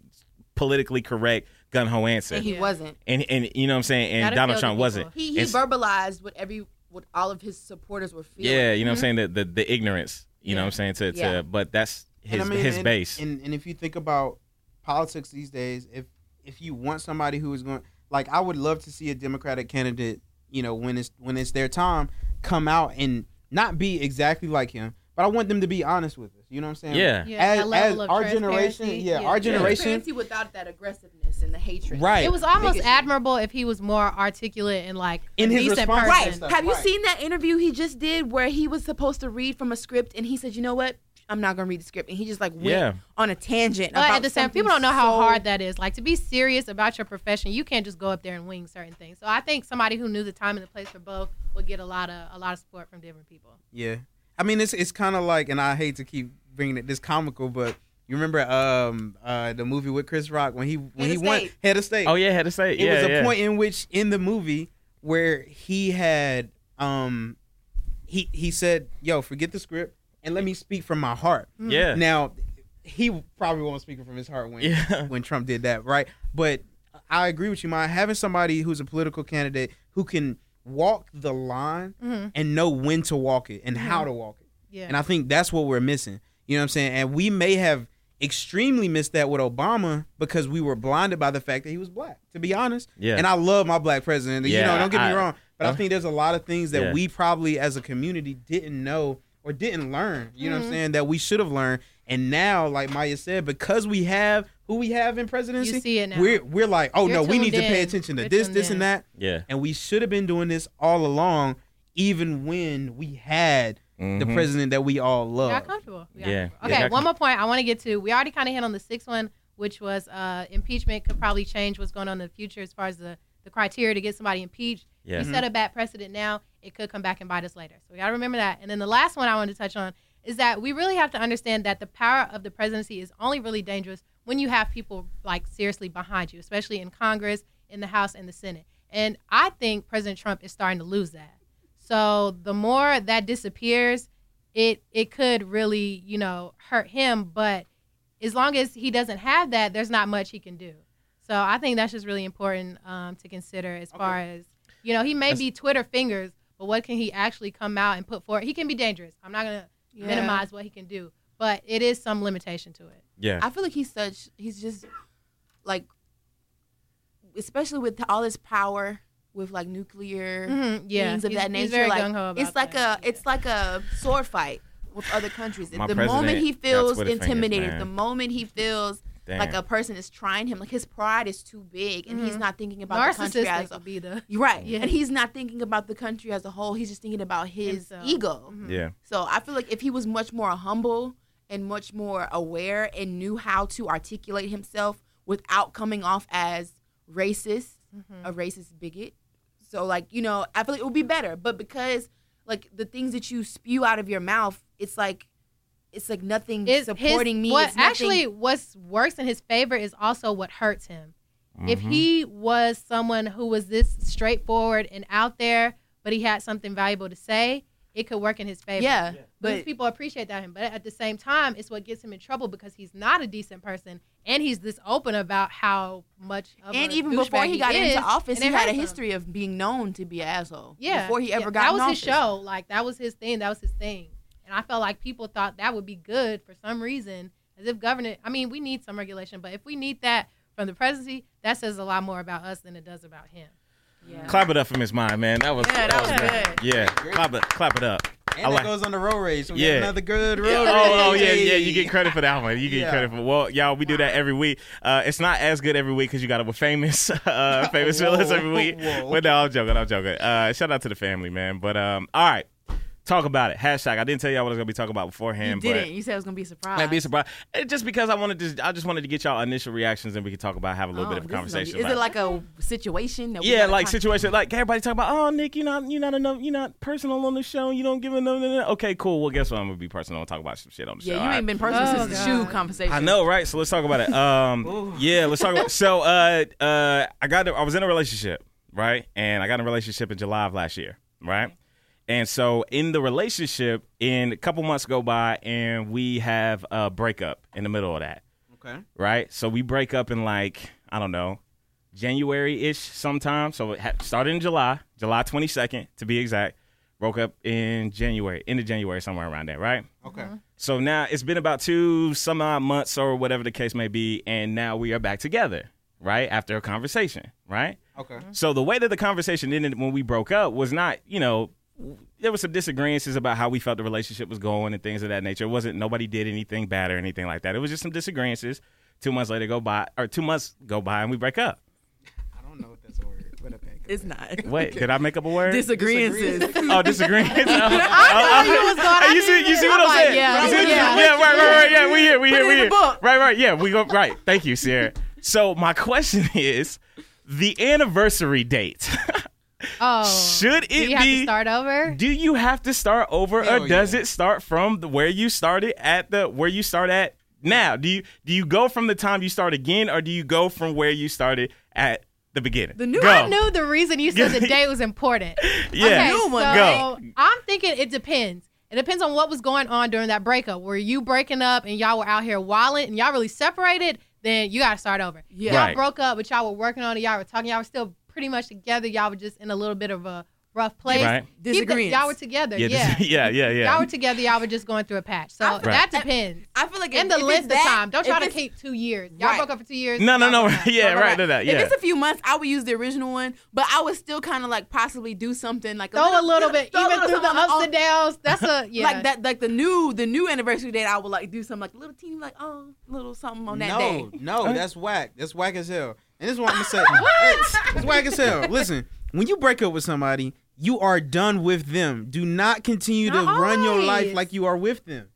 [SPEAKER 1] politically correct gun ho answer.
[SPEAKER 2] And he
[SPEAKER 4] Yeah.
[SPEAKER 2] wasn't.
[SPEAKER 1] And and you know what I'm saying? And
[SPEAKER 4] Gotta
[SPEAKER 1] Donald
[SPEAKER 4] feel
[SPEAKER 1] Trump
[SPEAKER 4] the
[SPEAKER 1] wasn't.
[SPEAKER 2] He he
[SPEAKER 1] It's-
[SPEAKER 2] verbalized what every what all of his supporters were feeling.
[SPEAKER 1] yeah, you know what I'm saying? The the, the ignorance. You know what I'm saying? To, to
[SPEAKER 2] Yeah.
[SPEAKER 1] but that's his
[SPEAKER 3] And I mean,
[SPEAKER 1] his
[SPEAKER 3] and-
[SPEAKER 1] base.
[SPEAKER 3] And, and if you think about politics these days, if if you want somebody who is going, like, I would love to see a Democratic candidate, you know, when it's when it's their time, come out and not be exactly like him, but I want them to be honest with us. You know what I'm saying?
[SPEAKER 1] yeah.
[SPEAKER 4] Yeah,
[SPEAKER 3] As-
[SPEAKER 4] that level
[SPEAKER 3] as
[SPEAKER 4] of
[SPEAKER 3] our generation-
[SPEAKER 4] transparency.
[SPEAKER 3] yeah, our generation-
[SPEAKER 2] Transparency without that aggressiveness and the hatred.
[SPEAKER 3] Right.
[SPEAKER 4] It was almost
[SPEAKER 3] Biggest-
[SPEAKER 4] admirable if he was more articulate and like
[SPEAKER 3] In
[SPEAKER 4] a
[SPEAKER 3] his
[SPEAKER 4] decent
[SPEAKER 3] response.
[SPEAKER 4] person.
[SPEAKER 2] Right.
[SPEAKER 3] Stuff,
[SPEAKER 2] Have you
[SPEAKER 3] right.
[SPEAKER 2] seen that interview he just did where he was supposed to read from a script and he said, "You know what? I'm not gonna read the script," and he just like went
[SPEAKER 1] Yeah.
[SPEAKER 2] on a tangent.
[SPEAKER 4] But
[SPEAKER 2] about
[SPEAKER 4] at the same,
[SPEAKER 2] something
[SPEAKER 4] people don't know how
[SPEAKER 2] so-
[SPEAKER 4] hard that is. Like to be serious about your profession, you can't just go up there and wing certain things. So I think somebody who knew the time and the place for both would get a lot of a lot of support from different people.
[SPEAKER 3] Yeah. I mean, it's it's kind of like, and I hate to keep bringing it this comical, but you remember um uh the movie with Chris Rock when he when
[SPEAKER 2] Head
[SPEAKER 3] he
[SPEAKER 2] of
[SPEAKER 3] won
[SPEAKER 2] State.
[SPEAKER 3] head of state.
[SPEAKER 1] Oh yeah, had to say it.
[SPEAKER 3] it
[SPEAKER 1] yeah,
[SPEAKER 3] was a
[SPEAKER 1] yeah.
[SPEAKER 3] point in which in the movie where he had um he he said yo forget the script and let me speak from my heart
[SPEAKER 1] Yeah.
[SPEAKER 3] now he probably won't speak from his heart
[SPEAKER 1] [laughs]
[SPEAKER 3] when
[SPEAKER 1] Yeah.
[SPEAKER 3] [laughs] when trump did that right but i agree with you Maya. having somebody who's a political candidate who can walk the line and know when to walk it and how to walk it
[SPEAKER 4] Yeah.
[SPEAKER 3] and I think that's what we're missing. You know what I'm saying? And we may have extremely missed that with Obama because we were blinded by the fact that he was black, to be honest.
[SPEAKER 1] Yeah.
[SPEAKER 3] And I love my black president. you
[SPEAKER 1] Yeah,
[SPEAKER 3] know, don't get me
[SPEAKER 1] I-
[SPEAKER 3] wrong. But I
[SPEAKER 1] Huh?
[SPEAKER 3] think there's a lot of things that
[SPEAKER 1] Yeah.
[SPEAKER 3] we probably as a community didn't know or didn't learn. You know what I'm saying? That we should have learned. And now, like Maya said, because we have who we have in presidency,
[SPEAKER 4] see it now.
[SPEAKER 3] we're we're like, oh
[SPEAKER 4] You're
[SPEAKER 3] no, we
[SPEAKER 4] tuned
[SPEAKER 3] need to pay
[SPEAKER 4] in.
[SPEAKER 3] attention to
[SPEAKER 4] You're
[SPEAKER 3] this,
[SPEAKER 4] tuned
[SPEAKER 3] this,
[SPEAKER 4] in.
[SPEAKER 3] and that.
[SPEAKER 1] Yeah.
[SPEAKER 3] And we should have been doing this all along, even when we had the
[SPEAKER 1] Mhm.
[SPEAKER 3] president that we all
[SPEAKER 4] We
[SPEAKER 3] love.
[SPEAKER 4] got comfortable. We got
[SPEAKER 1] uh, Yeah.
[SPEAKER 4] comfortable.
[SPEAKER 1] Yeah,
[SPEAKER 4] Okay,
[SPEAKER 1] got
[SPEAKER 4] one more point I want to get to. We already kind of hit on the sixth one, which was uh, impeachment could probably change what's going on in the future as far as the, the criteria to get somebody impeached.
[SPEAKER 1] Yeah.
[SPEAKER 4] You set a bad precedent now, it could come back and bite us later. So we got to remember that. And then the last one I wanted to touch on is that we really have to understand that the power of the presidency is only really dangerous when you have people like seriously behind you, especially in Congress, in the House, and the Senate. And I think President Trump is starting to lose that. So the more that disappears, it it could really, you know, hurt him, but as long as he doesn't have that, there's not much he can do. So I think that's just really important um, to consider as far as you know, he may be Twitter fingers, but what can he actually come out and put forward? He can be dangerous. I'm not gonna
[SPEAKER 2] Yeah.
[SPEAKER 4] minimize what he can do, but it is some limitation to it.
[SPEAKER 1] Yeah.
[SPEAKER 2] I feel like he's such. He's just like, especially with all his power with like nuclear.
[SPEAKER 4] Mm-hmm. Yeah,
[SPEAKER 2] things Mm-hmm. of
[SPEAKER 4] he's-
[SPEAKER 2] that nature.
[SPEAKER 4] he's very
[SPEAKER 2] Like,
[SPEAKER 4] gung-ho about
[SPEAKER 2] it's like
[SPEAKER 4] that.
[SPEAKER 2] a it's like a sword fight with other countries.
[SPEAKER 1] My
[SPEAKER 2] the
[SPEAKER 1] president
[SPEAKER 2] moment he
[SPEAKER 1] got
[SPEAKER 2] feels
[SPEAKER 1] Twitter fingers,
[SPEAKER 2] intimidated,
[SPEAKER 1] man.
[SPEAKER 2] the moment he feels
[SPEAKER 1] Damn.
[SPEAKER 2] like a person is trying him, like his pride is too big, and he's not thinking about the country as a,
[SPEAKER 4] Mm-hmm. narcissistic would be the
[SPEAKER 2] You're right,
[SPEAKER 4] Yeah.
[SPEAKER 2] and he's not thinking about the country as a whole. He's just thinking about his
[SPEAKER 4] Himself. Mm-hmm.
[SPEAKER 2] ego.
[SPEAKER 1] yeah.
[SPEAKER 2] So I feel like if he was much more humble and much more aware and knew how to articulate himself without coming off as racist, a
[SPEAKER 4] Mm-hmm.
[SPEAKER 2] racist bigot. So like, you know, I feel like it would be better. But because like the things that you spew out of your mouth, it's like it's like nothing
[SPEAKER 4] It's
[SPEAKER 2] supporting
[SPEAKER 4] his,
[SPEAKER 2] me.
[SPEAKER 4] What
[SPEAKER 2] it's nothing-
[SPEAKER 4] actually what's worse in his favor is also what hurts him. If
[SPEAKER 1] Mm-hmm.
[SPEAKER 4] he was someone who was this straightforward and out there, but he had something valuable to say, it could work in his favor.
[SPEAKER 2] Yeah.
[SPEAKER 4] But
[SPEAKER 2] But
[SPEAKER 4] people appreciate that him. But at the same time, it's what gets him in trouble because he's not a decent person and he's this open about how much of
[SPEAKER 2] and
[SPEAKER 4] a
[SPEAKER 2] even before
[SPEAKER 4] douchebag
[SPEAKER 2] he got
[SPEAKER 4] is,
[SPEAKER 2] into office,
[SPEAKER 4] and
[SPEAKER 2] he
[SPEAKER 4] it
[SPEAKER 2] had a
[SPEAKER 4] hurts him.
[SPEAKER 2] history of being known to be an asshole.
[SPEAKER 4] Yeah.
[SPEAKER 2] Before he ever
[SPEAKER 4] yeah,
[SPEAKER 2] got
[SPEAKER 4] That
[SPEAKER 2] in
[SPEAKER 4] was
[SPEAKER 2] office.
[SPEAKER 4] his show. Like that was his thing. That was his thing. And I felt like people thought that would be good for some reason. As if government I mean, we need some regulation, but if we need that from the presidency, that says a lot more about us than it does about him.
[SPEAKER 2] Yeah.
[SPEAKER 1] Mm-hmm. Clap it up for Miss Mine, man. That was
[SPEAKER 2] Yeah, that was
[SPEAKER 1] great. Yeah. Clap it clap it up.
[SPEAKER 3] And
[SPEAKER 1] I
[SPEAKER 3] it
[SPEAKER 1] like-
[SPEAKER 3] goes on the road rage. So we
[SPEAKER 1] Yeah.
[SPEAKER 3] got another good road rage.
[SPEAKER 1] oh, oh
[SPEAKER 2] [laughs]
[SPEAKER 1] yeah, yeah. You get credit for that one. You get
[SPEAKER 3] Yeah.
[SPEAKER 1] credit for well, y'all. We do that every week. Uh, it's not as good every week because you got it with famous, [laughs] uh, famous
[SPEAKER 3] Whoa,
[SPEAKER 1] villains every week.
[SPEAKER 3] whoa.
[SPEAKER 1] But no, I'm joking. I'm joking. Uh, shout out to the family, man. But um, all right, talk about it. Hashtag. I didn't tell y'all what I was gonna be talking about
[SPEAKER 2] You
[SPEAKER 1] beforehand. but
[SPEAKER 2] didn't. Uh-uh. You said it was gonna be a surprise.
[SPEAKER 1] I'd be surprised. Eh, Just because I wanted to, I just wanted to get y'all initial reactions, and we could talk about have a little
[SPEAKER 2] Oh,
[SPEAKER 1] bit of a
[SPEAKER 2] this is gonna be-
[SPEAKER 1] conversation.
[SPEAKER 2] Is,
[SPEAKER 1] about
[SPEAKER 2] it like a situation? That we
[SPEAKER 1] yeah,
[SPEAKER 2] gotta
[SPEAKER 1] like
[SPEAKER 2] con-
[SPEAKER 1] situation, like everybody talking about. Oh, Nick, you're not, you're not enough, you're not personal on the show. You don't give enough. Okay, cool. Well, guess what? I'm gonna be personal and talk about some shit on the show.
[SPEAKER 2] Yeah,
[SPEAKER 1] All
[SPEAKER 2] you
[SPEAKER 1] right.
[SPEAKER 2] ain't been personal
[SPEAKER 4] Oh,
[SPEAKER 2] since the
[SPEAKER 4] God.
[SPEAKER 2] shoe conversation.
[SPEAKER 1] I know, right? So let's talk about it.
[SPEAKER 2] [laughs]
[SPEAKER 1] Um, yeah, let's talk about. So, uh, uh, I got, I was in a relationship, right? And I got in a relationship in July of last year, right? And so, in the relationship, in a couple months go by, and we have a breakup in the middle of that,
[SPEAKER 3] Okay.
[SPEAKER 1] right? So we break up in like I don't know, January ish sometime. So it ha- started in July, July 22nd to be exact. Broke up in January, end of January, somewhere around there, right?
[SPEAKER 3] Okay.
[SPEAKER 4] Mm-hmm.
[SPEAKER 1] So now it's been about two some odd months or whatever the case may be, and now we are back together, right? After a conversation, right?
[SPEAKER 3] Okay.
[SPEAKER 1] So the way that the conversation ended when we broke up was not, you know, there was some disagreements about how we felt the relationship was going and things of that nature. It wasn't nobody did anything bad or anything like that. It was just some disagreements. Two months later go by, or two months go by, and we break up.
[SPEAKER 3] I don't know if that's a word, but okay.
[SPEAKER 2] It's
[SPEAKER 4] [laughs]
[SPEAKER 2] not.
[SPEAKER 1] Wait, did I make up a word?
[SPEAKER 2] Disagreements. [laughs]
[SPEAKER 1] oh, disagreements. I
[SPEAKER 4] knew you was going- I
[SPEAKER 1] you see,
[SPEAKER 4] knew
[SPEAKER 1] you see what
[SPEAKER 2] I'm
[SPEAKER 1] I'm
[SPEAKER 2] like,
[SPEAKER 1] saying?
[SPEAKER 2] yeah,
[SPEAKER 1] You see what-
[SPEAKER 2] yeah.
[SPEAKER 1] yeah, right, right, right. Yeah, we here, we
[SPEAKER 2] Put
[SPEAKER 1] here,
[SPEAKER 2] it
[SPEAKER 1] we
[SPEAKER 2] in the
[SPEAKER 1] here.
[SPEAKER 2] book.
[SPEAKER 1] Right, right. Yeah, we go. Right. Thank you, Sierra. So my question [laughs] is, the anniversary date.
[SPEAKER 4] Oh,
[SPEAKER 1] Should it
[SPEAKER 4] do you have
[SPEAKER 1] be?
[SPEAKER 4] to start over?
[SPEAKER 1] do you have to start over,
[SPEAKER 3] Hell
[SPEAKER 1] or does
[SPEAKER 3] yeah.
[SPEAKER 1] it start from the, where you started at the where you start at now? Do you do you go from the time you start again, or do you go from where you started at the beginning?
[SPEAKER 2] The new-
[SPEAKER 1] go.
[SPEAKER 4] I knew the reason
[SPEAKER 1] [laughs]
[SPEAKER 4] you said the day was important.
[SPEAKER 1] Yeah.
[SPEAKER 4] Okay,
[SPEAKER 2] New one.
[SPEAKER 4] so
[SPEAKER 1] Go.
[SPEAKER 4] I'm thinking it depends. It depends on what was going on during that breakup. Were you breaking up and y'all were out here wilding and y'all really separated? Then you got to start over.
[SPEAKER 2] Yeah.
[SPEAKER 4] Y'all
[SPEAKER 1] Right.
[SPEAKER 4] broke up, but y'all were working on it. Y'all were talking. Y'all were still pretty much together. Y'all were just in a little bit of a rough place.
[SPEAKER 1] Right.
[SPEAKER 4] Keep the-
[SPEAKER 2] Disagreements.
[SPEAKER 4] Y'all were together.
[SPEAKER 1] Yeah,
[SPEAKER 4] Yeah.
[SPEAKER 1] this- yeah, yeah, [laughs] yeah.
[SPEAKER 4] Y'all were together. Y'all were just going through a patch. So
[SPEAKER 2] I-
[SPEAKER 4] that depends.
[SPEAKER 2] I feel like
[SPEAKER 4] and
[SPEAKER 2] if-
[SPEAKER 4] the
[SPEAKER 2] if
[SPEAKER 4] length
[SPEAKER 2] it's
[SPEAKER 4] of
[SPEAKER 2] that-
[SPEAKER 4] time. Don't
[SPEAKER 2] if
[SPEAKER 4] try to
[SPEAKER 2] it's-
[SPEAKER 4] keep two years. Y'all
[SPEAKER 2] Right.
[SPEAKER 4] broke up for two years.
[SPEAKER 1] no, no,
[SPEAKER 4] y'all
[SPEAKER 1] no. [laughs]
[SPEAKER 4] broke up.
[SPEAKER 1] yeah, right. No, no, yeah.
[SPEAKER 2] If it's a few months, I would use the original one, but I would still kind of like possibly do something like
[SPEAKER 4] Throw a little bit,
[SPEAKER 2] throw a
[SPEAKER 4] even
[SPEAKER 2] little
[SPEAKER 4] through the
[SPEAKER 2] something
[SPEAKER 4] ups
[SPEAKER 2] on-
[SPEAKER 4] and downs. That's a yeah.
[SPEAKER 2] Like that, like the new, the new anniversary date, I would like do something like little teeny, like oh, little something on that
[SPEAKER 3] no,
[SPEAKER 2] day.
[SPEAKER 3] no, that's whack. That's whack as hell. And this is what I'm gonna say. It's- It's whack as hell. Listen, when you break up with somebody, you are done with them. Do not continue to
[SPEAKER 4] Not
[SPEAKER 3] run your life
[SPEAKER 4] always.
[SPEAKER 3] like you are with them.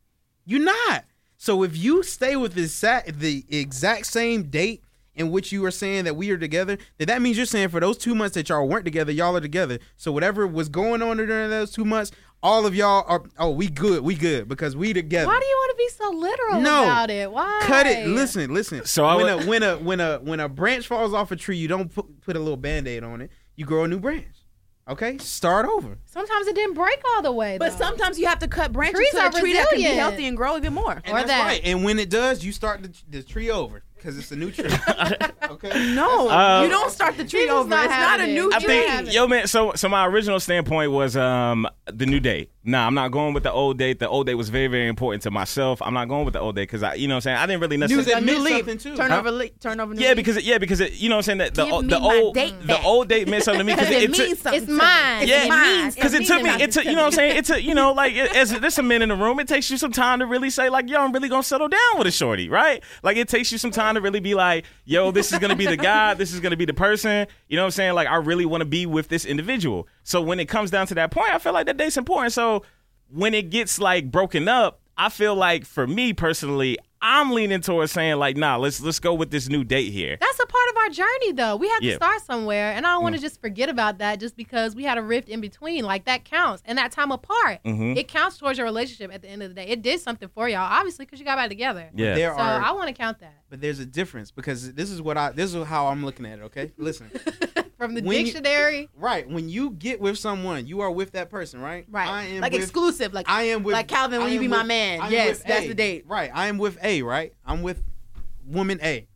[SPEAKER 3] You're not. So if you stay with the exact, the exact same date in which you are saying that we are together, then that means you're saying for those two months that y'all weren't together, y'all are together. So whatever was going on during those two months, all of y'all are oh we good, we good because we together.
[SPEAKER 4] Why do you want to be so literal
[SPEAKER 3] No.
[SPEAKER 4] about it? Why?
[SPEAKER 3] Cut it. Listen, listen.
[SPEAKER 1] So I
[SPEAKER 3] when
[SPEAKER 1] would-
[SPEAKER 3] a when a when a when a branch falls off a tree, you don't put, put a little band-aid on it. You grow a new branch. Okay? Start over.
[SPEAKER 4] Sometimes it didn't break all the way.
[SPEAKER 2] But
[SPEAKER 4] though.
[SPEAKER 2] sometimes you have to cut branches
[SPEAKER 4] Trees
[SPEAKER 2] to a
[SPEAKER 4] are
[SPEAKER 2] tree that can be
[SPEAKER 4] resilient.
[SPEAKER 2] healthy and grow even more.
[SPEAKER 3] And
[SPEAKER 4] Or
[SPEAKER 3] that's
[SPEAKER 4] that.
[SPEAKER 3] right. And when it does, you start the, the tree over because it's a
[SPEAKER 1] [laughs]
[SPEAKER 3] new tree. okay?
[SPEAKER 2] No,
[SPEAKER 1] Uh,
[SPEAKER 2] you don't start the tree
[SPEAKER 4] This is
[SPEAKER 2] over.
[SPEAKER 4] not
[SPEAKER 2] it's not a
[SPEAKER 4] happening.
[SPEAKER 2] new
[SPEAKER 1] I
[SPEAKER 4] You have
[SPEAKER 1] think,
[SPEAKER 4] it.
[SPEAKER 1] yo, man. So, so my original standpoint was um the new date. Nah, I'm not going with the old date. The old date was very, very important to myself. I'm not going with the old date because I, you know, what I'm saying I didn't really necessarily.
[SPEAKER 3] That
[SPEAKER 2] a new
[SPEAKER 3] meant
[SPEAKER 2] leaf.
[SPEAKER 3] something, too.
[SPEAKER 2] Turn
[SPEAKER 3] Huh?
[SPEAKER 2] over, le- turn over. New
[SPEAKER 1] Yeah,
[SPEAKER 2] leaf.
[SPEAKER 1] because it, yeah, because it, you know what I'm saying that the
[SPEAKER 2] Give
[SPEAKER 1] o-
[SPEAKER 2] me
[SPEAKER 1] the
[SPEAKER 2] my
[SPEAKER 1] old
[SPEAKER 2] date
[SPEAKER 1] the
[SPEAKER 2] back.
[SPEAKER 1] old date meant something to
[SPEAKER 2] [laughs]
[SPEAKER 1] me because
[SPEAKER 2] it,
[SPEAKER 1] it, took-
[SPEAKER 2] means something.
[SPEAKER 4] It's
[SPEAKER 2] to me.
[SPEAKER 4] mine.
[SPEAKER 1] Yeah.
[SPEAKER 2] It means
[SPEAKER 1] Because it
[SPEAKER 2] means
[SPEAKER 1] took me,
[SPEAKER 2] something
[SPEAKER 1] it took,
[SPEAKER 2] to
[SPEAKER 1] you know what I'm saying? It took, you know, like, it- as there's some men in the room, it takes you some time to really say, like, yo, I'm really going to settle down with a shorty, right? Like, it takes you some time to really be like, yo, this is going to be the guy. This is going to be the person. You know what I'm saying? Like, I really want to be with this individual. So when it comes down to that point, I feel like that date's important. So when it gets, like, broken up, I feel like for me personally, I'm leaning towards saying, like, nah, let's let's go with this new date here.
[SPEAKER 4] That's a part of our journey, though. We have
[SPEAKER 1] Yeah.
[SPEAKER 4] to start somewhere, and I don't want to just forget about that just because we had a rift in between. Like that counts, and that time apart,
[SPEAKER 1] Mhm.
[SPEAKER 4] it counts towards your relationship. At the end of the day, it did something for y'all, obviously, because you got back together.
[SPEAKER 1] Yeah.
[SPEAKER 3] There
[SPEAKER 4] So
[SPEAKER 3] are
[SPEAKER 4] I want to count that
[SPEAKER 3] but there's a difference because this is what I this is how I'm looking at it, okay? Listen.
[SPEAKER 4] from the
[SPEAKER 3] When you-
[SPEAKER 4] dictionary.
[SPEAKER 3] right. When you get with someone, you are with that person, right?
[SPEAKER 2] Right.
[SPEAKER 3] I am
[SPEAKER 2] like
[SPEAKER 3] with,
[SPEAKER 2] exclusive. Like
[SPEAKER 3] I am with
[SPEAKER 2] like Calvin, will
[SPEAKER 3] I
[SPEAKER 2] you
[SPEAKER 3] am
[SPEAKER 2] be
[SPEAKER 3] with-
[SPEAKER 2] my man?
[SPEAKER 3] I am
[SPEAKER 2] Yes,
[SPEAKER 3] with
[SPEAKER 2] that's
[SPEAKER 3] A.
[SPEAKER 2] the date.
[SPEAKER 3] Right. I am with A, right? I'm with woman A.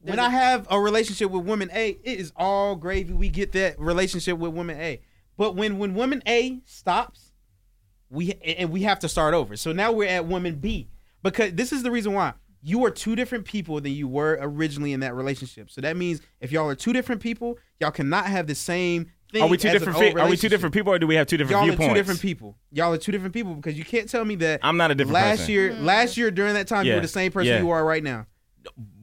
[SPEAKER 3] When
[SPEAKER 2] There's
[SPEAKER 3] I
[SPEAKER 2] a-
[SPEAKER 3] have a relationship with woman A, it is all gravy. We get that relationship with woman A. But when when woman A stops, we and we have to start over. So now we're at woman B because this is the reason why you are two different people than you were originally in that relationship. So that means if y'all are two different people, y'all cannot have the same think
[SPEAKER 1] Are we two
[SPEAKER 3] as an
[SPEAKER 1] different?
[SPEAKER 3] old
[SPEAKER 1] Fe- are we two
[SPEAKER 3] relationship.
[SPEAKER 1] different people, or do we have two different
[SPEAKER 3] Y'all
[SPEAKER 1] viewpoints?
[SPEAKER 3] are two different people. Y'all are two different people because you can't tell me that
[SPEAKER 1] I'm not a different
[SPEAKER 3] last
[SPEAKER 1] person.
[SPEAKER 3] year
[SPEAKER 4] Mm.
[SPEAKER 3] last year during that time you
[SPEAKER 1] Yeah.
[SPEAKER 3] were the same person
[SPEAKER 1] Yeah.
[SPEAKER 3] you are right now.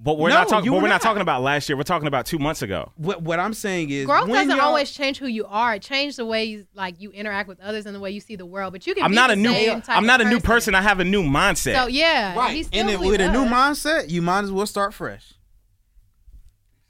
[SPEAKER 1] but we're
[SPEAKER 3] No,
[SPEAKER 1] not talking.
[SPEAKER 3] you
[SPEAKER 1] But
[SPEAKER 3] were
[SPEAKER 1] we're not
[SPEAKER 3] not.
[SPEAKER 1] talking about last year. We're talking about two months ago.
[SPEAKER 3] What what I'm saying is
[SPEAKER 4] Growth
[SPEAKER 3] when
[SPEAKER 4] doesn't
[SPEAKER 3] y'all-
[SPEAKER 4] always change who you are. It changes the way you, like you interact with others and the way you see the world. But you can.
[SPEAKER 1] I'm
[SPEAKER 4] be
[SPEAKER 1] not
[SPEAKER 4] the
[SPEAKER 1] a new.
[SPEAKER 4] same type
[SPEAKER 1] I'm not
[SPEAKER 4] of
[SPEAKER 1] a new person. I have a new mindset.
[SPEAKER 4] So yeah,
[SPEAKER 3] right.
[SPEAKER 4] he's
[SPEAKER 3] And then with a new mindset, you might as well start fresh.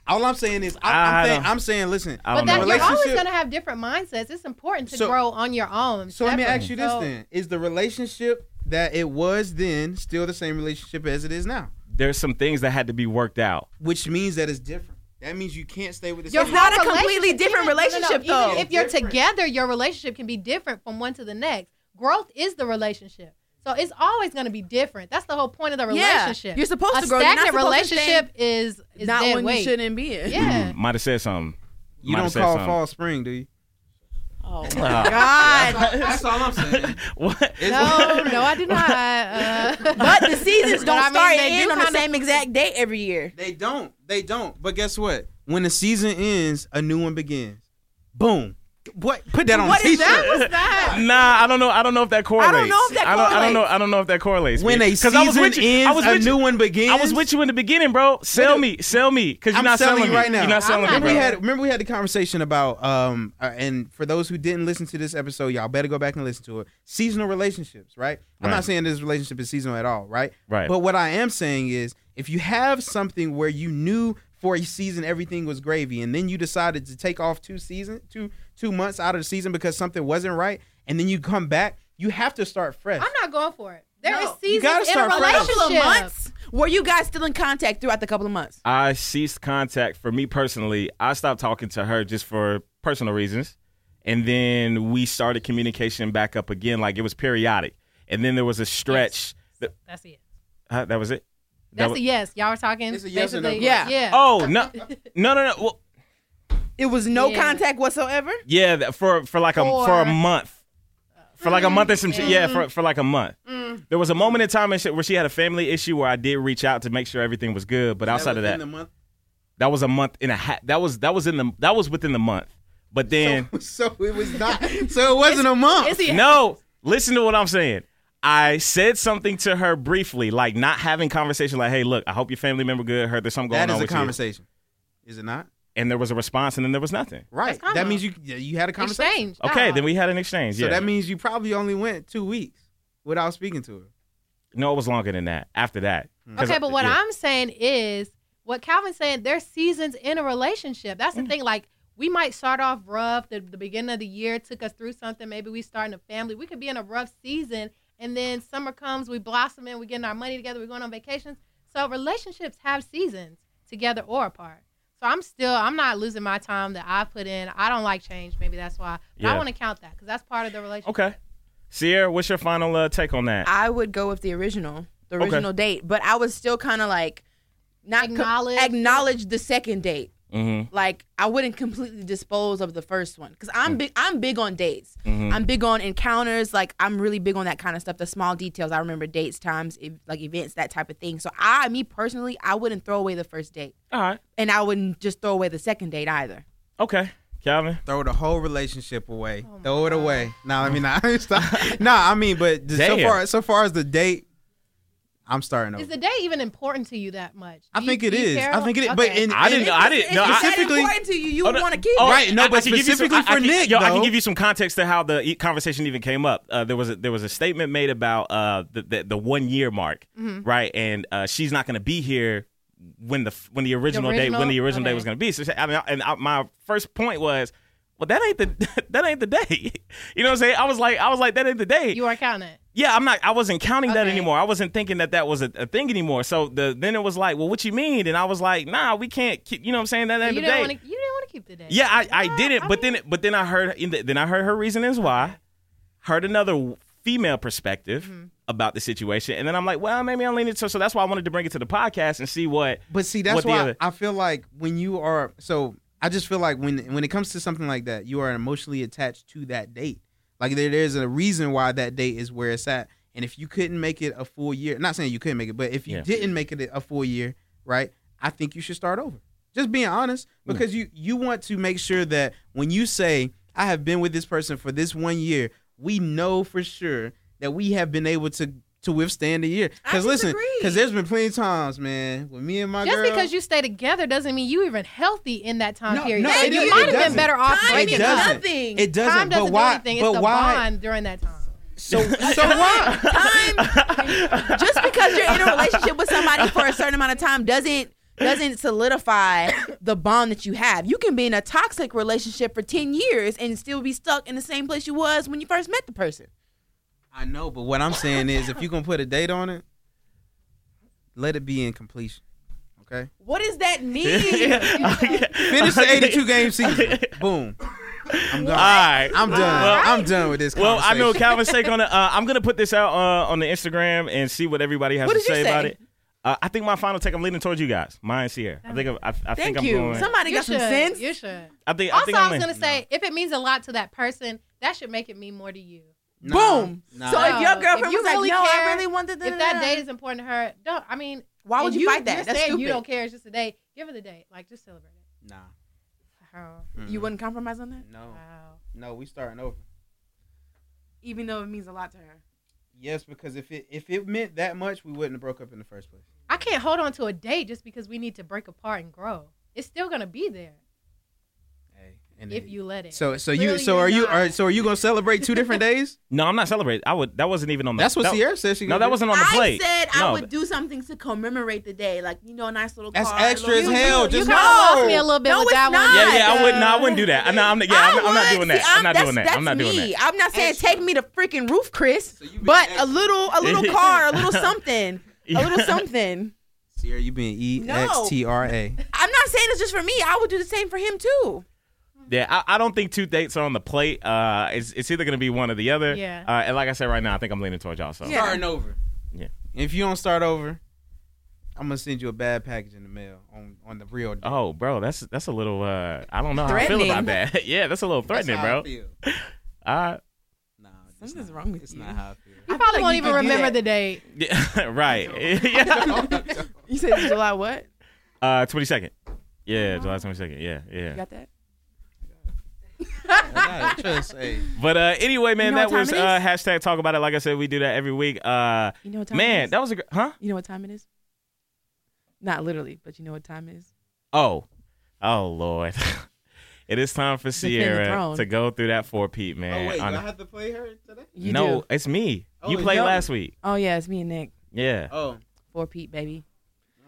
[SPEAKER 3] All I'm saying is I,
[SPEAKER 1] I
[SPEAKER 3] am saying,
[SPEAKER 1] don't-
[SPEAKER 3] I'm saying listen.
[SPEAKER 1] I
[SPEAKER 4] But
[SPEAKER 1] don't know.
[SPEAKER 4] that you're always
[SPEAKER 3] Relationship-
[SPEAKER 4] gonna have different mindsets. It's important to
[SPEAKER 3] So-
[SPEAKER 4] grow on your own.
[SPEAKER 3] So let me
[SPEAKER 4] separate.
[SPEAKER 3] ask you this
[SPEAKER 4] So-
[SPEAKER 3] then: Is the relationship that it was then still the same relationship as it is now?
[SPEAKER 1] There's some things that had to be worked out.
[SPEAKER 3] Which means that it's different. That means you can't stay with the
[SPEAKER 2] Your It's
[SPEAKER 3] same.
[SPEAKER 2] not
[SPEAKER 4] whole
[SPEAKER 2] a completely different relationship,
[SPEAKER 4] Even
[SPEAKER 2] though.
[SPEAKER 4] if you're
[SPEAKER 3] Different.
[SPEAKER 4] together, your relationship can be different from one to the next. Growth is the relationship. So it's always going to be different. That's the whole point of the
[SPEAKER 2] Yeah.
[SPEAKER 4] relationship.
[SPEAKER 2] You're supposed
[SPEAKER 4] a
[SPEAKER 2] to grow. You're not
[SPEAKER 4] stagnant
[SPEAKER 2] supposed to stay-
[SPEAKER 4] relationship is, is
[SPEAKER 2] not
[SPEAKER 4] dead
[SPEAKER 2] when
[SPEAKER 4] weight.
[SPEAKER 2] you shouldn't be in.
[SPEAKER 4] Yeah.
[SPEAKER 1] Mm, Might have said something.
[SPEAKER 3] you
[SPEAKER 1] Might
[SPEAKER 3] don't
[SPEAKER 1] have said
[SPEAKER 3] call
[SPEAKER 1] something.
[SPEAKER 3] fall spring, do you?
[SPEAKER 4] [laughs]
[SPEAKER 2] Oh my
[SPEAKER 1] Wow.
[SPEAKER 2] God.
[SPEAKER 3] That's all I'm saying.
[SPEAKER 1] [laughs] [laughs] What?
[SPEAKER 2] [laughs]
[SPEAKER 4] No, no, I do not. Uh,
[SPEAKER 2] But the seasons
[SPEAKER 4] [laughs] But
[SPEAKER 2] don't
[SPEAKER 4] I mean,
[SPEAKER 2] start
[SPEAKER 4] they
[SPEAKER 2] and
[SPEAKER 4] do
[SPEAKER 2] end on the
[SPEAKER 4] kinda-
[SPEAKER 2] same exact date every year.
[SPEAKER 3] They don't. They don't. But guess what? When the season ends, a new one begins. Boom. What? Put that on
[SPEAKER 2] What
[SPEAKER 3] a
[SPEAKER 2] is
[SPEAKER 3] t-shirt.
[SPEAKER 2] that? What's that?
[SPEAKER 1] [laughs] [laughs] Nah, I don't know. I don't know if that correlates.
[SPEAKER 2] don't know if that
[SPEAKER 1] I don't, I don't know.
[SPEAKER 2] correlates.
[SPEAKER 1] I don't know if that correlates.
[SPEAKER 3] When a
[SPEAKER 1] bitch.
[SPEAKER 3] season
[SPEAKER 1] I was with you.
[SPEAKER 3] ends,
[SPEAKER 1] I was
[SPEAKER 3] a
[SPEAKER 1] with
[SPEAKER 3] new
[SPEAKER 1] you.
[SPEAKER 3] one begins.
[SPEAKER 1] I was with you in the beginning, bro. Sell
[SPEAKER 3] Nigga.
[SPEAKER 1] me, sell me, because you're
[SPEAKER 3] I'm
[SPEAKER 1] not
[SPEAKER 3] selling you
[SPEAKER 1] me.
[SPEAKER 3] right now.
[SPEAKER 1] You're not selling me,
[SPEAKER 4] not
[SPEAKER 1] bro.
[SPEAKER 3] Remember we had remember we had the conversation about um uh, and for those who didn't listen to this episode, y'all better go back and listen to it. Seasonal relationships, right? I'm
[SPEAKER 1] Right.
[SPEAKER 3] not saying this relationship is seasonal at all, right?
[SPEAKER 1] Right.
[SPEAKER 3] But what I am saying is if you have something where you knew for a season everything was gravy and then you decided to take off two season two two months out of the season because something wasn't right and then you come back, you have to start fresh.
[SPEAKER 4] I'm not going for it. There is
[SPEAKER 2] No.
[SPEAKER 3] You
[SPEAKER 4] seasons
[SPEAKER 3] gotta
[SPEAKER 4] in a
[SPEAKER 3] start fresh.
[SPEAKER 4] relationship.
[SPEAKER 2] couple of months. Were you guys still in contact throughout the couple of months?
[SPEAKER 1] I ceased contact for me personally. I stopped talking to her just for personal reasons. And then we started communication back up again. Like it was periodic. And then there was a stretch. That,
[SPEAKER 4] That's it.
[SPEAKER 1] huh, that was it? That
[SPEAKER 4] That's
[SPEAKER 1] wa-
[SPEAKER 4] a yes. Y'all were talking.
[SPEAKER 3] It's a yes or no
[SPEAKER 4] basically.
[SPEAKER 2] question.
[SPEAKER 4] Yeah. [laughs]
[SPEAKER 1] Oh, no. No, no, no. Well,
[SPEAKER 2] It was no
[SPEAKER 4] Yeah.
[SPEAKER 2] contact whatsoever.
[SPEAKER 1] yeah, that- for, for like a for
[SPEAKER 4] Four. Mm.
[SPEAKER 1] a month. For like a month and some shit. Yeah, for, for like a month. There was a moment in time and shit where she had a family issue where I did reach out to make sure everything was good. But outside of that,
[SPEAKER 3] within the month.
[SPEAKER 1] that was a month and a half. That was that was in the that was within the month. But then
[SPEAKER 3] [laughs] So it was not so it wasn't a month. [laughs]
[SPEAKER 1] No, listen to what I'm saying. I said something to her briefly, like not having conversation, like, "Hey, look, I hope your family member good. Heard there's something going
[SPEAKER 3] that
[SPEAKER 1] on
[SPEAKER 3] is a
[SPEAKER 1] with
[SPEAKER 3] conversation. Is it not?
[SPEAKER 1] you." And there was a response, and then there was nothing.
[SPEAKER 3] Right.
[SPEAKER 4] common.
[SPEAKER 3] That means you yeah, you had a conversation.
[SPEAKER 4] Exchange.
[SPEAKER 1] Okay,
[SPEAKER 4] Nah.
[SPEAKER 1] then we had an exchange.
[SPEAKER 3] Ah. So
[SPEAKER 1] yeah,
[SPEAKER 3] that means you probably only went two weeks without speaking to her.
[SPEAKER 1] no, it was longer than that. After that,
[SPEAKER 3] Hmm.
[SPEAKER 1] 'Cause
[SPEAKER 4] Okay,
[SPEAKER 1] I-
[SPEAKER 4] but what
[SPEAKER 1] yeah.
[SPEAKER 4] I'm saying is what Calvin's saying, there's seasons in a relationship. That's
[SPEAKER 1] Mm.
[SPEAKER 4] the thing. Like, we might start off rough. The, the beginning of the year took us through something. Maybe we starting a family. We could be in a rough season. And then summer comes, we blossom in, we're getting our money together, we're going on vacations. So relationships have seasons together or apart. So I'm still, I'm not losing my time that I put in. I don't like change. Maybe that's why. But
[SPEAKER 1] Yeah.
[SPEAKER 4] I want to count that because that's part of the relationship.
[SPEAKER 1] okay, Sierra, what's your final uh, take on that?
[SPEAKER 2] I would go with the original, the
[SPEAKER 1] Okay.
[SPEAKER 2] original date, but I was still kind of like not co-
[SPEAKER 4] Acknowledge.
[SPEAKER 2] acknowledge the second date.
[SPEAKER 1] mm-hmm.
[SPEAKER 2] Like I wouldn't completely dispose of the first one because I'm
[SPEAKER 1] Mm.
[SPEAKER 2] big. I'm big on dates.
[SPEAKER 1] Mm-hmm.
[SPEAKER 2] I'm big on encounters. Like I'm really big on that kind of stuff. The small details. I remember dates, times, ev- like events, that type of thing. So I, me personally, I wouldn't throw away the first date,
[SPEAKER 1] All right,
[SPEAKER 2] and I wouldn't just throw away the second date either.
[SPEAKER 1] okay, Calvin.
[SPEAKER 3] Throw the whole relationship away.
[SPEAKER 4] Oh
[SPEAKER 3] Throw it away. No, I mean, nah, [laughs] stop. no, I mean, but just so
[SPEAKER 1] Damn.
[SPEAKER 3] far, so far as the date, I'm starting over.
[SPEAKER 4] Is the day even important to you that much?
[SPEAKER 3] I
[SPEAKER 4] Do
[SPEAKER 3] think
[SPEAKER 4] you,
[SPEAKER 3] it
[SPEAKER 4] do you
[SPEAKER 3] is.
[SPEAKER 4] care
[SPEAKER 3] I
[SPEAKER 4] what-
[SPEAKER 3] think it is. But
[SPEAKER 4] Okay.
[SPEAKER 3] in,
[SPEAKER 1] I didn't-
[SPEAKER 3] in-
[SPEAKER 1] I didn't- no,
[SPEAKER 2] If
[SPEAKER 1] I-
[SPEAKER 2] it's that
[SPEAKER 3] specifically-
[SPEAKER 2] important to you, you
[SPEAKER 1] Oh,
[SPEAKER 2] would
[SPEAKER 1] no.
[SPEAKER 2] want to keep.
[SPEAKER 1] Oh,
[SPEAKER 2] it.
[SPEAKER 3] Right, no, but
[SPEAKER 1] can give you some-
[SPEAKER 3] specifically
[SPEAKER 1] I, I
[SPEAKER 3] for
[SPEAKER 1] can-
[SPEAKER 3] Nick,
[SPEAKER 1] yo, I can
[SPEAKER 3] though.
[SPEAKER 1] give you some context to how the e- conversation even came up. Uh, there was a, there was a statement made about uh, the, the the one year mark,
[SPEAKER 4] Mm-hmm.
[SPEAKER 1] right? And uh, she's not going to be here when the f- when the original, date when the
[SPEAKER 4] original?
[SPEAKER 1] original date
[SPEAKER 4] Okay.
[SPEAKER 1] was going to be. So she- I mean, I- and I, my first point was. Well, that ain't the [laughs] that ain't the day. You know what I'm saying? I was like, I was like, that ain't the day.
[SPEAKER 4] You are counting it.
[SPEAKER 1] Yeah, I'm not. I wasn't counting that
[SPEAKER 4] Okay.
[SPEAKER 1] anymore. I wasn't thinking that that was a, a thing anymore. So the then it was like, well, what you mean? And I was like, nah, we can't. keep- You know what I'm saying? That ain't
[SPEAKER 4] You
[SPEAKER 1] the
[SPEAKER 4] didn't
[SPEAKER 1] day.
[SPEAKER 4] want to. You didn't want to keep the day.
[SPEAKER 1] Yeah, I, I
[SPEAKER 4] Well,
[SPEAKER 1] didn't.
[SPEAKER 4] I
[SPEAKER 1] but then but then I heard in the, then I heard her reasonings why, heard another female perspective about the situation, and then I'm like, well, maybe I'm leaning so so that's why I wanted to bring it to the podcast and see what.
[SPEAKER 3] But see, that's
[SPEAKER 1] what the
[SPEAKER 3] why
[SPEAKER 1] other-
[SPEAKER 3] I feel like when you are so, I just feel like when when it comes to something like that, you are emotionally attached to that date. Like there, there's a reason why that date is where it's at. And if you couldn't make it a full year, not saying you couldn't make it, but if you
[SPEAKER 1] Yeah.
[SPEAKER 3] didn't make it a full year, right? I think you should start over. Just being honest, because you you want to make sure that when you say I have been with this person for this one year, we know for sure that we have been able to to withstand the year.
[SPEAKER 2] I
[SPEAKER 3] Because listen,
[SPEAKER 2] disagree.
[SPEAKER 3] because there's been plenty of times, man, with me and my
[SPEAKER 4] Just
[SPEAKER 3] girl.
[SPEAKER 4] because you stay together doesn't mean you even healthy in that time
[SPEAKER 3] No,
[SPEAKER 4] period.
[SPEAKER 3] no,
[SPEAKER 2] it
[SPEAKER 4] you
[SPEAKER 2] is-
[SPEAKER 4] might
[SPEAKER 2] it
[SPEAKER 4] have been
[SPEAKER 3] doesn't.
[SPEAKER 4] better off.
[SPEAKER 2] Time
[SPEAKER 4] breaking
[SPEAKER 2] means
[SPEAKER 3] it
[SPEAKER 4] up.
[SPEAKER 3] doesn't.
[SPEAKER 2] nothing.
[SPEAKER 3] It doesn't.
[SPEAKER 4] Time doesn't
[SPEAKER 3] but why?
[SPEAKER 4] do anything. It's
[SPEAKER 3] but
[SPEAKER 4] the
[SPEAKER 3] why?
[SPEAKER 4] bond during that time. [laughs]
[SPEAKER 3] So so why?
[SPEAKER 1] [laughs]
[SPEAKER 2] time. Just because you're in a relationship with somebody for a certain amount of time doesn't doesn't solidify the bond that you have. You can be in a toxic relationship for ten years and still be stuck in the same place you was when you first met the person.
[SPEAKER 3] I know, but what I'm saying is, if you're gonna put a date on it, let it be in completion. Okay,
[SPEAKER 2] What does that mean? [laughs]
[SPEAKER 3] finish the
[SPEAKER 1] [laughs]
[SPEAKER 4] [laughs]
[SPEAKER 3] 82 game season. Boom. I'm
[SPEAKER 1] All
[SPEAKER 3] done.
[SPEAKER 1] right,
[SPEAKER 3] I'm done.
[SPEAKER 1] Uh, Well,
[SPEAKER 3] I'm done with this.
[SPEAKER 1] well, I know
[SPEAKER 3] conversation.
[SPEAKER 1] Calvin's take
[SPEAKER 3] [laughs]
[SPEAKER 1] on it. Uh, I'm gonna put this out uh, on the Instagram and see what everybody has
[SPEAKER 2] What
[SPEAKER 1] to
[SPEAKER 2] did you
[SPEAKER 1] say, about
[SPEAKER 2] say?
[SPEAKER 1] it. Uh, I think my final take. I'm leaning towards you guys. Mine and Sierra. I think. I'm, I, I think
[SPEAKER 2] Thank
[SPEAKER 1] I'm
[SPEAKER 2] you.
[SPEAKER 1] going.
[SPEAKER 2] Somebody got some sense.
[SPEAKER 4] You should.
[SPEAKER 1] I think. I
[SPEAKER 4] Also,
[SPEAKER 1] think
[SPEAKER 4] I
[SPEAKER 1] I'm
[SPEAKER 4] was
[SPEAKER 1] leaning.
[SPEAKER 4] gonna say, if it means a lot to that person, that should make it mean more to you.
[SPEAKER 3] [laughs] Nah,
[SPEAKER 2] Boom.
[SPEAKER 3] nah.
[SPEAKER 2] So if your
[SPEAKER 4] No,
[SPEAKER 2] girlfriend
[SPEAKER 4] if you
[SPEAKER 2] was like,
[SPEAKER 4] really
[SPEAKER 2] "No, I
[SPEAKER 4] care,
[SPEAKER 2] really wanted
[SPEAKER 4] If that date is important to her, don't. I mean,
[SPEAKER 2] why would
[SPEAKER 4] if
[SPEAKER 2] you, fight that?
[SPEAKER 4] You're
[SPEAKER 2] That's
[SPEAKER 4] saying
[SPEAKER 2] stupid.
[SPEAKER 4] you don't care. It's just a date. Give her the date. Like, just celebrate it.
[SPEAKER 3] nah.
[SPEAKER 4] Wow.
[SPEAKER 3] Mm-mm.
[SPEAKER 2] You wouldn't compromise on that,
[SPEAKER 3] No,
[SPEAKER 4] Wow.
[SPEAKER 3] no. We starting over.
[SPEAKER 2] even though it means a lot to her.
[SPEAKER 3] Yes, because if it if it meant that much, we wouldn't have broke up in the first place.
[SPEAKER 4] I can't hold on to a date just because we need to break apart and grow. It's still gonna be there
[SPEAKER 3] Hey, and
[SPEAKER 4] if
[SPEAKER 3] then-
[SPEAKER 4] you let it.
[SPEAKER 3] So so you
[SPEAKER 4] Clearly
[SPEAKER 3] so
[SPEAKER 4] you're
[SPEAKER 3] are you
[SPEAKER 4] not.
[SPEAKER 3] are so are you gonna celebrate two different days?
[SPEAKER 1] [laughs] No, I'm not celebrating. I would. That wasn't even on the.
[SPEAKER 3] That's what
[SPEAKER 1] that,
[SPEAKER 3] Sierra said. She
[SPEAKER 1] No,
[SPEAKER 3] gonna
[SPEAKER 1] that
[SPEAKER 3] do.
[SPEAKER 1] wasn't on the plate.
[SPEAKER 2] I said I
[SPEAKER 1] No,
[SPEAKER 2] would
[SPEAKER 1] but-
[SPEAKER 2] do something to commemorate the day, like you know, a nice little.
[SPEAKER 3] That's
[SPEAKER 2] card, a
[SPEAKER 3] extra
[SPEAKER 2] little-
[SPEAKER 3] as hell.
[SPEAKER 4] you
[SPEAKER 3] Just
[SPEAKER 4] kinda
[SPEAKER 3] no.
[SPEAKER 4] lost me a little bit
[SPEAKER 2] No,
[SPEAKER 4] with
[SPEAKER 2] it's
[SPEAKER 4] that one.
[SPEAKER 2] not.
[SPEAKER 1] Yeah, yeah. I would. No, I
[SPEAKER 2] Uh,
[SPEAKER 1] wouldn't do that. No, I'm. not- Yeah, I'm, I'm not
[SPEAKER 2] would.
[SPEAKER 1] doing that.
[SPEAKER 2] See,
[SPEAKER 1] I'm not
[SPEAKER 2] that's-
[SPEAKER 1] doing that.
[SPEAKER 2] That's
[SPEAKER 1] I'm not
[SPEAKER 2] me.
[SPEAKER 1] doing that.
[SPEAKER 2] I'm not saying
[SPEAKER 4] Extra.
[SPEAKER 2] take me to freaking roof, Chris,
[SPEAKER 3] So you being
[SPEAKER 2] but
[SPEAKER 3] extra.
[SPEAKER 2] a little, a
[SPEAKER 1] [laughs]
[SPEAKER 2] little car, a little something, a little something.
[SPEAKER 3] Sierra, you being E
[SPEAKER 2] No.
[SPEAKER 3] X T R A.
[SPEAKER 2] I'm not saying it's just for me. I would do the same for him too.
[SPEAKER 1] Yeah, I, I don't think two dates are on the plate. Uh, it's, it's either gonna be one or the other.
[SPEAKER 4] Yeah.
[SPEAKER 1] Uh, and like I said, right now, I think I'm leaning towards y'all. So.
[SPEAKER 2] Yeah.
[SPEAKER 3] starting over.
[SPEAKER 1] Yeah.
[SPEAKER 3] If you don't start over, I'm gonna send you a bad package in the mail on on the real. day.
[SPEAKER 1] Oh, bro, that's that's a little. Uh, I don't know how I feel
[SPEAKER 2] Threatening.
[SPEAKER 1] about that. [laughs] yeah, that's a little
[SPEAKER 3] That's
[SPEAKER 1] threatening,
[SPEAKER 3] how I
[SPEAKER 1] bro.
[SPEAKER 3] feel.
[SPEAKER 1] [laughs] Uh,
[SPEAKER 3] Nah, that's
[SPEAKER 2] Something's
[SPEAKER 3] not-
[SPEAKER 2] wrong with
[SPEAKER 3] it's
[SPEAKER 2] you.
[SPEAKER 3] not how I [laughs]
[SPEAKER 4] you
[SPEAKER 2] I feel
[SPEAKER 4] probably
[SPEAKER 2] like
[SPEAKER 4] won't
[SPEAKER 2] you
[SPEAKER 4] even
[SPEAKER 2] could do
[SPEAKER 4] remember
[SPEAKER 2] that.
[SPEAKER 4] the date.
[SPEAKER 1] yeah, [laughs] right.
[SPEAKER 3] Oh,
[SPEAKER 1] yeah.
[SPEAKER 3] feel.
[SPEAKER 2] You said it's July what?
[SPEAKER 1] [laughs] Uh, twenty second. Yeah, July twenty second. Yeah,
[SPEAKER 2] You
[SPEAKER 1] yeah.
[SPEAKER 2] got that?
[SPEAKER 3] I
[SPEAKER 2] [laughs]
[SPEAKER 3] gotta trust, hey. Oh,
[SPEAKER 1] But uh, anyway, man,
[SPEAKER 2] know
[SPEAKER 1] that
[SPEAKER 2] what
[SPEAKER 1] was
[SPEAKER 2] time it
[SPEAKER 1] uh,
[SPEAKER 2] is?
[SPEAKER 1] hashtag talk about it. Like I said, we do that every week. Uh,
[SPEAKER 2] You know what time? it
[SPEAKER 1] man,
[SPEAKER 2] is?
[SPEAKER 1] that was a gr- huh?
[SPEAKER 2] you know what time it is? Not literally, but you know what time it is.
[SPEAKER 1] Oh, oh Lord. [laughs] it is time for
[SPEAKER 2] been the
[SPEAKER 1] Sierra
[SPEAKER 2] throne.
[SPEAKER 1] to go through that four peat, man.
[SPEAKER 3] Oh wait, do
[SPEAKER 1] On-
[SPEAKER 3] I have to play her today?
[SPEAKER 2] You
[SPEAKER 1] no,
[SPEAKER 2] Do.
[SPEAKER 1] it's me.
[SPEAKER 3] Oh,
[SPEAKER 1] you
[SPEAKER 3] it's
[SPEAKER 1] played
[SPEAKER 3] you.
[SPEAKER 1] last week.
[SPEAKER 2] Oh yeah, it's me and Nick.
[SPEAKER 1] Yeah.
[SPEAKER 3] Oh,
[SPEAKER 2] Four Pete, baby.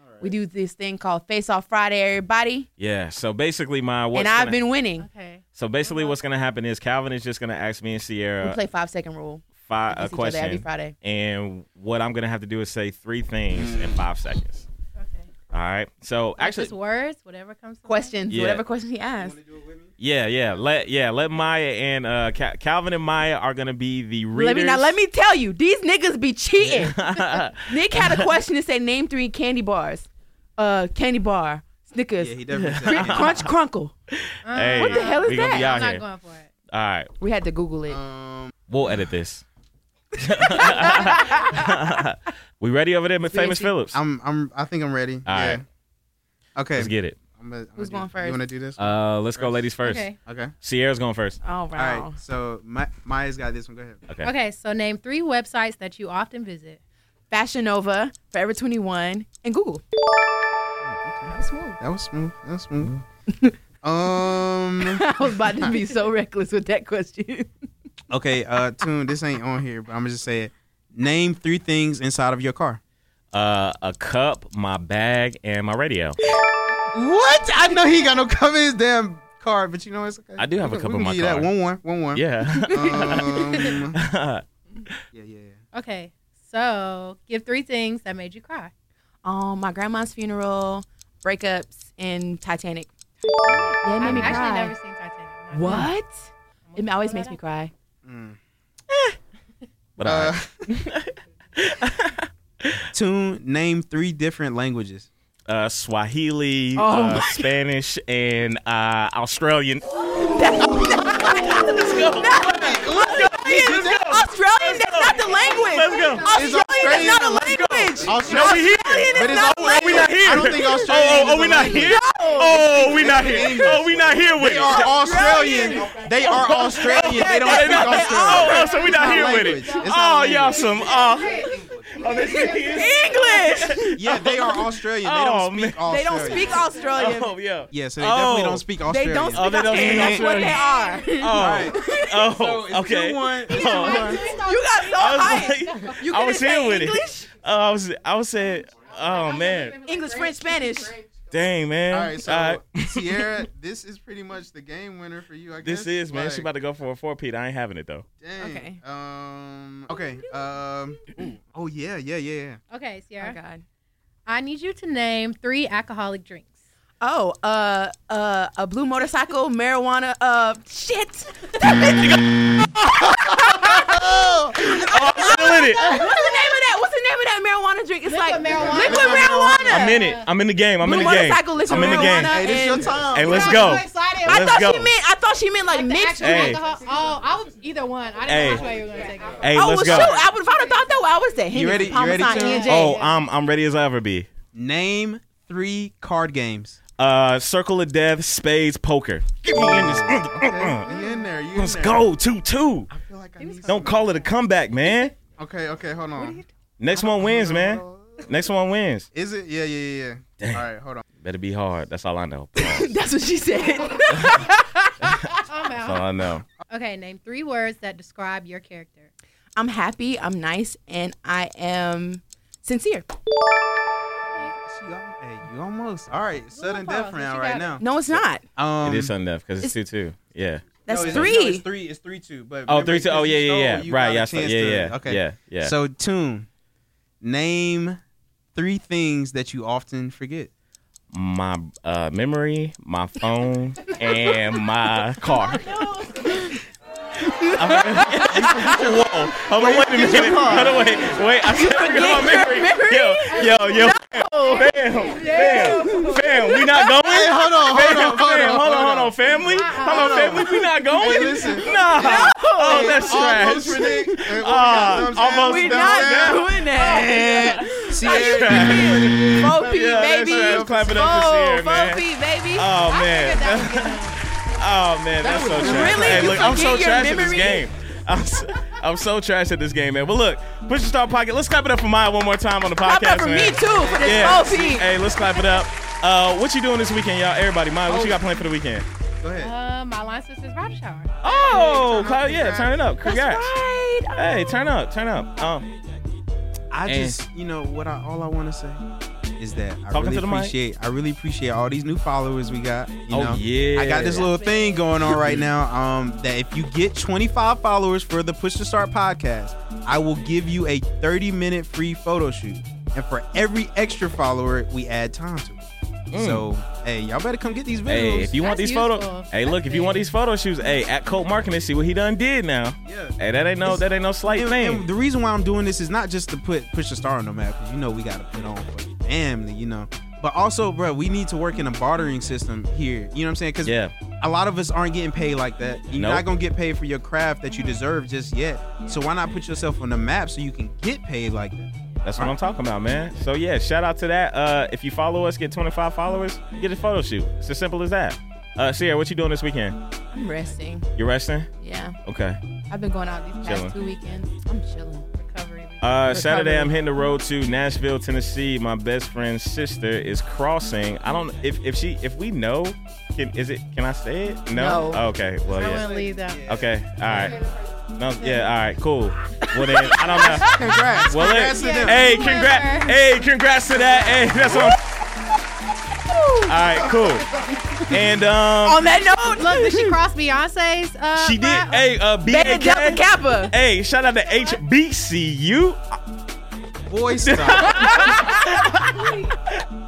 [SPEAKER 3] all right.
[SPEAKER 2] We do this thing called Face Off Friday, everybody.
[SPEAKER 1] Yeah. So basically, my what's
[SPEAKER 2] and I've
[SPEAKER 1] gonna-
[SPEAKER 2] been winning.
[SPEAKER 4] Okay.
[SPEAKER 1] So basically, what's gonna happen is Calvin is just gonna ask me and
[SPEAKER 2] we
[SPEAKER 1] Sierra
[SPEAKER 2] play five second rule.
[SPEAKER 1] fi- Uh, a
[SPEAKER 2] against each other every
[SPEAKER 1] question,
[SPEAKER 2] Friday.
[SPEAKER 1] and what I'm gonna have to do is say three things in five seconds.
[SPEAKER 4] Okay.
[SPEAKER 1] All right. So actually,
[SPEAKER 4] just words, whatever comes. to
[SPEAKER 2] Questions,
[SPEAKER 1] Yeah.
[SPEAKER 2] whatever question he
[SPEAKER 3] You
[SPEAKER 2] asks.
[SPEAKER 3] wanna do it with me?
[SPEAKER 1] yeah, yeah. Let yeah, let Maya and uh, Ca- Calvin and Maya are gonna be the readers.
[SPEAKER 2] Let me now. Let me tell you, these niggas be cheating. [laughs]
[SPEAKER 1] me.
[SPEAKER 2] Nick had
[SPEAKER 3] [laughs]
[SPEAKER 2] a question to say, name three candy bars. Uh, candy bar, Snickers,
[SPEAKER 3] Yeah, he definitely said
[SPEAKER 2] Cr-
[SPEAKER 3] [laughs] candy
[SPEAKER 2] Crunch Crunkle.
[SPEAKER 4] mind. Uh,
[SPEAKER 1] [laughs] Hey,
[SPEAKER 2] What the hell is
[SPEAKER 1] we gonna
[SPEAKER 2] that?
[SPEAKER 1] Be
[SPEAKER 4] I'm
[SPEAKER 1] out
[SPEAKER 4] not
[SPEAKER 1] here.
[SPEAKER 4] going for it.
[SPEAKER 1] All right,
[SPEAKER 2] We had to Google [laughs] it.
[SPEAKER 3] Um,
[SPEAKER 1] we'll edit this. [laughs] we ready over there, Miss Famous
[SPEAKER 2] Seriously.
[SPEAKER 1] Phillips?
[SPEAKER 3] I'm I'm I think I'm ready.
[SPEAKER 1] All
[SPEAKER 3] yeah.
[SPEAKER 1] right.
[SPEAKER 3] Okay.
[SPEAKER 1] Let's get it.
[SPEAKER 3] I'm gonna, I'm
[SPEAKER 2] Who's
[SPEAKER 3] gonna
[SPEAKER 2] going
[SPEAKER 3] do,
[SPEAKER 2] first?
[SPEAKER 3] You wanna do this?
[SPEAKER 1] Uh, let's go, ladies first.
[SPEAKER 4] Okay.
[SPEAKER 3] okay.
[SPEAKER 1] Sierra's going first.
[SPEAKER 2] Oh
[SPEAKER 3] All
[SPEAKER 2] wow.
[SPEAKER 3] right. So Ma- Maya's got this one. Go ahead.
[SPEAKER 1] Okay.
[SPEAKER 4] Okay. So name three websites that you often visit.
[SPEAKER 2] Fashion Nova, Forever 21, and Google. [laughs]
[SPEAKER 3] That was smooth. That was smooth. Mm. [laughs] um.
[SPEAKER 2] I was about to be
[SPEAKER 3] [laughs]
[SPEAKER 2] so reckless with that question.
[SPEAKER 3] Okay, uh, Tune, this ain't on here, but I'm gonna just say it. Name three things inside of your car.
[SPEAKER 1] Uh, a cup, my bag, and my radio.
[SPEAKER 3] What? I know he got no cover in his damn car, but you know it's okay.
[SPEAKER 1] I do have
[SPEAKER 3] We
[SPEAKER 1] a
[SPEAKER 3] can-
[SPEAKER 1] cup
[SPEAKER 3] we
[SPEAKER 1] in
[SPEAKER 3] can
[SPEAKER 1] my
[SPEAKER 3] give you
[SPEAKER 1] car.
[SPEAKER 3] That. One one, one one. [laughs] Um,
[SPEAKER 1] Yeah.
[SPEAKER 3] yeah, yeah, yeah.
[SPEAKER 4] Okay. So give three things that made you cry.
[SPEAKER 2] Um, my grandma's funeral, breakups, and Titanic. Yeah, it made
[SPEAKER 4] I've
[SPEAKER 2] me
[SPEAKER 4] actually
[SPEAKER 2] cry.
[SPEAKER 4] never seen Titanic.
[SPEAKER 2] What? It always
[SPEAKER 4] pull
[SPEAKER 2] makes
[SPEAKER 4] that
[SPEAKER 2] me
[SPEAKER 4] up.
[SPEAKER 2] cry.
[SPEAKER 3] Mm.
[SPEAKER 1] but all
[SPEAKER 3] Uh,
[SPEAKER 1] right. [laughs]
[SPEAKER 3] Tune, name three different languages.
[SPEAKER 1] uh, Swahili,
[SPEAKER 2] Oh
[SPEAKER 1] uh,
[SPEAKER 2] my-
[SPEAKER 1] Spanish, and uh, Australian.
[SPEAKER 3] Oh
[SPEAKER 2] Australian, that's not the language.
[SPEAKER 1] Let's go.
[SPEAKER 2] Australian is not a language.
[SPEAKER 3] Australian.
[SPEAKER 1] we here.
[SPEAKER 2] Australian is
[SPEAKER 3] but it's
[SPEAKER 2] not
[SPEAKER 3] always-
[SPEAKER 1] Oh, we not here.
[SPEAKER 3] I don't think
[SPEAKER 1] oh,
[SPEAKER 3] Australians
[SPEAKER 1] oh,
[SPEAKER 3] is
[SPEAKER 1] oh, we not
[SPEAKER 3] English.
[SPEAKER 1] here. Oh, we not here. Oh, we not here with
[SPEAKER 3] They
[SPEAKER 1] it.
[SPEAKER 3] are Australian. They are Australian. They don't
[SPEAKER 1] Oh,
[SPEAKER 3] speak
[SPEAKER 1] Oh,
[SPEAKER 3] Australian.
[SPEAKER 1] oh, so we not
[SPEAKER 3] It's
[SPEAKER 1] here
[SPEAKER 3] not
[SPEAKER 1] with
[SPEAKER 3] language.
[SPEAKER 1] it.
[SPEAKER 3] It's not
[SPEAKER 1] Oh, y'all
[SPEAKER 3] language.
[SPEAKER 1] some. Uh, oh, this is
[SPEAKER 5] [laughs]
[SPEAKER 2] English.
[SPEAKER 3] Yeah,
[SPEAKER 1] [laughs]
[SPEAKER 3] they are Australian. They
[SPEAKER 1] Oh,
[SPEAKER 3] don't speak
[SPEAKER 2] they
[SPEAKER 3] Australian.
[SPEAKER 2] don't speak Australian.
[SPEAKER 1] Oh, yeah.
[SPEAKER 3] Yeah, so they definitely
[SPEAKER 1] Oh.
[SPEAKER 3] don't speak
[SPEAKER 2] They
[SPEAKER 3] Australian.
[SPEAKER 2] don't speak
[SPEAKER 1] Oh, they don't
[SPEAKER 2] Australian.
[SPEAKER 1] speak
[SPEAKER 2] That's what they are.
[SPEAKER 1] Oh, oh,
[SPEAKER 3] So it's
[SPEAKER 1] okay. [laughs]
[SPEAKER 3] 2-1.
[SPEAKER 1] Oh.
[SPEAKER 2] [laughs] You got
[SPEAKER 1] I
[SPEAKER 2] so hyped.
[SPEAKER 1] was like,
[SPEAKER 2] You
[SPEAKER 1] I
[SPEAKER 2] couldn't
[SPEAKER 1] was
[SPEAKER 2] say
[SPEAKER 1] here with
[SPEAKER 2] English?
[SPEAKER 1] it. Oh, I was, I was saying, oh man,
[SPEAKER 2] English, French, Spanish.
[SPEAKER 1] dang man.
[SPEAKER 5] All right, so
[SPEAKER 1] All right.
[SPEAKER 5] [laughs]
[SPEAKER 1] [laughs]
[SPEAKER 5] Sierra, this is pretty much the game winner for you. I guess.
[SPEAKER 1] This is man. She
[SPEAKER 5] Like,
[SPEAKER 1] about to go for a four peat. I ain't having
[SPEAKER 5] [laughs]
[SPEAKER 1] it though.
[SPEAKER 5] dang.
[SPEAKER 2] Okay.
[SPEAKER 5] Um. Okay. Um. ooh, Oh yeah, yeah, yeah, yeah.
[SPEAKER 4] Okay, Sierra.
[SPEAKER 2] Oh God.
[SPEAKER 4] I need you to name three alcoholic drinks.
[SPEAKER 2] Oh, uh, uh, a blue motorcycle, marijuana, uh, shit. [laughs]
[SPEAKER 1] Oh, I'm still in it.
[SPEAKER 2] What's the name of that? What's the name of that marijuana drink? It's
[SPEAKER 4] Liquid
[SPEAKER 2] like
[SPEAKER 4] marijuana.
[SPEAKER 2] liquid
[SPEAKER 4] Liquid
[SPEAKER 2] marijuana.
[SPEAKER 1] I'm in it. I'm in the game. I'm
[SPEAKER 2] blue
[SPEAKER 1] in the game.
[SPEAKER 2] motorcycle, liquid
[SPEAKER 1] I'm in the game.
[SPEAKER 2] marijuana.
[SPEAKER 5] Hey, this your
[SPEAKER 2] and-
[SPEAKER 5] time.
[SPEAKER 1] Hey, let's
[SPEAKER 4] I'm
[SPEAKER 1] go.
[SPEAKER 4] so excited.
[SPEAKER 2] I
[SPEAKER 1] Let's
[SPEAKER 2] thought
[SPEAKER 1] go.
[SPEAKER 2] she meant. I thought she meant like
[SPEAKER 4] Like the
[SPEAKER 2] mixed.
[SPEAKER 4] actual
[SPEAKER 1] Hey.
[SPEAKER 4] alcohol. Oh, I was either one. I didn't
[SPEAKER 1] Hey.
[SPEAKER 4] know which way you were gonna take it.
[SPEAKER 1] Hey,
[SPEAKER 2] oh,
[SPEAKER 1] let's
[SPEAKER 2] well,
[SPEAKER 1] go.
[SPEAKER 2] shoot. I would have thought that. way. I would say Henny,
[SPEAKER 3] ready- you ready,
[SPEAKER 2] Parmesan,
[SPEAKER 3] Tim?
[SPEAKER 2] E&J.
[SPEAKER 1] Oh, I'm I'm ready as I ever be.
[SPEAKER 3] Name three card games.
[SPEAKER 1] Uh, Circle of Death, Spades, Poker. Get me in this.
[SPEAKER 5] Oh, Okay, you in there? You in
[SPEAKER 1] Let's
[SPEAKER 5] there.
[SPEAKER 1] go. Two two.
[SPEAKER 5] I feel like I need
[SPEAKER 1] Don't call it a comeback, man.
[SPEAKER 5] Okay. Okay. Hold on.
[SPEAKER 1] Next one wins, man. Next one wins.
[SPEAKER 5] Is it? Yeah. Yeah. Yeah.
[SPEAKER 1] Dang.
[SPEAKER 5] yeah. All right. Hold on.
[SPEAKER 1] Better be hard. That's all I know. That's
[SPEAKER 2] [laughs] That's what she said.
[SPEAKER 4] I'm
[SPEAKER 1] all
[SPEAKER 4] out.
[SPEAKER 1] I know.
[SPEAKER 4] Okay, name three words that describe your character.
[SPEAKER 2] I'm happy. I'm nice, and I am sincere.
[SPEAKER 3] She al- Hey, you almost.
[SPEAKER 5] All right. Sudden
[SPEAKER 4] pause,
[SPEAKER 5] death
[SPEAKER 4] what you
[SPEAKER 5] round
[SPEAKER 4] got?
[SPEAKER 5] right now.
[SPEAKER 2] No, it's not.
[SPEAKER 3] Um,
[SPEAKER 1] it is something deaf because it's two two. Yeah.
[SPEAKER 2] That's
[SPEAKER 3] no, it's-
[SPEAKER 2] three.
[SPEAKER 3] no, it's three. It's three two. But
[SPEAKER 1] Oh,
[SPEAKER 3] remember,
[SPEAKER 1] three two. Oh,
[SPEAKER 3] because
[SPEAKER 1] yeah,
[SPEAKER 3] you
[SPEAKER 1] yeah, yeah.
[SPEAKER 3] stole, you
[SPEAKER 1] Right.
[SPEAKER 3] got
[SPEAKER 1] Yeah.
[SPEAKER 3] a
[SPEAKER 1] I saw-
[SPEAKER 3] chance
[SPEAKER 1] yeah,
[SPEAKER 3] to-
[SPEAKER 1] yeah.
[SPEAKER 3] Okay.
[SPEAKER 1] Yeah. Yeah.
[SPEAKER 3] So, Tune, name three things that you often forget.
[SPEAKER 1] my uh, memory, my
[SPEAKER 3] [laughs]
[SPEAKER 1] phone, and my car. [laughs] Whoa! Hold on, wait a minute. Hold on, wait, wait. I said I forgot my
[SPEAKER 2] forget
[SPEAKER 1] memory.
[SPEAKER 2] your memory?
[SPEAKER 1] Yo, yo, yo, fam, fam, fam. We not going.
[SPEAKER 5] Hey, hold on. Hold
[SPEAKER 1] Fam,
[SPEAKER 5] on. Hold
[SPEAKER 1] fam,
[SPEAKER 5] on.
[SPEAKER 1] hold on, hold on, family. Hold on,
[SPEAKER 5] Hold on.
[SPEAKER 1] family. We not going.
[SPEAKER 5] Hey, listen.
[SPEAKER 1] Nah. Oh, that's
[SPEAKER 5] Almost
[SPEAKER 1] trash.
[SPEAKER 5] predict.
[SPEAKER 1] [laughs]
[SPEAKER 5] Uh, what we
[SPEAKER 1] Ah,
[SPEAKER 5] got, you know what I'm saying?
[SPEAKER 1] almost
[SPEAKER 2] We're
[SPEAKER 5] Down there.
[SPEAKER 2] not
[SPEAKER 1] [laughs]
[SPEAKER 2] doing that.
[SPEAKER 1] That's
[SPEAKER 5] Sierra.
[SPEAKER 1] trash.
[SPEAKER 2] Four feet,
[SPEAKER 1] Yeah, that's
[SPEAKER 2] baby.
[SPEAKER 1] right. Clap it up for
[SPEAKER 2] Four-
[SPEAKER 1] Sierra,
[SPEAKER 2] four
[SPEAKER 1] man.
[SPEAKER 2] feet, baby.
[SPEAKER 1] Oh
[SPEAKER 4] I
[SPEAKER 1] man.
[SPEAKER 4] figured that
[SPEAKER 1] [laughs]
[SPEAKER 4] would get
[SPEAKER 1] Oh man, that's so
[SPEAKER 5] was
[SPEAKER 1] trash.
[SPEAKER 2] Really?
[SPEAKER 1] Hey,
[SPEAKER 2] You
[SPEAKER 1] look, I'm so
[SPEAKER 2] forget your
[SPEAKER 1] trash at this
[SPEAKER 2] memory?
[SPEAKER 1] game. I'm s I'm so trash at this game, man. But look, push your star pocket. Let's clap it up for Maya one more time on the podcast,
[SPEAKER 2] Clap up for
[SPEAKER 1] man.
[SPEAKER 2] me too for this
[SPEAKER 1] Yeah.
[SPEAKER 2] whole feet.
[SPEAKER 1] Hey, let's clap it up. Uh, what you doing this weekend, y'all? Everybody, Maya, what you got planned for the weekend?
[SPEAKER 5] Go ahead.
[SPEAKER 4] Uh, my line sister's bridal shower.
[SPEAKER 1] Oh,
[SPEAKER 5] turn
[SPEAKER 1] Cloud,
[SPEAKER 5] up,
[SPEAKER 1] yeah,
[SPEAKER 5] congrats.
[SPEAKER 1] turn it up. Congrats.
[SPEAKER 2] Right.
[SPEAKER 1] Hey, turn up, turn up. Um,
[SPEAKER 3] I
[SPEAKER 1] And-
[SPEAKER 3] just, you know, what I all I want to say is that I
[SPEAKER 1] Talking
[SPEAKER 3] really
[SPEAKER 1] to the mic.
[SPEAKER 3] appreciate. I really appreciate all these new followers we got. You
[SPEAKER 1] Oh,
[SPEAKER 3] know?
[SPEAKER 1] yeah.
[SPEAKER 3] I got this little thing going on right now. Um, that if you get 25 followers for the Push to Start podcast, I will give you a 30 minute free photo shoot, and for every extra follower, we add time to it.
[SPEAKER 1] Mm.
[SPEAKER 3] So, hey, y'all better come get these videos.
[SPEAKER 1] hey, if you want
[SPEAKER 4] That's
[SPEAKER 1] these photo,
[SPEAKER 4] useful.
[SPEAKER 1] hey, look, if you want these photo shoots, hey, at Colt Marketing, see what he done did now.
[SPEAKER 3] yeah.
[SPEAKER 1] Hey, that ain't no, that ain't no slight
[SPEAKER 3] And,
[SPEAKER 1] thing.
[SPEAKER 3] and the reason why I'm doing this is not just to put push the star on the map because you know we got to put on for the family, you know. But also, bro, we need to work in a bartering system here. You know what I'm saying? Because
[SPEAKER 1] Yeah.
[SPEAKER 3] a lot of us aren't getting paid like that. You're
[SPEAKER 1] Nope.
[SPEAKER 3] not gonna get paid for your craft that you deserve just yet. So why not put yourself on the map so you can get paid like that?
[SPEAKER 1] That's what I'm talking about, man. So yeah, shout out to that. Uh, if you follow us, get 25 followers, you get a photo shoot. It's as simple as that. Uh, Sierra, what you doing this weekend?
[SPEAKER 2] I'm resting.
[SPEAKER 1] You resting?
[SPEAKER 2] Yeah.
[SPEAKER 1] Okay.
[SPEAKER 2] I've been going out these past
[SPEAKER 1] Chilling.
[SPEAKER 2] two weekends. I'm chilling.
[SPEAKER 1] [laughs]
[SPEAKER 4] Recovery week.
[SPEAKER 1] Uh,
[SPEAKER 2] Recovery.
[SPEAKER 1] Saturday, I'm hitting the road to Nashville, Tennessee. My best friend's sister is crossing. I don't if if she if we know, can is it? Can I say it? No.
[SPEAKER 2] No.
[SPEAKER 1] Oh, okay. Well,
[SPEAKER 4] I
[SPEAKER 1] yeah.
[SPEAKER 4] want to leave that.
[SPEAKER 1] Okay. All right. No. Yeah. All right. Cool. Well then, I don't [laughs] know.
[SPEAKER 5] Congrats.
[SPEAKER 1] Well,
[SPEAKER 5] Congrats
[SPEAKER 1] hey,
[SPEAKER 5] to them.
[SPEAKER 1] hey,
[SPEAKER 4] Whoever.
[SPEAKER 1] congrats, hey, congrats to that. Hey, that's what I'm- All right, cool. And um,
[SPEAKER 2] On that note,
[SPEAKER 4] Look, did she cross Beyonce's? Uh,
[SPEAKER 1] she did.
[SPEAKER 4] brow?
[SPEAKER 1] Hey, uh,
[SPEAKER 2] Beta Delta
[SPEAKER 1] BNK.
[SPEAKER 2] Kappa.
[SPEAKER 1] Hey, shout out to HBCU. [laughs]
[SPEAKER 3] Boy, stop.